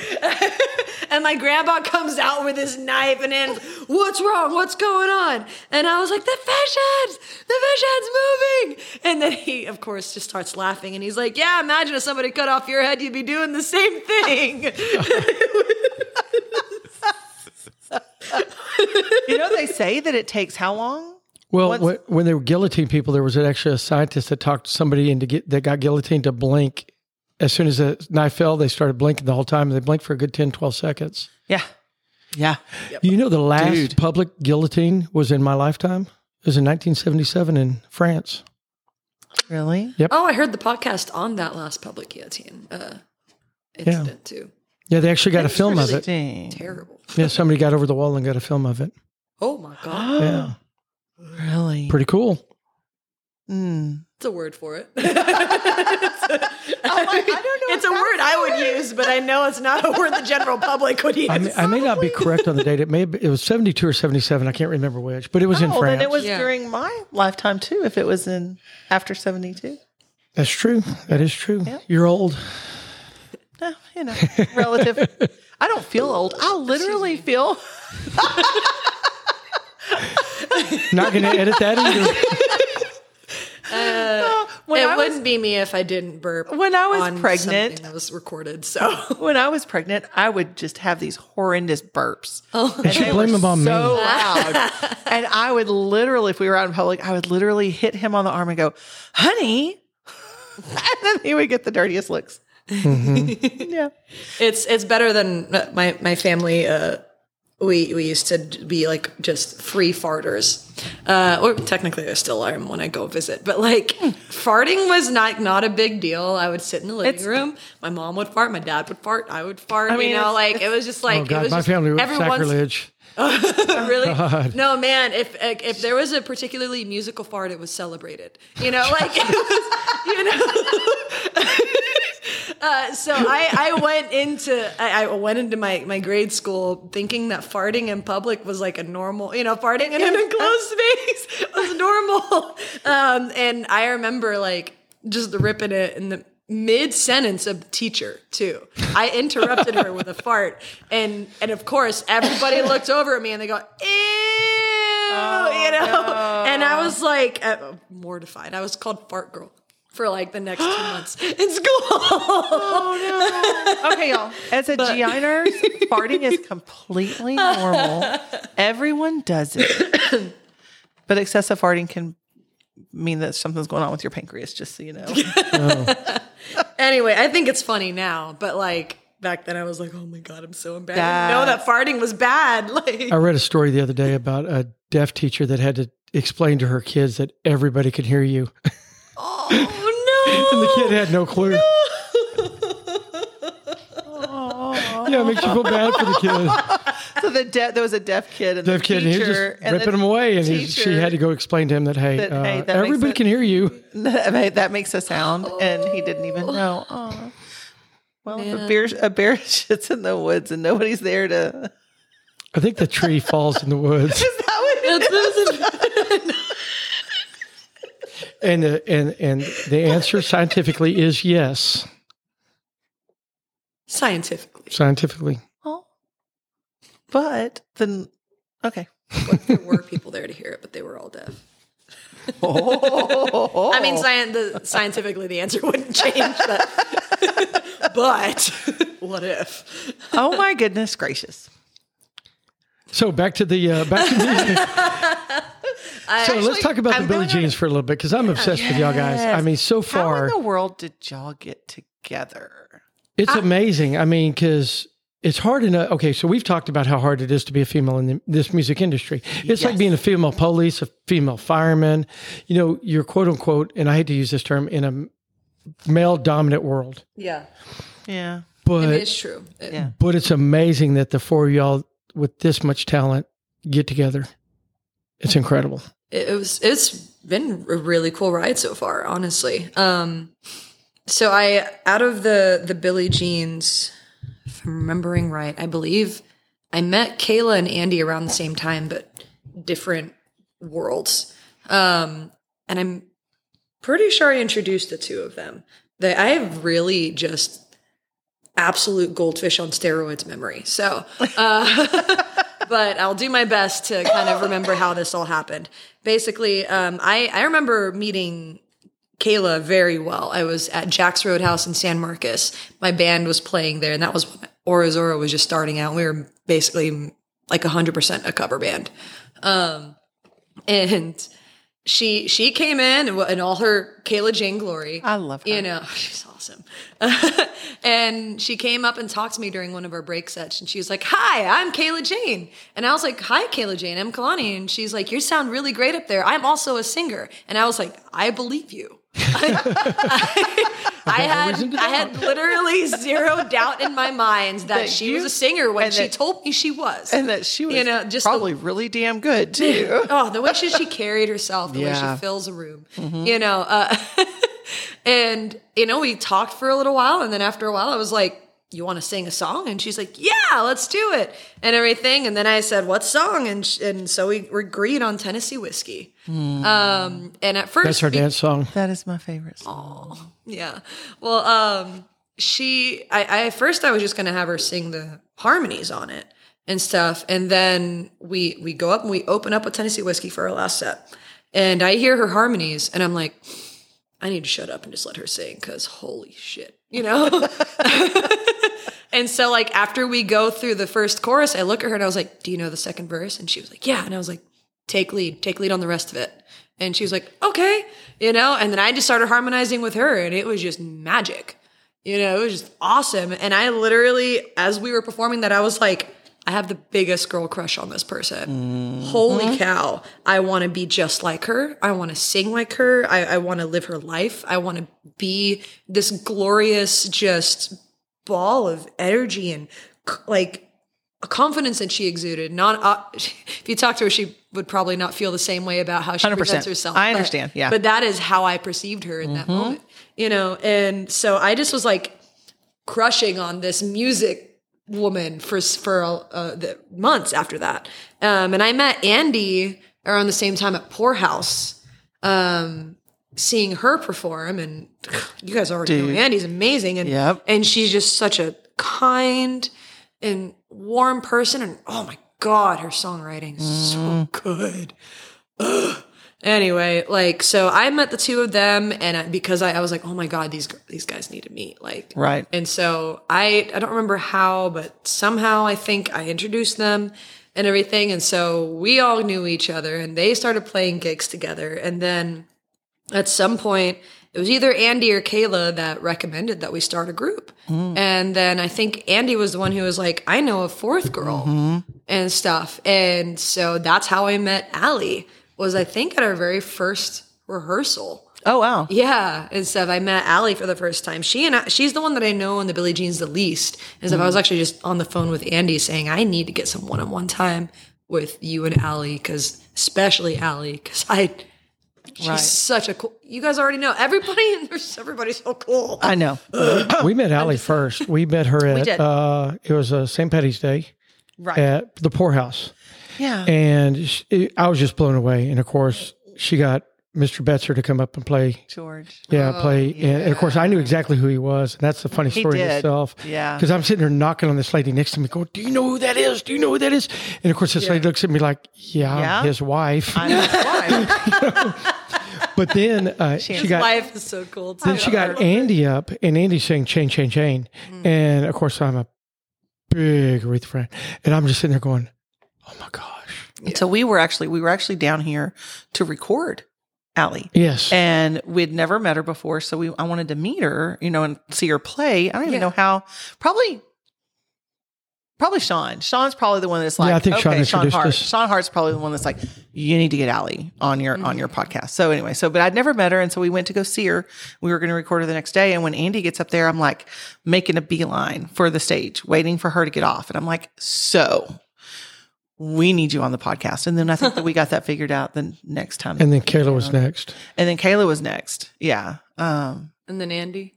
Speaker 3: and my grandpa comes out with his knife and then what's wrong? What's going on? And I was like, the fish head's the fish head's moving. And then he, of course, just starts laughing and he's like, yeah, imagine if somebody cut off your head, you'd be doing the same thing.
Speaker 1: You know, they say that it takes how long?
Speaker 2: Well,
Speaker 1: What's-
Speaker 2: when, when they were guillotining people, there was actually a scientist that talked to somebody into get that got guillotined to blink. As soon as the knife fell, they started blinking the whole time. They blinked for a good 10, 12 seconds.
Speaker 1: Yeah. Yeah.
Speaker 2: You know, the last
Speaker 1: Dude.
Speaker 2: public guillotine was in my lifetime. It was in 1977 in France.
Speaker 1: Really?
Speaker 3: Oh, I heard the podcast on that last public guillotine uh, incident too.
Speaker 2: Yeah, they actually got a film of it.
Speaker 1: Interesting.
Speaker 3: Terrible.
Speaker 2: Yeah, somebody got over the wall and got a film of it.
Speaker 3: Oh my god,
Speaker 2: Yeah,
Speaker 1: Really?
Speaker 2: pretty cool.
Speaker 1: Mm.
Speaker 3: it's a word for it. It's a word I would use, but I know it's not a word the general public would use.
Speaker 2: I may, I may not be correct on the date. It may have, been- it was 72 or 77. I can't remember which, but it was in
Speaker 1: Oh,
Speaker 2: France.
Speaker 1: then it was
Speaker 3: Yeah.
Speaker 1: during my lifetime too. If it was in after seventy two,
Speaker 2: That's true. That is true. You're old.
Speaker 1: you know, relative. I don't feel old. I literally feel.
Speaker 2: Not going to edit that either.
Speaker 1: When
Speaker 3: it
Speaker 1: I was-
Speaker 3: wouldn't be me if I didn't burp.
Speaker 1: When I was
Speaker 3: on
Speaker 1: pregnant-
Speaker 3: something that was recorded. So
Speaker 1: when I was pregnant, I would just have these horrendous burps. Oh, and
Speaker 2: should
Speaker 1: they
Speaker 2: blame
Speaker 1: were
Speaker 2: them on me.
Speaker 1: so loud. and I would literally, if we were out in public, I would literally hit him on the arm and go, "Honey," and then he would get the dirtiest looks. yeah,
Speaker 3: it's it's better than uh, my my family. Uh, we we used to be like just free farters. Uh, or technically, I still am when I go visit. But like,
Speaker 1: Hmm.
Speaker 3: farting was not not a big deal. I would sit in the living
Speaker 1: It's-
Speaker 3: room. My mom would fart. My dad would fart. I would fart.
Speaker 1: mean,
Speaker 3: you know,
Speaker 1: it's-
Speaker 3: like it was just like
Speaker 2: Oh,
Speaker 3: it
Speaker 2: God.
Speaker 3: was
Speaker 2: My
Speaker 3: just
Speaker 2: family was
Speaker 3: everyone's-
Speaker 2: sacrilege.
Speaker 3: really?
Speaker 2: God.
Speaker 3: No, man. If like, if there was a particularly musical fart, it was celebrated. You know, like it was, you know. uh, so I, I went into I, I went into my my grade school thinking that farting in public was like a normal, you know, farting in an enclosed space was normal. Um, and I remember like just ripping it in the mid sentence of teacher too. I interrupted her with a fart, and and of course everybody looked over at me and they go, "Ew," you know, and I was like uh, mortified. I was called fart girl for like the next two months in school.
Speaker 1: Okay, y'all. As a GI nurse, farting is completely normal. Everyone does it. But excessive farting can mean that something's going on with your pancreas, just so you know.
Speaker 3: anyway, I think it's funny now, but like. Back then, I was like, "Oh my god, I'm so embarrassed." I didn't know that farting was bad. Like,
Speaker 2: I read a story the other day about a deaf teacher that had to explain to her kids that everybody could hear you.
Speaker 3: oh no!
Speaker 2: And the kid had no clue. yeah, it makes you feel bad for the kid.
Speaker 1: So the de- there was a deaf kid and
Speaker 2: Deaf
Speaker 1: the
Speaker 2: kid, and he was just
Speaker 1: teacher and
Speaker 2: ripping
Speaker 1: the
Speaker 2: him away. And he, she
Speaker 1: teacher-
Speaker 2: had to go explain to him that, hey,
Speaker 1: that,
Speaker 2: uh,
Speaker 1: hey, that makes
Speaker 2: everybody
Speaker 1: sense.
Speaker 2: can hear you.
Speaker 1: that makes a sound, and he didn't even know. Aw. Well, if a bear a bear shits in the woods and nobody's there to.
Speaker 2: I think the tree falls in the woods.
Speaker 1: Is that what it
Speaker 2: And the, and, and the answer scientifically is yes,
Speaker 3: Scientifically,
Speaker 2: scientifically.
Speaker 1: Oh. But then, okay.
Speaker 3: there were people there to hear it, but they were all deaf.
Speaker 1: Oh
Speaker 3: I mean, sci- the, scientifically, the answer wouldn't change, but, but what if?
Speaker 1: oh my goodness gracious.
Speaker 2: So back to the uh, back to the. so let's
Speaker 3: actually-
Speaker 2: talk about
Speaker 3: I'm
Speaker 2: the Billy
Speaker 3: going on-
Speaker 2: Jeans for a little bit because I'm obsessed with y'all guys. I mean,
Speaker 1: How
Speaker 2: so far
Speaker 1: in the world did y'all get together?
Speaker 2: it's amazing. I mean, because it's hard enough. Okay, so we've talked about how hard it is to be a female in the, this music industry. It's like being a female police, a female fireman. You know, you're quote unquote, and I hate to use this term, in a male dominant world.
Speaker 3: Yeah.
Speaker 1: Yeah.
Speaker 2: But
Speaker 3: it is true. It-
Speaker 1: Yeah.
Speaker 2: but it's amazing that the four of y'all with this much talent get together. It's incredible.
Speaker 3: it, it was it's been a really cool ride so far honestly um so i out of the the billy jeans if i'm remembering right i believe i met kayla and andy around the same time but different worlds um and i'm pretty sure i introduced the two of them they i have really just absolute goldfish on steroids memory so but I'll do my best to kind of remember how this all happened. Basically, um, I, I remember meeting Kayla very well. I was at Jack's Roadhouse in San Marcos. My band was playing there, and that was when Orozora was just starting out. We were basically like 100% a cover band. Um, and she she came in and in all her Kayla Jane glory.
Speaker 1: I love her.
Speaker 3: You know, she's awesome. and she came up and talked to me during one of our break sets, and she was like, "Hi, I'm Kayla Jane," and I was like, "Hi, Kayla Jane, I'm Kalani," and she's like, "You sound really great up there. I'm also a singer," and I was like, "I believe you." I
Speaker 2: reason
Speaker 3: had
Speaker 2: to
Speaker 3: I had literally zero doubt in my mind that,
Speaker 1: That
Speaker 3: she
Speaker 1: you-
Speaker 3: was a singer when
Speaker 1: and
Speaker 3: she
Speaker 1: that-
Speaker 3: told me she was.
Speaker 1: And that she was
Speaker 3: You know, just the-
Speaker 1: probably really damn good too.
Speaker 3: oh, the way she, she carried herself, the way
Speaker 1: Yeah. Mm-hmm.
Speaker 3: she fills a room, you know. Uh, and, you know, we talked for a little while. And then after a while, I was like, You want to sing a song? And she's like, Yeah, let's do it. And everything. And then I said, What song? And, sh- and so we agreed on Tennessee Whiskey.
Speaker 1: Hmm.
Speaker 3: Um, and at first,
Speaker 2: That's her
Speaker 3: we-
Speaker 2: dance song.
Speaker 1: that is my favorite. Song.
Speaker 3: yeah. Well, um, she, I, I, at first I was just going to have her sing the harmonies on it and stuff. And then we, we go up and we open up a Tennessee whiskey for our last set. And I hear her harmonies and I'm like, I need to shut up and just let her sing because holy shit, you know? and so, like, after we go through the first chorus, I look at her and I was like, Do you know the second verse? And she was like, Yeah. And I was like, Take lead, take lead on the rest of it. And she was like, Okay, you know? And then I just started harmonizing with her and it was just magic. You know, it was just awesome. And I literally, as we were performing that, I was like, I have the biggest girl crush on this person.
Speaker 1: Mm-hmm.
Speaker 3: Holy cow. I want to be just like her. I want to sing like her. I, I want to live her life. I want to be this glorious, just ball of energy and c- like a confidence that she exuded. Not uh, if you talk to her, she would probably not feel the same way about how she
Speaker 1: 100%.
Speaker 3: presents herself.
Speaker 1: I
Speaker 3: but-
Speaker 1: understand, yeah. Mm-hmm.
Speaker 3: but that is how I perceived her in that moment, you know. And so I just was like crushing on this music woman for s- for uh, the months after that. Um, and I met Andy around the same time at Poorhouse, um, seeing her perform. And you guys already know Andy's amazing, and
Speaker 1: Yep.
Speaker 3: and she's just such a kind and warm person. And oh my god, her songwriting is so good. Anyway, like so, I met the two of them, and I, because I, I was like, oh my god, these gr- these guys need to meet, like
Speaker 1: Right.
Speaker 3: And so I I don't remember how, but somehow I think I introduced them and everything, and so we all knew each other, and they started playing gigs together, and then at some point it was either Andy or Kayla that recommended that we start a group, and then I think Andy was the one who was like, I know a fourth girl and stuff. And so that's how I met Allie was I think at our very first rehearsal.
Speaker 1: Oh wow.
Speaker 3: Yeah, and stuff. I met Allie for the first time. She and I, she's the one that I know in the Billie Jeans the least. And stuff. I
Speaker 2: Mm-hmm.
Speaker 3: was actually just on the phone with Andy saying I need to get some one-on-one time with you and Allie because especially Allie because I she's
Speaker 1: Right.
Speaker 3: such a cool. You guys already know everybody. in There's everybody's so cool.
Speaker 1: I know.
Speaker 2: we met Allie first. We met her at
Speaker 3: did.
Speaker 2: uh, it was uh, St. Patty's Day
Speaker 1: Right.
Speaker 2: at the poorhouse,
Speaker 1: yeah.
Speaker 2: and sh I was just blown away. And of course, she got Mr. Betzer to come up and play.
Speaker 1: George.
Speaker 2: Yeah, play. And of course, I knew exactly who he was, and that's the funny
Speaker 1: Oh, He
Speaker 2: story in
Speaker 1: did.
Speaker 2: itself.
Speaker 1: Yeah.
Speaker 2: because I'm sitting there knocking on this lady next to me, going, "Do you know who that is? Do you know who that is?" And of course, this lady looks at me like, "Yeah, I'm
Speaker 1: Yeah.
Speaker 2: his wife."
Speaker 1: I know why.
Speaker 2: but then uh, she, got
Speaker 3: Life is so cool. Too.
Speaker 2: then she got Andy up, and Andy saying "Chain, chain, chain,"
Speaker 1: Mm.
Speaker 2: and of course I'm a big Aretha fan, and I'm just sitting there going, "Oh my gosh,
Speaker 1: So we were actually we were actually down here to record Allie.
Speaker 2: yes,
Speaker 1: And we'd never met her before, so we I wanted to meet her, you know, and see her play. I don't even
Speaker 3: Yeah.
Speaker 1: know how. Probably probably Sean. Sean's probably the one that's like,
Speaker 2: I think Sean
Speaker 1: okay, Sean,
Speaker 2: introduced
Speaker 1: Hart.
Speaker 2: us.
Speaker 1: Sean Hart's probably the one that's like, you need to get Allie on your
Speaker 2: Mm-hmm.
Speaker 1: on your podcast. So anyway, so but I'd never met her, and so we went to go see her. We were going to record her the next day, and when Andy gets up there, I'm like making a beeline for the stage, waiting for her to get off, and I'm like, so. We need you on the podcast, and then I think that we got that figured out the next time.
Speaker 2: And then Kayla was next.
Speaker 1: And then Kayla was next. Yeah. Um.
Speaker 3: And then Andy.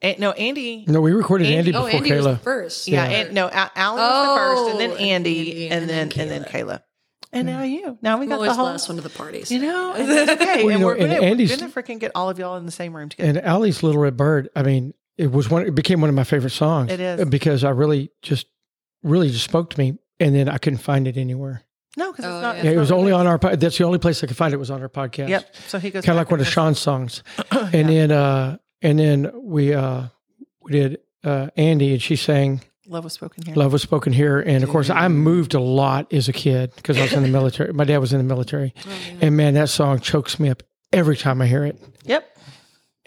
Speaker 1: and- no, Andy.
Speaker 2: No, we recorded
Speaker 1: Andy-
Speaker 2: Andy,
Speaker 3: Oh,
Speaker 2: before
Speaker 3: Andy
Speaker 2: Kayla.
Speaker 3: was first.
Speaker 1: Yeah. And, no, Al- Allie was the first, and
Speaker 3: Oh,
Speaker 1: then Andy,
Speaker 3: Andy,
Speaker 1: and,
Speaker 3: and
Speaker 1: then,
Speaker 3: then
Speaker 1: and then Kayla, and now you. Now we
Speaker 3: I'm
Speaker 1: got
Speaker 3: always
Speaker 1: the
Speaker 3: the
Speaker 1: whole.
Speaker 3: last one to the parties.
Speaker 1: You know, and that's okay.
Speaker 2: you
Speaker 1: and
Speaker 2: know,
Speaker 1: we're
Speaker 2: and
Speaker 1: gonna,
Speaker 2: Andy's-
Speaker 1: we're gonna freaking get all of y'all in the same room together.
Speaker 2: And Allie's Little Red Bird, I mean, it was one it became one of my favorite songs.
Speaker 1: It is.
Speaker 2: Because I really just really just spoke to me and then I couldn't find it anywhere.
Speaker 1: no, because
Speaker 3: Oh,
Speaker 1: it's not.
Speaker 3: yeah.
Speaker 1: it's
Speaker 2: Yeah, it
Speaker 1: not
Speaker 2: was only
Speaker 1: really-
Speaker 2: on our po- that's the only place I could find it was on our podcast.
Speaker 1: Yep. So he goes
Speaker 2: Kind of like
Speaker 1: back
Speaker 2: one of
Speaker 1: and
Speaker 2: Sean's songs.
Speaker 1: Oh,
Speaker 2: And then uh and then we uh we did uh Andy and she sang
Speaker 1: Love was spoken here.
Speaker 2: Love was spoken here, and of course, I moved a lot as a kid because I was in the military. My dad was in the military,
Speaker 1: Oh,
Speaker 2: and man, that song chokes me up every time I hear it.
Speaker 1: Yep.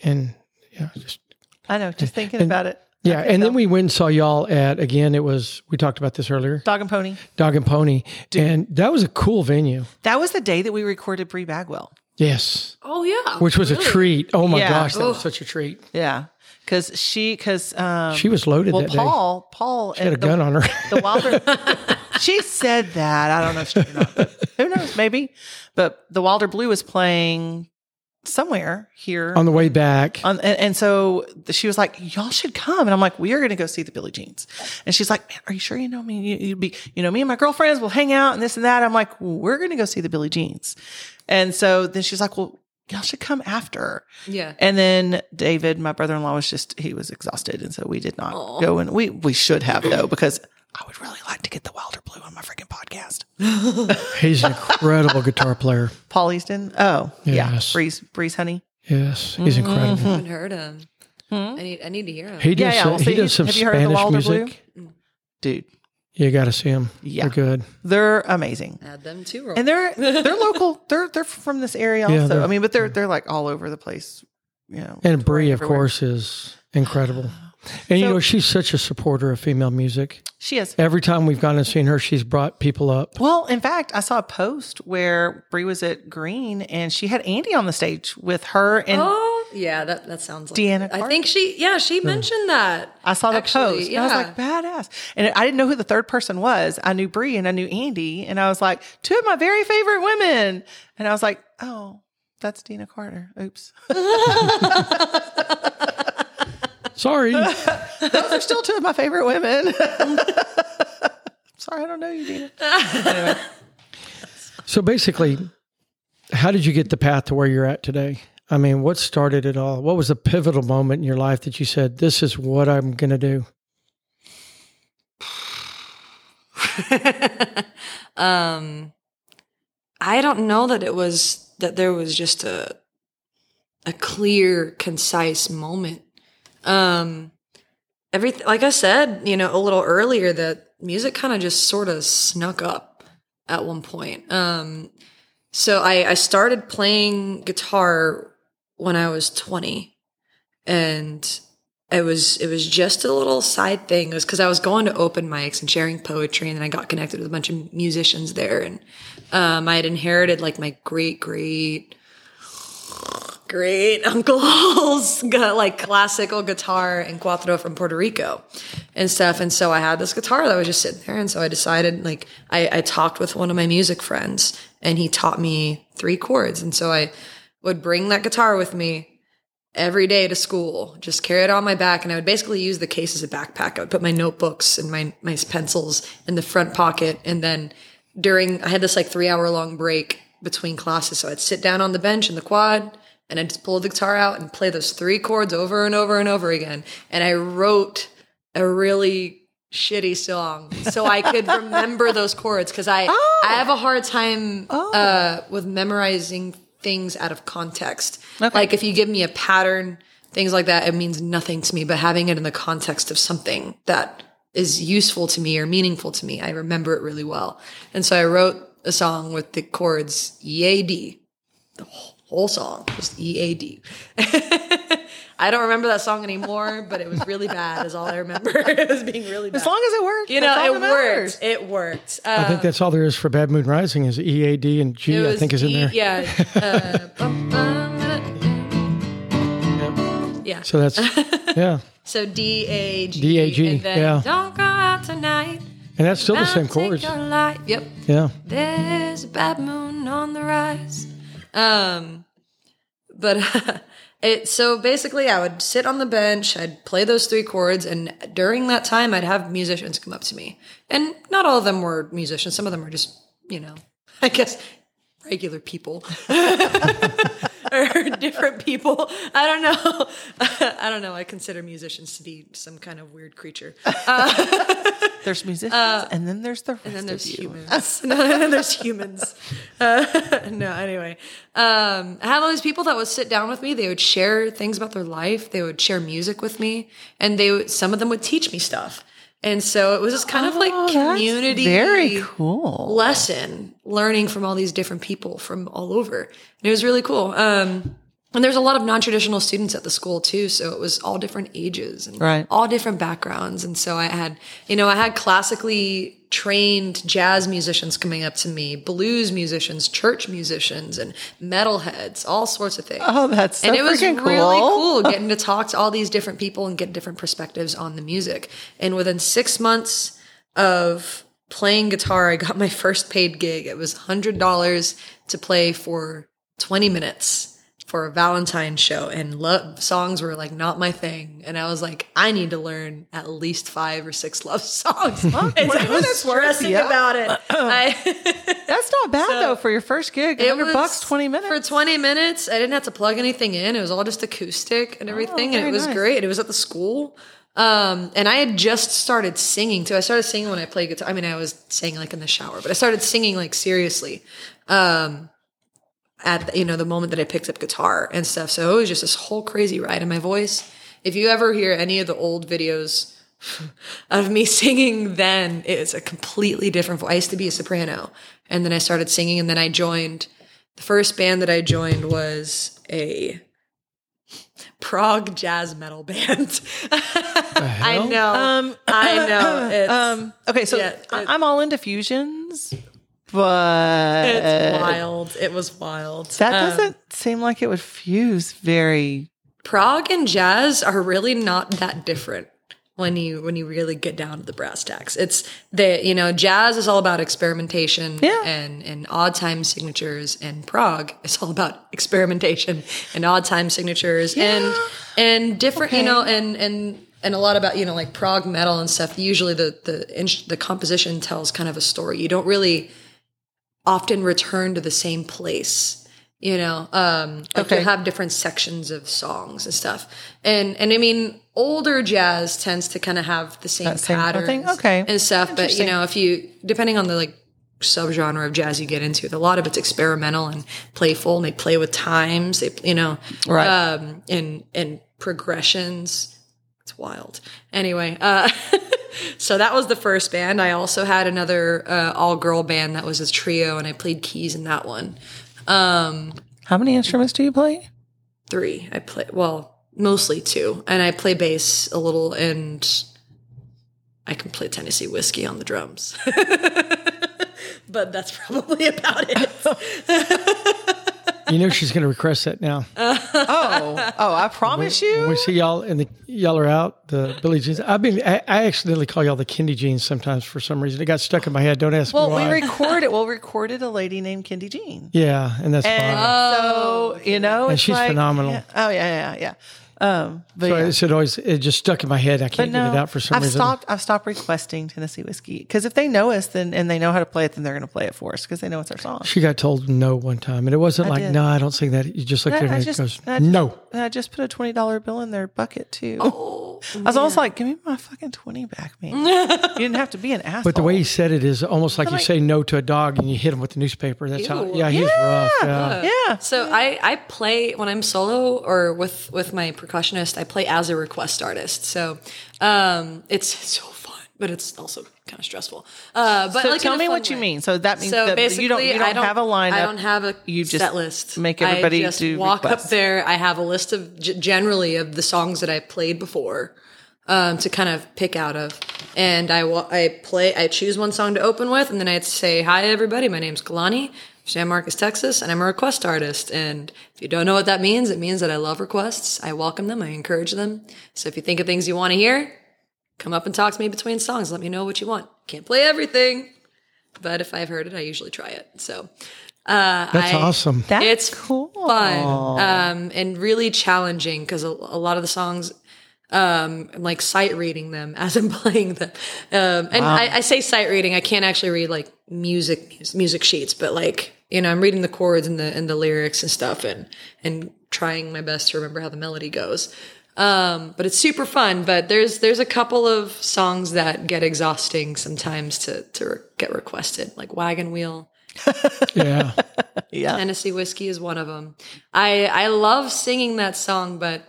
Speaker 2: And yeah, just
Speaker 1: I know. Just thinking
Speaker 2: And-
Speaker 1: about it.
Speaker 2: yeah. And
Speaker 1: so.
Speaker 2: then we went and saw y'all at again. It was we talked about this earlier,
Speaker 1: Dog and pony.
Speaker 2: Dog and Pony, and that was a cool venue.
Speaker 1: That was the day that we recorded Bree Bagwell.
Speaker 2: Yes,
Speaker 3: Oh yeah.
Speaker 2: which was a treat. Oh my
Speaker 1: Yeah.
Speaker 2: gosh, that was such a treat.
Speaker 1: Yeah, because she because um,
Speaker 2: She was loaded
Speaker 1: well
Speaker 2: that
Speaker 1: Paul Paul
Speaker 2: day. Had a
Speaker 1: and the-
Speaker 2: gun on her.
Speaker 1: the Wilder. she said that. I don't know if she did or not. but Who knows? Maybe. But the Wilder Blue is playing somewhere here.
Speaker 2: on the way back,
Speaker 1: on, and, and so she was like, "Y'all should come," and I'm like, "We are going to go see the Billie Jeans." And she's like, Man, "Are you sure you know me? You, would be, you know, me and my girlfriends will hang out and this and that." I'm like, "We're going to go see the Billie Jeans," and so then she's like, "Well, y'all should come after."
Speaker 3: yeah.
Speaker 1: And then David, my brother in law, was just he was exhausted, and so we did not go. And we we should have though because I would really like to get the Wilder Blue on my freaking podcast.
Speaker 2: he's an incredible guitar player.
Speaker 1: Paul Easton. Oh
Speaker 2: Yes.
Speaker 1: yeah, Breeze Breeze Honey.
Speaker 2: Yes, he's incredible.
Speaker 1: Mm.
Speaker 3: I haven't heard him.
Speaker 1: Hmm?
Speaker 3: I need. I need to hear him.
Speaker 2: He
Speaker 1: Mm-hmm.
Speaker 2: does.
Speaker 1: Yeah, yeah,
Speaker 2: some-
Speaker 1: well,
Speaker 2: he
Speaker 1: see,
Speaker 2: does some
Speaker 1: have you heard of the
Speaker 2: Spanish
Speaker 1: Wilder Blue?
Speaker 2: music.
Speaker 1: Dude,
Speaker 2: You got to see them.
Speaker 1: Yeah.
Speaker 2: They're good.
Speaker 1: they're amazing.
Speaker 3: Add them to.
Speaker 1: And they're they're local. They're they're from this area
Speaker 2: Yeah,
Speaker 1: also.
Speaker 2: they're-
Speaker 1: I mean, but they're they're like all over the place. You know.
Speaker 2: And Brie, of
Speaker 1: everywhere.
Speaker 2: course, is incredible. And you
Speaker 1: So-
Speaker 2: know, she's such a supporter of female music.
Speaker 1: She is.
Speaker 2: Every time we've gone and seen her, she's brought people up.
Speaker 1: Well, in fact, I saw a post where Bree was at Green and she had Andy on the stage with her and
Speaker 3: Oh yeah, that that sounds like
Speaker 1: Deanna
Speaker 3: I
Speaker 1: Clark?
Speaker 3: think she yeah she mentioned that.
Speaker 1: I saw the
Speaker 3: Actually,
Speaker 1: post. And I was like, badass. And I didn't know who the third person was. I knew Bree and I knew Andy. And I was like, two of my very favorite women. And I was like, oh, that's Dina Carter. Oops.
Speaker 2: Sorry.
Speaker 1: Those are still two of my favorite women. Sorry, I don't know you, Dina.
Speaker 2: so basically, how did you get the path to where you're at today? I mean, what started it all? What was the pivotal moment in your life that you said, this is what I'm going to do?
Speaker 3: um, I don't know that it was that there was just a a clear, concise moment. Um, everything, like I said, you know, a little earlier, that music kind of just sort of snuck up at one point. Um, so I, I started playing guitar when I was twenty, and it was it was just a little side thing. It was because I was going to open mics and sharing poetry, and then I got connected with a bunch of musicians there, and um, I had inherited like my great great great uncle's got like classical guitar and cuatro from Puerto Rico and stuff. And so I had this guitar that was just sitting there, and so I decided like I, I talked with one of my music friends, and he taught me three chords, and so I would bring that guitar with me every day to school. Just carry it on my back, and I would basically use the case as a backpack. I would put my notebooks and my my pencils in the front pocket, and then during I had this like three hour long break between classes, so I'd sit down on the bench in the quad. And I would just pull the guitar out and play those three chords over and over and over again. And I wrote a really shitty song so I could remember those chords because I I have a hard time uh, with memorizing things out of context. Like if you give me a pattern, things like that, it means nothing to me. But having it in the context of something that is useful to me or meaningful to me, I remember it really well. And so I wrote a song with the chords E A D, the wh- whole song, just E A D. I don't remember that song anymore, but it was really bad. Is all I remember. it was being really bad.
Speaker 1: As long as it worked.
Speaker 3: you
Speaker 1: that's all
Speaker 3: know,
Speaker 1: that
Speaker 3: it
Speaker 1: matters.
Speaker 3: worked. It worked.
Speaker 2: I
Speaker 3: Um,
Speaker 2: think that's all there is for Bad Moon Rising is E A D and G.
Speaker 3: it
Speaker 2: Oh, I
Speaker 3: was
Speaker 2: think is in
Speaker 3: E-
Speaker 2: there.
Speaker 3: Yeah. uh, bum, bum, uh, yeah.
Speaker 2: So that's yeah,
Speaker 3: So D A G. E,
Speaker 2: D A G.
Speaker 3: And then
Speaker 2: Yeah,
Speaker 4: Don't go out tonight.
Speaker 2: and that's
Speaker 3: Ah,
Speaker 2: still the same
Speaker 4: I'll take
Speaker 2: chords.
Speaker 4: your life.
Speaker 3: Yep.
Speaker 2: Yeah,
Speaker 4: There's a bad moon on the rise.
Speaker 3: Um, but it so basically, I would sit on the bench, I'd play those three chords, and during that time, I'd have musicians come up to me, and not all of them were musicians. Some of them were just, you know, I guess regular people or different people. I don't know. I don't know. I consider musicians to be some kind of weird creature.
Speaker 1: There's musicians, and then there's the rest
Speaker 3: Uh, and then
Speaker 1: of
Speaker 3: there's
Speaker 1: you.
Speaker 3: humans. no, and then there's humans. Uh, no, anyway, um, I had all these people that would sit down with me. They would share things about their life. They would share music with me, and they would, some of them would teach me stuff. And so it was just kind of like
Speaker 1: Oh, that's
Speaker 3: community,
Speaker 1: Very cool.
Speaker 3: lesson learning from all these different people from all over. And it was really cool. Um, and there's a lot of non-traditional students at the school too, so it was all different ages and
Speaker 1: Right.
Speaker 3: all different backgrounds. And so I had, you know, I had classically trained jazz musicians coming up to me, blues musicians, church musicians, and metalheads, all sorts of things
Speaker 1: Oh, that's so
Speaker 3: and it was
Speaker 1: freaking
Speaker 3: really
Speaker 1: cool.
Speaker 3: cool getting to talk to all these different people and get different perspectives on the music. And within six months of playing guitar, I got my first paid gig. It was hundred dollars to play for twenty minutes for a Valentine's show, and love songs were like not my thing. And I was like, I need to learn at least five or six love songs. And I was stressing
Speaker 1: yeah.
Speaker 3: about it. I-
Speaker 1: That's not bad though for your first gig.
Speaker 3: it
Speaker 1: Hundred bucks, twenty minutes.
Speaker 3: For 20 minutes, I didn't have to plug anything in. It was all just acoustic and everything. and
Speaker 1: Oh, very
Speaker 3: it was
Speaker 1: nice.
Speaker 3: great. It was at the school. Um, and I had just started singing too. I started singing when I played guitar. I mean, I was singing like in the shower, but I started singing like seriously. Um, at the, you know the moment that I picked up guitar and stuff, so it was just this whole crazy ride in my voice. If you ever hear any of the old videos of me singing then is a completely different voice. I used to be a soprano and then I started singing and then I joined the first band that I joined was a Prague jazz metal band. I
Speaker 2: hell?
Speaker 3: know. I know. It's,
Speaker 1: Um, okay, so
Speaker 3: yeah,
Speaker 1: I-
Speaker 3: it-
Speaker 1: I'm all into fusions, but
Speaker 3: it's wild. It was wild.
Speaker 1: that
Speaker 3: Um,
Speaker 1: doesn't seem like it would fuse very.
Speaker 3: Prague and jazz are really not that different when you when you really get down to the brass tacks. It's the you know jazz is all about experimentation
Speaker 1: Yeah.
Speaker 3: and and odd time signatures, and Prague is all about experimentation and odd time signatures and and different you know and and and a lot about you know like Prague metal and stuff. Usually the the ins- the composition tells kind of a story. You don't really often return to the same place you know um like
Speaker 1: Okay.
Speaker 3: you'll have different sections of songs and stuff and and i mean older jazz tends to kind of have the same,
Speaker 1: That same kind of
Speaker 3: patterns
Speaker 1: thing? Okay.
Speaker 3: and stuff but you know if you depending on the like subgenre of jazz you get into a lot of it's experimental and playful and they play with times they you know
Speaker 1: Right.
Speaker 3: um and and progressions it's wild anyway uh so that was the first band. I also had another uh, all girl band that was a trio, and I played keys in that one. Um,
Speaker 1: How many instruments do you play?
Speaker 3: three. I play well, mostly two, and I play bass a little, and I can play Tennessee whiskey on the drums. but that's probably about it.
Speaker 2: you know she's going to request that now.
Speaker 1: Oh, oh, I promise
Speaker 2: When
Speaker 1: you.
Speaker 2: we see y'all and the, y'all are out, the Billy Jeans. I've been I, I accidentally call y'all the Kendi Jeans sometimes for some reason. It got stuck in my head. Don't ask
Speaker 1: Well,
Speaker 2: me why.
Speaker 1: we recorded. Well, recorded a lady named Kendi Jean,
Speaker 2: yeah, and that's
Speaker 1: and
Speaker 2: fine.
Speaker 1: so you know,
Speaker 2: And
Speaker 1: it's
Speaker 2: she's
Speaker 1: like-
Speaker 2: phenomenal.
Speaker 1: yeah. oh yeah, yeah, yeah. Um, but
Speaker 2: So
Speaker 1: yeah.
Speaker 2: it's- it always it just stuck in my head. I can't get it out for some
Speaker 1: I've
Speaker 2: reason.
Speaker 1: stopped. I've stopped requesting Tennessee whiskey because if they know us, then and they know how to play it, then they're going to play it for us because they know it's our song.
Speaker 2: She got told no one time, and it wasn't like
Speaker 1: did.
Speaker 2: no, I don't sing that. You just looked
Speaker 1: I-
Speaker 2: at her
Speaker 1: I
Speaker 2: and
Speaker 1: just-
Speaker 2: goes
Speaker 1: I just-
Speaker 2: no.
Speaker 1: And I just put a twenty dollar bill in their bucket too.
Speaker 3: Oh.
Speaker 1: I was almost like, "Give me my fucking twenty back, man." you didn't have to be an asshole.
Speaker 2: But the way he said it is almost like you say no to a dog and you hit him with the newspaper. That's how.
Speaker 3: Ew.
Speaker 2: Yeah, he's rough. Yeah.
Speaker 1: yeah,
Speaker 3: So I, I play when I'm solo or with with my percussionist. I play as a request artist. So um, it's so fun. but it's also kind of stressful. Uh, but
Speaker 1: So
Speaker 3: like in
Speaker 1: tell
Speaker 3: a
Speaker 1: me
Speaker 3: fun
Speaker 1: what you
Speaker 3: way.
Speaker 1: mean. So that means
Speaker 3: So
Speaker 1: that
Speaker 3: basically,
Speaker 1: you don't, you don't,
Speaker 3: I don't
Speaker 1: have a lineup.
Speaker 3: I don't have a
Speaker 1: you just
Speaker 3: set list.
Speaker 1: make everybody
Speaker 3: I just
Speaker 1: do
Speaker 3: walk
Speaker 1: requests.
Speaker 3: up there. I have a list of g- generally of the songs that I played before um, to kind of pick out of, and I wa- I play. I choose one song to open with, and then I say, "Hi, everybody. My name's Kalani." I'm San Marcos, Texas, and I'm a request artist. And if you don't know what that means, it means that I love requests. I welcome them. I encourage them. So if you think of things you want to hear, come up and talk to me between songs. Let me know what you want. Can't play everything, but if I've heard it, I usually try it. So uh,
Speaker 2: That's
Speaker 3: I-
Speaker 2: awesome.
Speaker 1: That's
Speaker 3: it's
Speaker 1: cool.
Speaker 3: fun um, and really challenging because a, a lot of the songs. Um, I'm like sight reading them as I'm playing them, um, and I, I say sight reading. I can't actually read like music music sheets, but like you know, I'm reading the chords and the and the lyrics and stuff, and and trying my best to remember how the melody goes. Um, but it's super fun. But there's there's a couple of songs that get exhausting sometimes to to re- get requested, like Wagon Wheel.
Speaker 2: Yeah.
Speaker 1: Yeah.
Speaker 3: Tennessee whiskey is one of them. I I love singing that song, but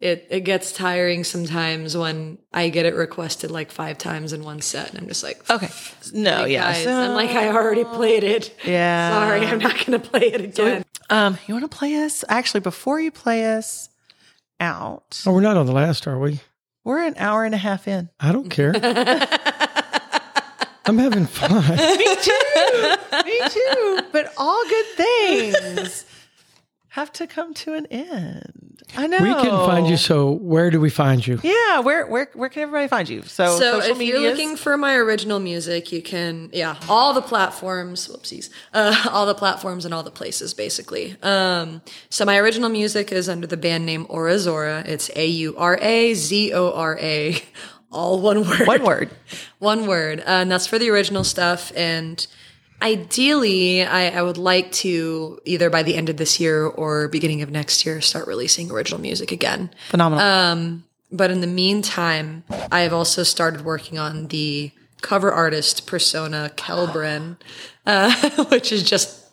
Speaker 3: it it gets tiring sometimes when I get it requested like five times in one set, and I'm just like,
Speaker 1: Okay. No, yeah.
Speaker 3: guys,
Speaker 1: So-
Speaker 3: I'm like, I already played it.
Speaker 1: Yeah.
Speaker 3: sorry, I'm not gonna play it again.
Speaker 1: Um, you want to play us? Actually, before you play us out,
Speaker 2: Oh, we're not on the last, are we?
Speaker 1: we're an hour and a half in.
Speaker 2: I don't care. I'm having fun.
Speaker 1: Me too. Me too. But all good things have to come to an end. I know.
Speaker 2: We can find you. So, where do we find you?
Speaker 1: Yeah. Where where where can everybody find you? So,
Speaker 3: So
Speaker 1: social
Speaker 3: if
Speaker 1: medias?
Speaker 3: you're looking for my original music, you can yeah, all the platforms. Whoopsies, uh, all the platforms and all the places basically. Um, so my original music is under the band name Aura Zora. It's A U R A Z O R A, all one word.
Speaker 1: one word.
Speaker 3: One word, uh, and that's for the original stuff. And ideally, I, I would like to either by the end of this year or beginning of next year start releasing original music again.
Speaker 1: Phenomenal.
Speaker 3: uh, But in the meantime, I have also started working on the cover artist persona Kelbren, uh, which is just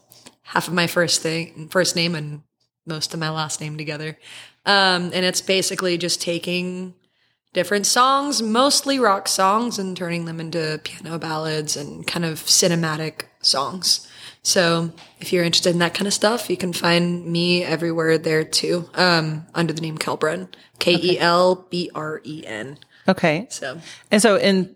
Speaker 3: half of my first thing, first name, and most of my last name together. Um, and it's basically just taking different songs, mostly rock songs, and turning them into piano ballads and kind of cinematic songs. So if you're interested in that kind of stuff, you can find me everywhere there too, um, under the name Kelbren, K E L B R E N.
Speaker 1: okay.
Speaker 3: So
Speaker 1: And so and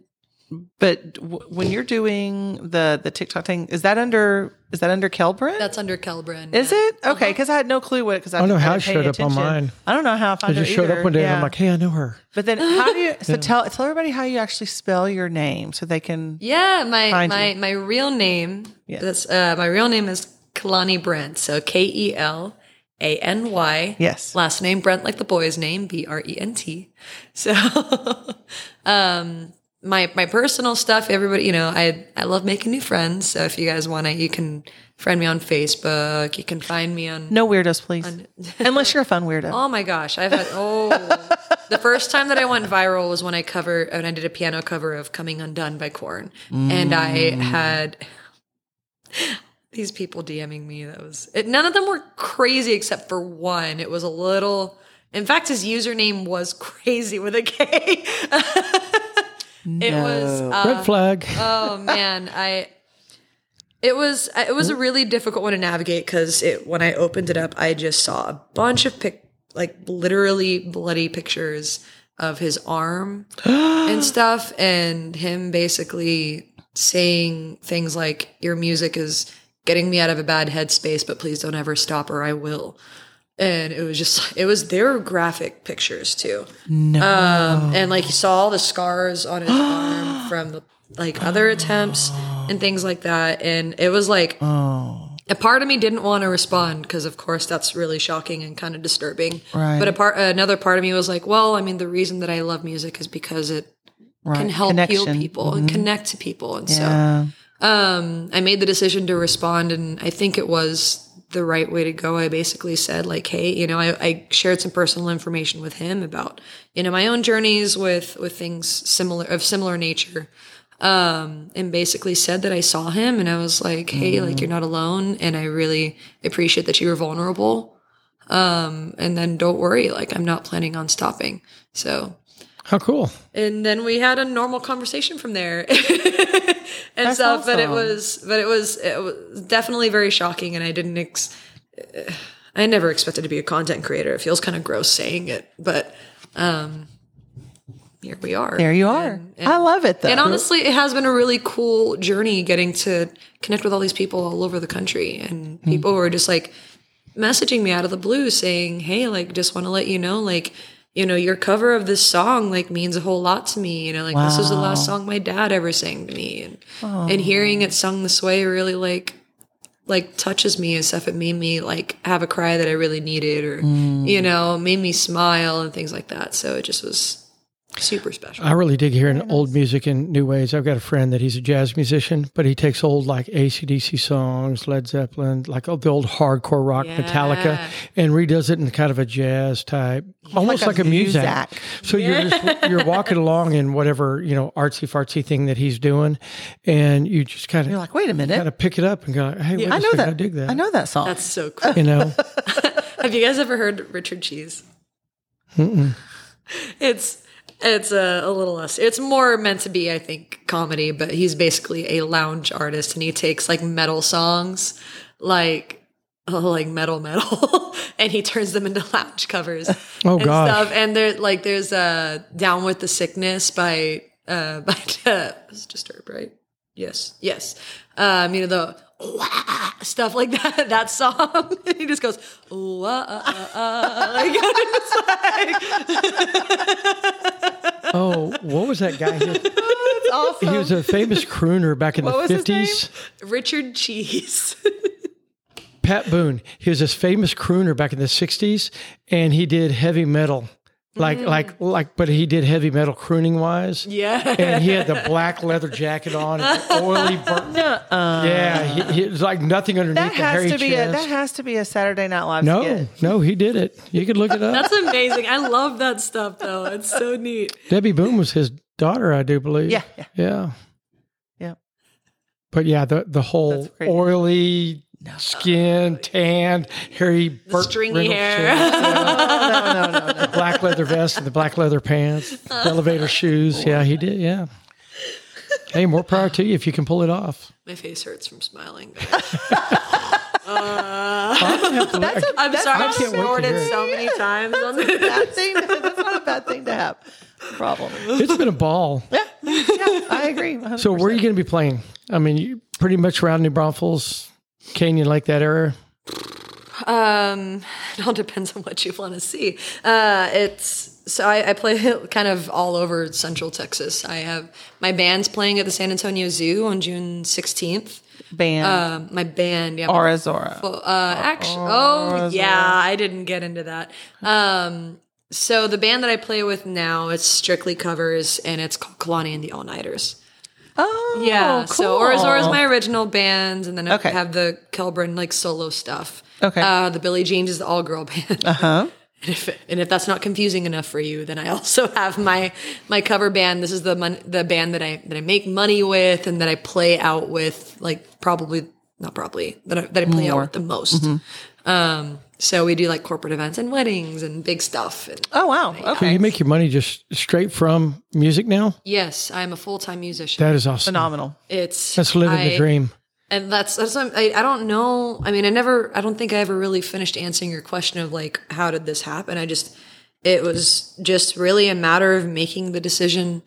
Speaker 1: but w- when you're doing the the TikTok thing, is that under is that under Kelbrin?
Speaker 3: that's Uh-huh. under Kelbren.
Speaker 1: is it okay? Because I had no clue what. Because I,
Speaker 2: don't know
Speaker 1: I
Speaker 2: how
Speaker 1: didn't
Speaker 2: it
Speaker 1: pay
Speaker 2: showed up on
Speaker 1: attention.
Speaker 2: mine.
Speaker 1: I don't know how I
Speaker 2: I
Speaker 1: found
Speaker 2: just
Speaker 1: it
Speaker 2: showed
Speaker 1: either.
Speaker 2: up one day and
Speaker 1: Yeah.
Speaker 2: I'm like, hey, I know her.
Speaker 1: But then how do you so tell tell everybody how you actually spell your name so they can
Speaker 3: Yeah, my
Speaker 1: Find
Speaker 3: my,
Speaker 1: you.
Speaker 3: my real name.
Speaker 1: Yeah.
Speaker 3: That's uh, my real name is Kalani Brent. So K E L A N Y.
Speaker 1: Yes.
Speaker 3: Last name Brent, like the boy's name, B R E N T. So, um, my my personal stuff. Everybody, you know, I I love making new friends. So if you guys want to, you can friend me on Facebook. You can find me on.
Speaker 1: No weirdos, please. Unless you're a fun weirdo.
Speaker 3: Oh my gosh, I've had oh. the first time that I went viral was when I cover when I did a piano cover of "Coming Undone" by Korn, and I had these people DMing me. That was it, none of them were crazy except for one. It was a little. In fact, his username was crazy with a K. it was uh,
Speaker 2: Red flag.
Speaker 3: oh man i it was it was a really difficult one to navigate because it when i opened it up i just saw a bunch of pic like literally bloody pictures of his arm and stuff and him basically saying things like your music is getting me out of a bad headspace but please don't ever stop or i will and it was just it was their graphic pictures too um, and like you saw all the scars on his arm from the, like other attempts and things like that. And it was like
Speaker 1: Oh.
Speaker 3: a part of me didn't want to respond because, of course, that's really shocking and kind of disturbing.
Speaker 1: Right.
Speaker 3: But a part, another part of me was like, well, I mean, the reason that I love music is because it
Speaker 1: right.
Speaker 3: can help heal
Speaker 1: Connection. Mm-hmm.
Speaker 3: people and connect to people, and so
Speaker 1: Yeah.
Speaker 3: um, I made the decision to respond, and I think it was the right way to go. I basically said, like, hey, you know, I, I shared some personal information with him about, you know, my own journeys with with things similar of similar nature, um, and basically said that I saw him, and I was like, hey, like you're not alone, and I really appreciate that you were vulnerable, um, and then don't worry, like I'm not planning on stopping. So
Speaker 2: How cool.
Speaker 3: and then we had a normal conversation from there and
Speaker 1: That's
Speaker 3: stuff but it
Speaker 1: awesome.
Speaker 3: was but it was it was definitely very shocking and i didn't ex i never expected to be a content creator it feels kind of gross saying it but um here we are
Speaker 1: There you are.
Speaker 3: and-
Speaker 1: I love it though.
Speaker 3: and honestly it has been a really cool journey getting to connect with all these people all over the country and people who are just like messaging me out of the blue saying hey like just want to let you know like you know your cover of this song like means a whole lot to me you know like this is the last song my dad ever sang to me and and hearing it sung this way really like like touches me and stuff it made me like have a cry that i really needed or you know made me smile and things like that so it just was super special
Speaker 2: I really dig hearing old music in new ways. I've got a friend that he's a jazz musician, but he takes old like ACDC songs, Led Zeppelin, like oh, the old hardcore rock, Metallica,
Speaker 3: Yeah.
Speaker 2: and redoes it in kind of a jazz type, almost like,
Speaker 1: Like
Speaker 2: a,
Speaker 1: a
Speaker 2: music.
Speaker 1: Muzak.
Speaker 2: So you're just, you're walking along in whatever you know artsy fartsy thing that he's doing, and you just kind
Speaker 1: you're
Speaker 2: of
Speaker 1: like, wait a minute.
Speaker 2: kind of pick it up and go, hey, wait a
Speaker 1: I know
Speaker 2: second,
Speaker 1: that.
Speaker 2: I dig that.
Speaker 1: I know that song.
Speaker 3: that's so cool
Speaker 2: You know,
Speaker 3: Have you guys ever heard Richard Cheese? It's it's a, a little less. It's more meant to be, I think, comedy. But he's basically a lounge artist, and he takes like metal songs, like oh, like metal metal, and he turns them into lounge covers.
Speaker 2: Oh,
Speaker 3: and
Speaker 2: gosh.
Speaker 3: And there like there's uh, "Down with the Sickness" by uh, by uh, it's Disturbed, right? Yes, yes. Um, you know the "Wah," stuff like that. That song. he just goes "Wah," uh, uh, uh," like,
Speaker 2: oh, what was that guy? He was,
Speaker 1: That's awesome.
Speaker 2: he was a famous crooner back in
Speaker 1: What was
Speaker 2: the
Speaker 1: his name?
Speaker 2: fifties.
Speaker 3: Richard Cheese.
Speaker 2: Pat Boone. He was this famous crooner back in the '60s, and he did heavy metal, like
Speaker 1: Mm.
Speaker 2: like like. But he did heavy metal crooning wise.
Speaker 3: yeah.
Speaker 2: And he had the black leather jacket on, and the oily burn. Yeah, he, he, it was like nothing underneath
Speaker 1: that
Speaker 2: the hairy
Speaker 1: has to be a
Speaker 2: chest.
Speaker 1: that has to be a Saturday Night Live
Speaker 2: no,
Speaker 1: skit.
Speaker 2: no, he did it. You could look it up.
Speaker 3: That's amazing. I love that stuff though. It's so neat.
Speaker 2: Debbie Boone was his daughter, I do believe.
Speaker 1: Yeah, yeah.
Speaker 2: yeah,
Speaker 1: Yeah.
Speaker 2: But yeah, the the whole
Speaker 1: That's great.
Speaker 2: oily skin, tanned, hairy, Burt
Speaker 3: stringy
Speaker 2: Reynolds
Speaker 3: hair.
Speaker 2: chest.
Speaker 1: No, no, no, no.
Speaker 2: black leather vest and the black leather pants, the elevator shoes.
Speaker 1: Oh,
Speaker 2: Yeah, he did. Yeah. Hey, more power to you if you can pull it off.
Speaker 3: My face hurts from smiling.
Speaker 1: That's a,
Speaker 3: I'm
Speaker 1: that's
Speaker 3: sorry.
Speaker 1: not
Speaker 3: I
Speaker 1: a
Speaker 3: can't
Speaker 2: wait to
Speaker 1: snorted
Speaker 2: hear it.
Speaker 1: so many
Speaker 3: many times on the
Speaker 1: bad thing. That's not a bad thing to have. Problem.
Speaker 2: It's been a ball.
Speaker 1: Yeah, yeah I agree.
Speaker 2: So, where are you going to be playing? I mean, you pretty much around New Braunfels, Canyon, like that area.
Speaker 3: Um, it all depends on what you want to see. Uh, it's so I, I play kind of all over Central Texas. I have my band's playing at the San Antonio Zoo on June sixteenth.
Speaker 1: band
Speaker 3: Um, my band, yeah, my
Speaker 1: Aura Zora?
Speaker 3: well, uh, actually, oh yeah, I didn't get into that. Um, so the band that I play with now, it's strictly covers, and it's called Kalani and the All Nighters.
Speaker 1: Oh,
Speaker 3: Yeah.
Speaker 1: cool.
Speaker 3: So Orazora is my original band, and then
Speaker 1: Okay.
Speaker 3: I have the Kelburn like solo stuff.
Speaker 1: Okay.
Speaker 3: Uh, the Billy James is the all girl band.
Speaker 1: Uh
Speaker 2: Uh-huh.
Speaker 1: huh.
Speaker 3: and, if, and if that's not confusing enough for you, then I also have my my cover band. This is the mon- the band that I that I make money with and that I play out with, like probably not probably that I, that I play out with the most.
Speaker 2: Mm-hmm.
Speaker 3: Um, so we do like corporate events and weddings and big stuff. And
Speaker 1: Oh wow.
Speaker 2: Do
Speaker 1: Okay.
Speaker 2: you make your money just straight from music now?
Speaker 3: yes, I'm a full time musician.
Speaker 2: That is awesome.
Speaker 1: Phenomenal.
Speaker 3: it's
Speaker 2: That's living
Speaker 3: I-
Speaker 2: the dream.
Speaker 3: And that's that's what I'm- I, I don't know. I mean, I never. I don't think I ever really finished answering your question of like how did this happen. I just it was just really a matter of making the decision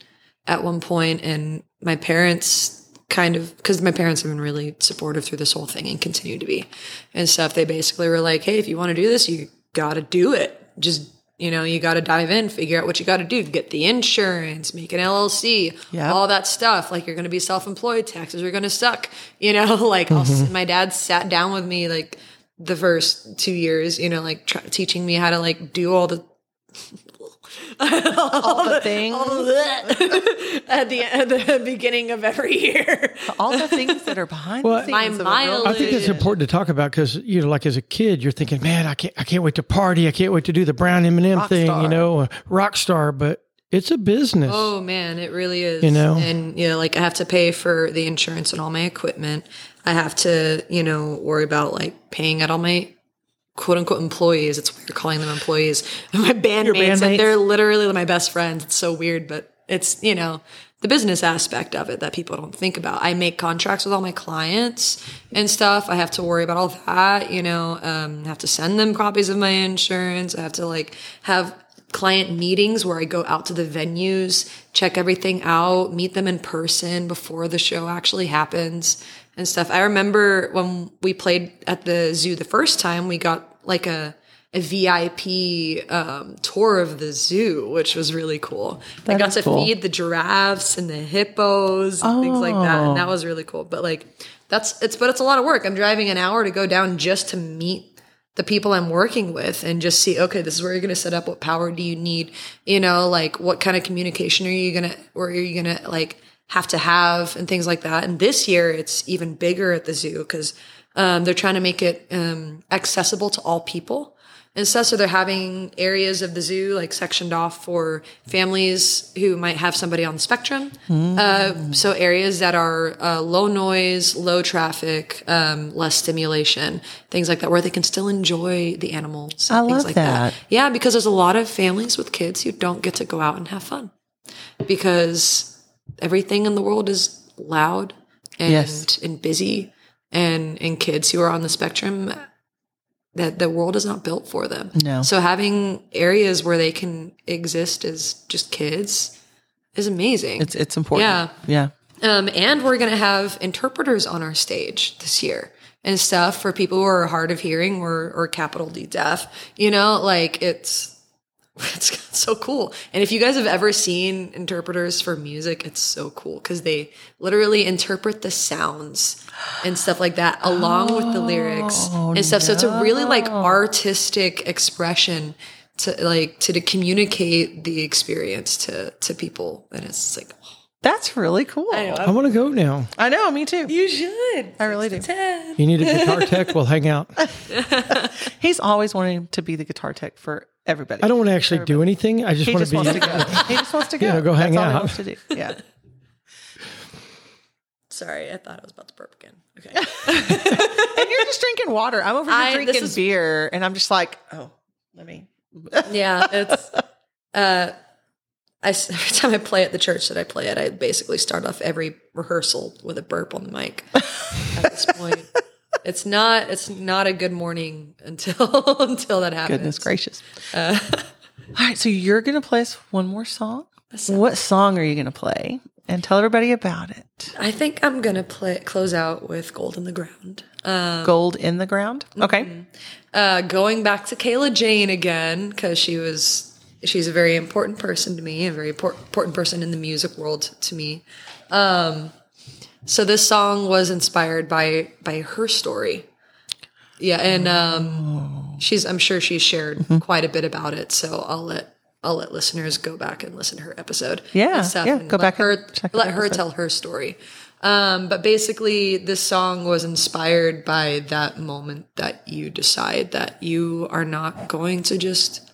Speaker 3: at one point, and my parents kind of because my parents have been really supportive through this whole thing and continue to be and stuff. They basically were like, "Hey, if you want to do this, you got to do it. Just." You know, you got to dive in, figure out what you got to do, get the insurance, make an LLC,
Speaker 1: Yep.
Speaker 3: all that stuff. Like you're going to be self-employed, taxes are going to suck. You know, like I'll s my dad sat down with me like the first two years. You know, like tr- teaching me how to like do all the
Speaker 1: All the things,
Speaker 3: at the at the beginning of every year.
Speaker 1: all the things that are behind
Speaker 2: Well,
Speaker 1: the scenes.
Speaker 3: My
Speaker 1: of a real-
Speaker 3: mileage-
Speaker 2: I think it's important to talk about because you know, like as a kid, you're thinking, "Man, I can't, I can't wait to party. I can't wait to do the brown M and m
Speaker 1: Rock
Speaker 2: thing." You
Speaker 1: star.
Speaker 2: know, a rock star. But it's a business.
Speaker 3: Oh man, it really is.
Speaker 2: You know?
Speaker 3: and you know, like I have to pay for the insurance on all my equipment. I have to, you know, worry about like paying out all my quote unquote employees. It's weird calling them employees. My bandmates,
Speaker 1: bandmates.
Speaker 3: and they're literally my best friends. It's so weird, but it's, you know, the business aspect of it that people don't think about. I make contracts with all my clients and stuff. I have to worry about all that, you know, um, I have to send them copies of my insurance. I have to like have client meetings where I go out to the venues, check everything out, meet them in person before the show actually happens and stuff. I remember when we played at the zoo the first time, we got like a a VIP um, tour of the zoo, which was really cool. They
Speaker 1: That
Speaker 3: got
Speaker 1: is
Speaker 3: to
Speaker 1: cool.
Speaker 3: feed the giraffes and the hippos and things like that, and that was really cool. But like, that's it's but it's a lot of work. I'm driving an hour to go down just to meet the people I'm working with and just see, okay, this is where you're going to set up. What power do you need? You know, like what kind of communication are you going to, or are you going to like have to have and things like that. And this year it's even bigger at the zoo because um, they're trying to make it um, accessible to all people. And so, so they're having areas of the zoo like sectioned off for families who might have somebody on the spectrum.
Speaker 1: Hmm.
Speaker 3: Uh, so areas that are uh, low noise, low traffic, um, less stimulation, things like that, where they can still enjoy the animals. and
Speaker 1: I
Speaker 3: things
Speaker 1: love
Speaker 3: like
Speaker 1: that.
Speaker 3: Yeah, because there's a lot of families with kids who don't get to go out and have fun because everything in the world is loud and
Speaker 1: Yes.
Speaker 3: and busy, and and kids who are on the spectrum that the world is not built for them.
Speaker 1: No.
Speaker 3: So having areas where they can exist as just kids is amazing.
Speaker 1: It's it's important.
Speaker 3: Yeah.
Speaker 1: Yeah.
Speaker 3: Um, and we're going to have interpreters on our stage this year and stuff for people who are hard of hearing or, or capital D deaf. You know, like it's. It's so cool. And if you guys have ever seen interpreters for music, it's so cool because they literally interpret the sounds and stuff like that along with the lyrics and stuff. So it's a really like artistic expression to like to, to communicate the experience to to people. And it's like, oh.
Speaker 1: That's really cool. I know.
Speaker 2: I want to go now.
Speaker 1: me too.
Speaker 3: you should.
Speaker 1: I really do.
Speaker 2: You need a guitar tech? We'll hang out.
Speaker 1: He's always wanted to be the guitar tech for everybody.
Speaker 2: I don't want to actually do anything. I just
Speaker 1: He
Speaker 2: want
Speaker 1: just
Speaker 2: to be.
Speaker 1: wants to go. He just wants to go.
Speaker 2: Yeah, go hang
Speaker 1: That's all he
Speaker 2: out.
Speaker 1: wants to do. Yeah.
Speaker 3: Sorry, I thought I was about to burp again. Okay.
Speaker 1: And you're just drinking water. I'm over here
Speaker 3: I- this
Speaker 1: drinking
Speaker 3: is-
Speaker 1: beer, and I'm just like, oh, let me.
Speaker 3: yeah, it's uh I s every time I play at the church that I play at, I basically start off every rehearsal with a burp on the mic. at this point, it's not it's not a good morning until until that happens.
Speaker 1: Goodness gracious. all right, so you're gonna play us one more song.
Speaker 3: sounds-
Speaker 1: What song are you gonna play? And tell everybody about it.
Speaker 3: I think I'm gonna play close out with "Gold in the Ground."
Speaker 1: Gold in the ground. Okay.
Speaker 3: uh, going back to Kayla Jane again because she was she's a very important person to me, a very por- important person in the music world to me. Um, so this song was inspired by by her story. Yeah, and um, she's I'm sure she's shared
Speaker 1: Mm-hmm.
Speaker 3: quite a bit about it. So I'll let I'll let listeners go back and listen to her episode.
Speaker 1: Yeah,
Speaker 3: and stuff
Speaker 1: yeah,
Speaker 3: and
Speaker 1: go
Speaker 3: let
Speaker 1: back
Speaker 3: her
Speaker 1: and check
Speaker 3: let
Speaker 1: the
Speaker 3: her
Speaker 1: episode.
Speaker 3: tell her story. Um, but basically, this song was inspired by that moment that you decide that you are not going to just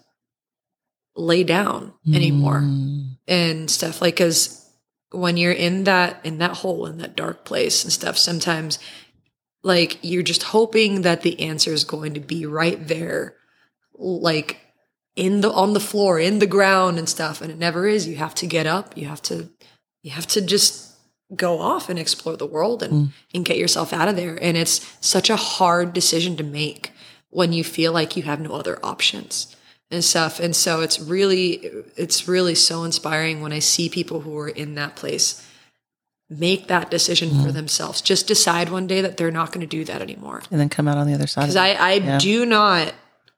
Speaker 3: lay down anymore
Speaker 1: Mm.
Speaker 3: and stuff like because when you're in that in that hole in that dark place and stuff sometimes like you're just hoping that the answer is going to be right there like in the on the floor in the ground and stuff and it never is you have to get up you have to you have to just go off and explore the world and and get yourself out of there and it's such a hard decision to make when you feel like you have no other options and stuff and so it's really it's really so inspiring when i see people who are in that place make that decision for themselves just decide one day that they're not going to do that anymore
Speaker 1: And then come out on the other side. Of
Speaker 3: because
Speaker 1: it.
Speaker 3: I, I do not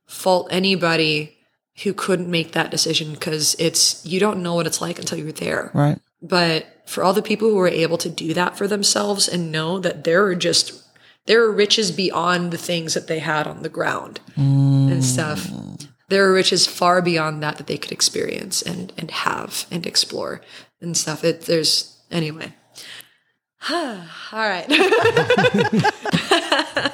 Speaker 3: fault anybody who couldn't make that decision because it's you don't know what it's like until you're there.
Speaker 1: right.
Speaker 3: But for all the people who are able to do that for themselves and know that there are just there are riches beyond the things that they had on the ground and stuff. There are riches far beyond that that they could experience and and have and explore and stuff. It there's anyway. all right.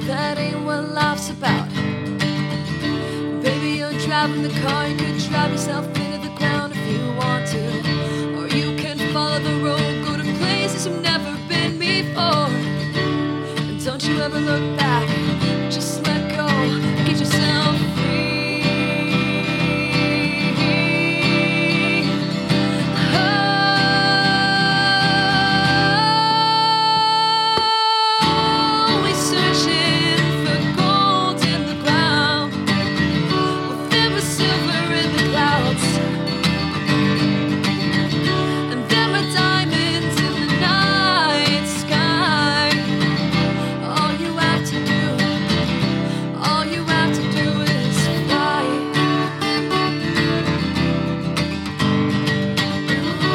Speaker 4: this about? Baby, you're driving the car, you could drive yourself into the ground if you want to. Or you can follow the road, go to places you've never been before. And don't you ever look back, just let go, get yourself free. Oh. Always searching for gold in the ground. Well, there was silver in the clouds, and there were diamonds in the night sky. All you have to do, all you have to do is fly. Ooh,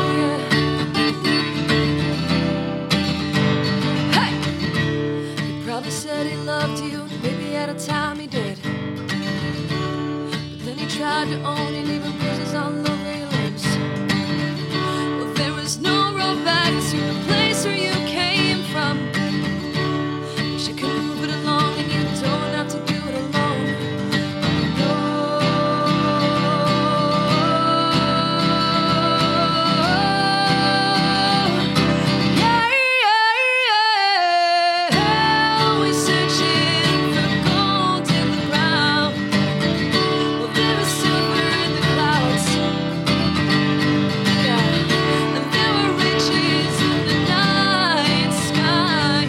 Speaker 4: yeah. Hey! He probably said he loved you, maybe at a time he did. But then he tried to own it, leaving bruises all over your lips. Well, there was no road back to the place where you came from. But you can move it along, and you don't have to do it alone. No. Yeah, yeah, yeah. Always searching for gold in the ground. Well, there was silver in the clouds. Yeah, and there were riches in the night sky.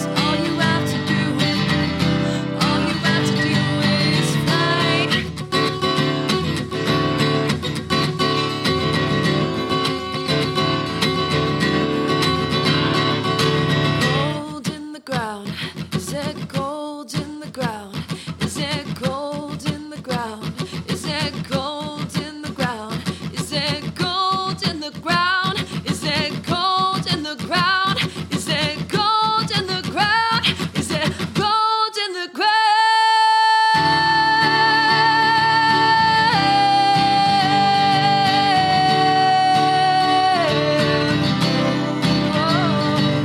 Speaker 4: So all you have to do, all you have to do is fly. gold in the ground? Is there gold in the ground? Is there gold in the ground? Is there gold in the ground? Is there gold in the ground? Is there gold in the ground? Is there gold in the ground? Is there gold in the ground?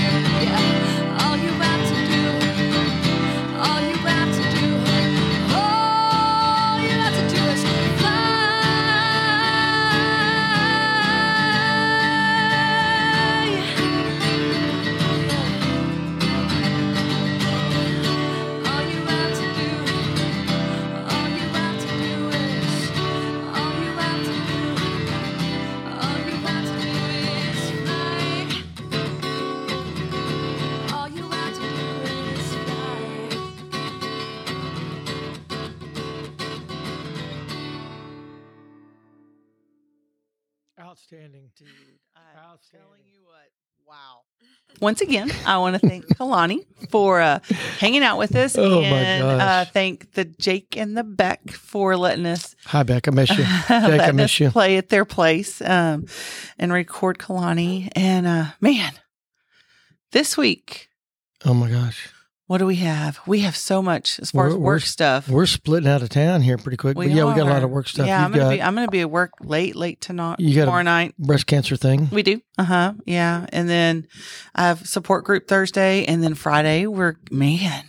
Speaker 4: All you have to do all you have to do, all you have to do is fly. All you have to do, all you have to do is, all you have to do, all you have to do is fly. All you have to do is fly.
Speaker 2: Outstanding.
Speaker 1: Dude, I'm
Speaker 2: Outstanding.
Speaker 1: telling you what. Wow. Once again, I want to thank Kalani for uh, hanging out with us.
Speaker 2: Oh, my
Speaker 1: and, Uh,
Speaker 2: gosh.
Speaker 1: thank the Jake and the Beck for letting us
Speaker 2: Hi, Beck. I miss you. Beck, I
Speaker 1: letting us
Speaker 2: miss you.
Speaker 1: play at their place um, and record Kalani. And uh, man, this week,
Speaker 2: Oh my gosh,
Speaker 1: what do we have? We have so much as far as
Speaker 2: We're-
Speaker 1: work
Speaker 2: we're-
Speaker 1: stuff.
Speaker 2: we're splitting out of town here pretty quick. but yeah, we got a lot
Speaker 1: are.
Speaker 2: of work stuff.
Speaker 1: Yeah, I'm
Speaker 2: You've
Speaker 1: gonna
Speaker 2: got
Speaker 1: be I'm gonna be at work late, late tonight,
Speaker 2: You got a-
Speaker 1: tomorrow night.
Speaker 2: breast cancer thing.
Speaker 1: We do. Uh huh. Yeah. And then I have support group Thursday, and then Friday we're man.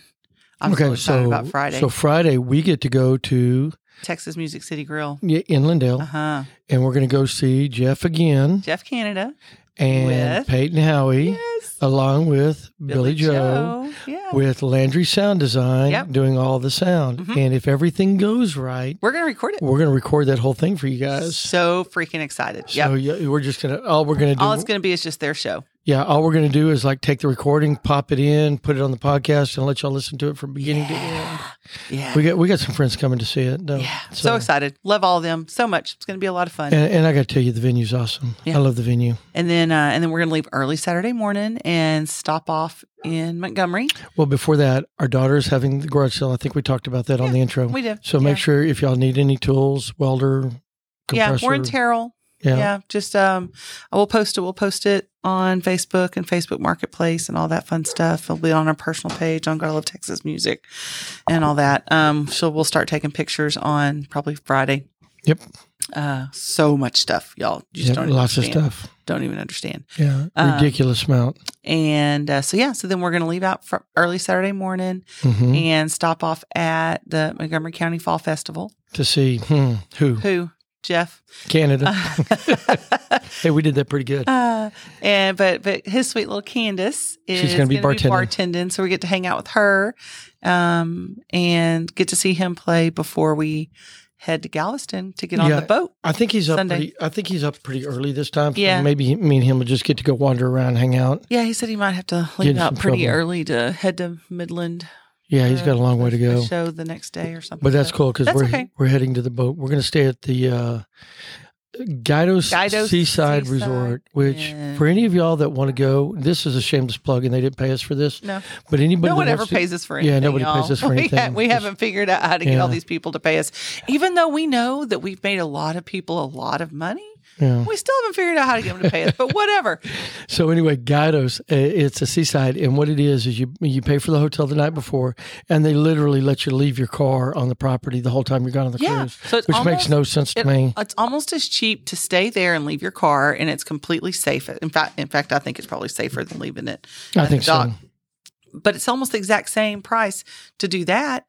Speaker 1: I'm so excited about Friday.
Speaker 2: So Friday we get to go to
Speaker 1: Texas Music City Grill.
Speaker 2: yeah, Inlandale,
Speaker 1: Uh huh.
Speaker 2: and we're going to go see Jeff again
Speaker 1: Jeff Canada.
Speaker 2: and
Speaker 1: With-
Speaker 2: Peyton Howie,
Speaker 1: Yes.
Speaker 2: along with Billy, Joe.
Speaker 1: Yeah.
Speaker 2: With Landry Sound Design
Speaker 1: Yep.
Speaker 2: doing all the sound.
Speaker 1: Mhm.
Speaker 2: And if everything goes right,
Speaker 1: We're gonna record it.
Speaker 2: we're going to record that whole thing for you guys.
Speaker 1: So freaking excited.
Speaker 2: So
Speaker 1: Yep.
Speaker 2: yeah, we're just going to, all we're going to do,
Speaker 1: All it's gonna be is just their show.
Speaker 2: yeah, all we're going to do is like take the recording, pop it in, put it on the podcast, and let y'all listen to it from beginning to
Speaker 1: Yeah.
Speaker 2: end. We got, we got some friends coming to see it. Though.
Speaker 1: yeah. So, excited. Love all of them so much. It's gonna be a lot of fun.
Speaker 2: And, and I got to tell you, the venue's awesome.
Speaker 1: Yeah.
Speaker 2: I love the venue.
Speaker 1: And then uh, and then we're gonna leave early Saturday morning and stop off in Montgomery.
Speaker 2: Well, before that, our daughter's having the garage sale. I think we talked about that on the intro.
Speaker 1: We do.
Speaker 2: so make
Speaker 1: Yeah.
Speaker 2: sure if y'all need any tools, welder,
Speaker 1: yeah,
Speaker 2: compressor.
Speaker 1: we're in Terrell. Yeah. just um, I will post it. We'll post it on Facebook and Facebook Marketplace and all that fun stuff. It'll be on our personal page on God Love Texas Music and all that. Um, so we'll start taking pictures on probably Friday.
Speaker 2: Yep.
Speaker 1: Uh, so much stuff, y'all. You just
Speaker 2: Yeah,
Speaker 1: don't even
Speaker 2: lots of
Speaker 1: understand.
Speaker 2: stuff.
Speaker 1: Don't even understand.
Speaker 2: Yeah,
Speaker 1: Um,
Speaker 2: ridiculous amount.
Speaker 1: And uh, so yeah, so then we're gonna leave out fr- early Saturday morning
Speaker 2: hmm
Speaker 1: and stop off at the Montgomery County Fall Festival.
Speaker 2: to see hmm, who
Speaker 1: Who, Uh, Jeff?
Speaker 2: Canada. hey, we did that pretty good.
Speaker 1: Uh, and but but his sweet little Candace is
Speaker 2: She's gonna be
Speaker 1: bartending, so we get to hang out with her, um, and get to see him play before we head to Galveston to get on
Speaker 2: Yeah.
Speaker 1: the boat.
Speaker 2: I think he's up.
Speaker 1: Sunday.
Speaker 2: Pretty, I think he's up pretty early this time. so
Speaker 1: Yeah.
Speaker 2: maybe me and him will just get to go wander around, hang out.
Speaker 1: Yeah, he said he might have to leave
Speaker 2: in
Speaker 1: out
Speaker 2: some
Speaker 1: pretty
Speaker 2: trouble.
Speaker 1: early to head to Midland.
Speaker 2: Yeah, he's got a long way to
Speaker 1: for a
Speaker 2: go,
Speaker 1: Show the next day or something.
Speaker 2: but that's
Speaker 1: So-
Speaker 2: cool because
Speaker 1: Uh, That's
Speaker 2: we're
Speaker 1: okay.
Speaker 2: we're heading to the boat. We're going to stay at the uh, Guidos,
Speaker 1: Guidos Seaside,
Speaker 2: Seaside, Resort. Which
Speaker 1: yeah.
Speaker 2: for any of y'all that want to go, this is a shameless plug, and they didn't pay us for this.
Speaker 1: No.
Speaker 2: but anybody
Speaker 1: No
Speaker 2: that
Speaker 1: one ever
Speaker 2: wants to-
Speaker 1: pays us for
Speaker 2: Yeah,
Speaker 1: anything.
Speaker 2: nobody
Speaker 1: y'all.
Speaker 2: pays us for
Speaker 1: we
Speaker 2: anything.
Speaker 1: We
Speaker 2: Just-
Speaker 1: haven't figured out how to get all
Speaker 2: Yeah.
Speaker 1: these people to pay us, even though we know that we've made a lot of people a lot of money.
Speaker 2: Yeah.
Speaker 1: We still haven't figured out how to get them to pay us. But whatever.
Speaker 2: So anyway, Guidos, uh, it's a seaside, and what it is is you you pay for the hotel the night before, and they literally let you leave your car on the property the whole time you're gone on the
Speaker 1: Yeah.
Speaker 2: cruise,
Speaker 1: So it's
Speaker 2: which makes
Speaker 1: almost-
Speaker 2: no sense to
Speaker 1: It-
Speaker 2: me.
Speaker 1: It's almost as cheap to stay there and leave your car, and it's completely safe. In fact, in fact, I think it's probably safer than leaving it.
Speaker 2: I
Speaker 1: at
Speaker 2: think
Speaker 1: the
Speaker 2: so.
Speaker 1: dock. But it's almost the exact same price to do that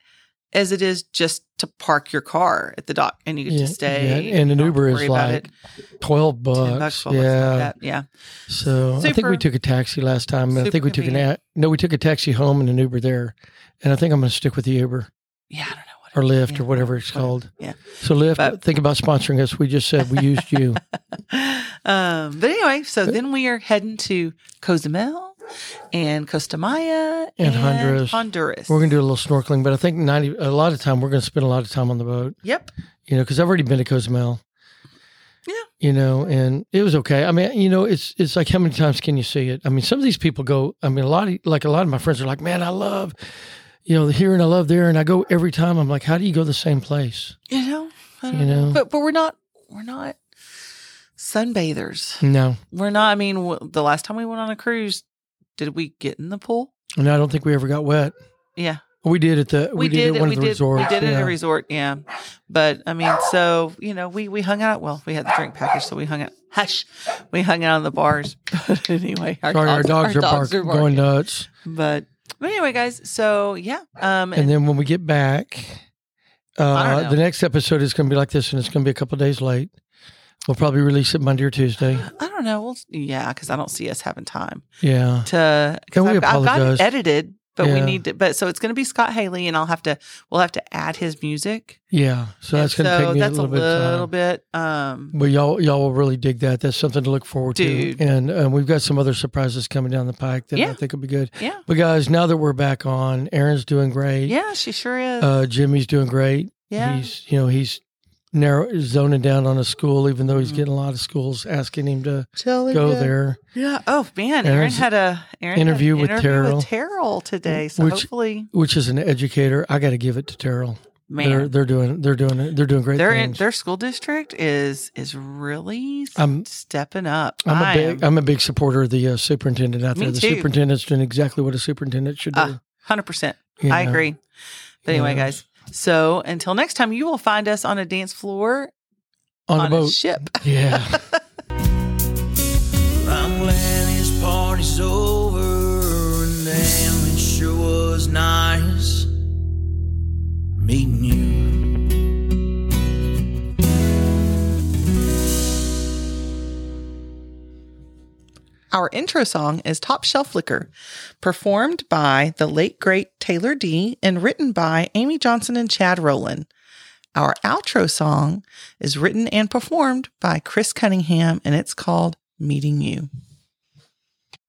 Speaker 1: as it is just to park your car at the dock, and you get
Speaker 2: Yeah,
Speaker 1: to stay.
Speaker 2: yeah, and an
Speaker 1: don't
Speaker 2: Uber is
Speaker 1: worry about
Speaker 2: like
Speaker 1: it. 10
Speaker 2: Twelve bucks,
Speaker 1: bucks, twelve
Speaker 2: yeah.
Speaker 1: bucks, something like that. yeah.
Speaker 2: So I think
Speaker 1: Super-
Speaker 2: we took a taxi last time, and I
Speaker 1: super
Speaker 2: think we took an
Speaker 1: convenient.
Speaker 2: a- no, we took a taxi home and an Uber there, and I think I'm going to stick with the Uber
Speaker 1: Yeah, I don't know what.
Speaker 2: or Lyft
Speaker 1: Yeah,
Speaker 2: or whatever it's
Speaker 1: whatever.
Speaker 2: called.
Speaker 1: Yeah.
Speaker 2: So Lyft,
Speaker 1: But-
Speaker 2: think about sponsoring us. We just said we used you.
Speaker 1: um, but anyway, so then we are heading to Cozumel and Costa Maya
Speaker 2: And Honduras.
Speaker 1: Honduras.
Speaker 2: We're going to do a little snorkeling, but I think ninety a lot of time we're going to spend a lot of time on the boat.
Speaker 1: Yep.
Speaker 2: you know, because I've already been to Cozumel.
Speaker 1: Yeah.
Speaker 2: You know, and it was okay. I mean, you know, it's it's like how many times can you see it? I mean, some of these people go. I mean, a lot of like a lot of my friends are like, man, I love, you know, here and I love there, and I go every time. I'm like, how do you go the same place?
Speaker 1: You know. I don't
Speaker 2: You know?
Speaker 1: But but we're not we're not sunbathers.
Speaker 2: No,
Speaker 1: We're not. I mean, w- the last time we went on a cruise, did we get in the pool?
Speaker 2: no, I don't think we ever got wet.
Speaker 1: Yeah,
Speaker 2: We did at the we, did, at one
Speaker 1: we
Speaker 2: of the
Speaker 1: did,
Speaker 2: resorts.
Speaker 1: We did it
Speaker 2: yeah.
Speaker 1: at a resort. Yeah, but I mean, so you know, we we hung out. Well, we had the drink package, so we hung out. Hush, we hung out in the bars. But anyway,
Speaker 2: Sorry, our dogs, are, bark- going nuts.
Speaker 1: But but anyway, guys. So yeah. Um.
Speaker 2: And
Speaker 1: And,
Speaker 2: then when we get back,
Speaker 1: I don't
Speaker 2: uh,
Speaker 1: know.
Speaker 2: the next episode is going to be like this, and it's going to be a couple days late. We'll probably release it Monday or Tuesday.
Speaker 1: I don't know. We'll, yeah, because I don't see us having time
Speaker 2: Yeah.
Speaker 1: to.
Speaker 2: And
Speaker 1: Because
Speaker 2: we
Speaker 1: I've, I've got
Speaker 2: apologize.
Speaker 1: it edited, but we
Speaker 2: Yeah.
Speaker 1: need to. But so it's going to be Scott Haley, and I'll have to. We'll have to add his music.
Speaker 2: Yeah, so that's
Speaker 1: And
Speaker 2: going
Speaker 1: so
Speaker 2: to take me a
Speaker 1: that's
Speaker 2: little, bit, of time.
Speaker 1: bit, um
Speaker 2: But y'all, y'all will really dig that. That's something to look forward
Speaker 1: Dude.
Speaker 2: to. And uh, we've got some other surprises coming down the pike that I
Speaker 1: Yeah.
Speaker 2: think will be good.
Speaker 1: yeah
Speaker 2: But guys, now that we're back on, Aaron's doing great.
Speaker 1: yeah she sure is
Speaker 2: Uh, Jimmy's doing great.
Speaker 1: yeah
Speaker 2: He's, you know, he's narrow zoning down on a school, even though he's
Speaker 1: Mhm.
Speaker 2: getting a lot of schools asking him to
Speaker 1: Totally
Speaker 2: go there.
Speaker 1: yeah oh man Aaron
Speaker 2: Aaron's
Speaker 1: had a Aaron
Speaker 2: interview
Speaker 1: had
Speaker 2: with
Speaker 1: an interview
Speaker 2: Terrell.
Speaker 1: with Terrell today so
Speaker 2: Which-
Speaker 1: hopefully
Speaker 2: Which is an educator. I got to give it to Terrell. They're
Speaker 1: man
Speaker 2: they're doing they're doing they're doing great
Speaker 1: their
Speaker 2: things.
Speaker 1: their school district is is really s-
Speaker 2: I'm-
Speaker 1: stepping up
Speaker 2: I'm
Speaker 1: I
Speaker 2: a big
Speaker 1: am
Speaker 2: I'm a big supporter of the uh, superintendent out
Speaker 1: Me
Speaker 2: there. The
Speaker 1: too.
Speaker 2: superintendent's doing exactly what a superintendent should do.
Speaker 1: Ah, 100%
Speaker 2: you
Speaker 1: I
Speaker 2: know.
Speaker 1: agree but anyway
Speaker 2: Yeah.
Speaker 1: guys so until next time you will find us on a dance floor
Speaker 2: on, a boat.
Speaker 1: ship
Speaker 2: yeah.
Speaker 6: I'm glad this party's over, and damn, it sure was nice meeting you.
Speaker 1: Our intro song is Top Shelf Liquor, performed by the late great Taylor D and written by Amy Johnson and Chad Rowland. Our outro song is written and performed by Chris Cunningham and it's called Meeting You.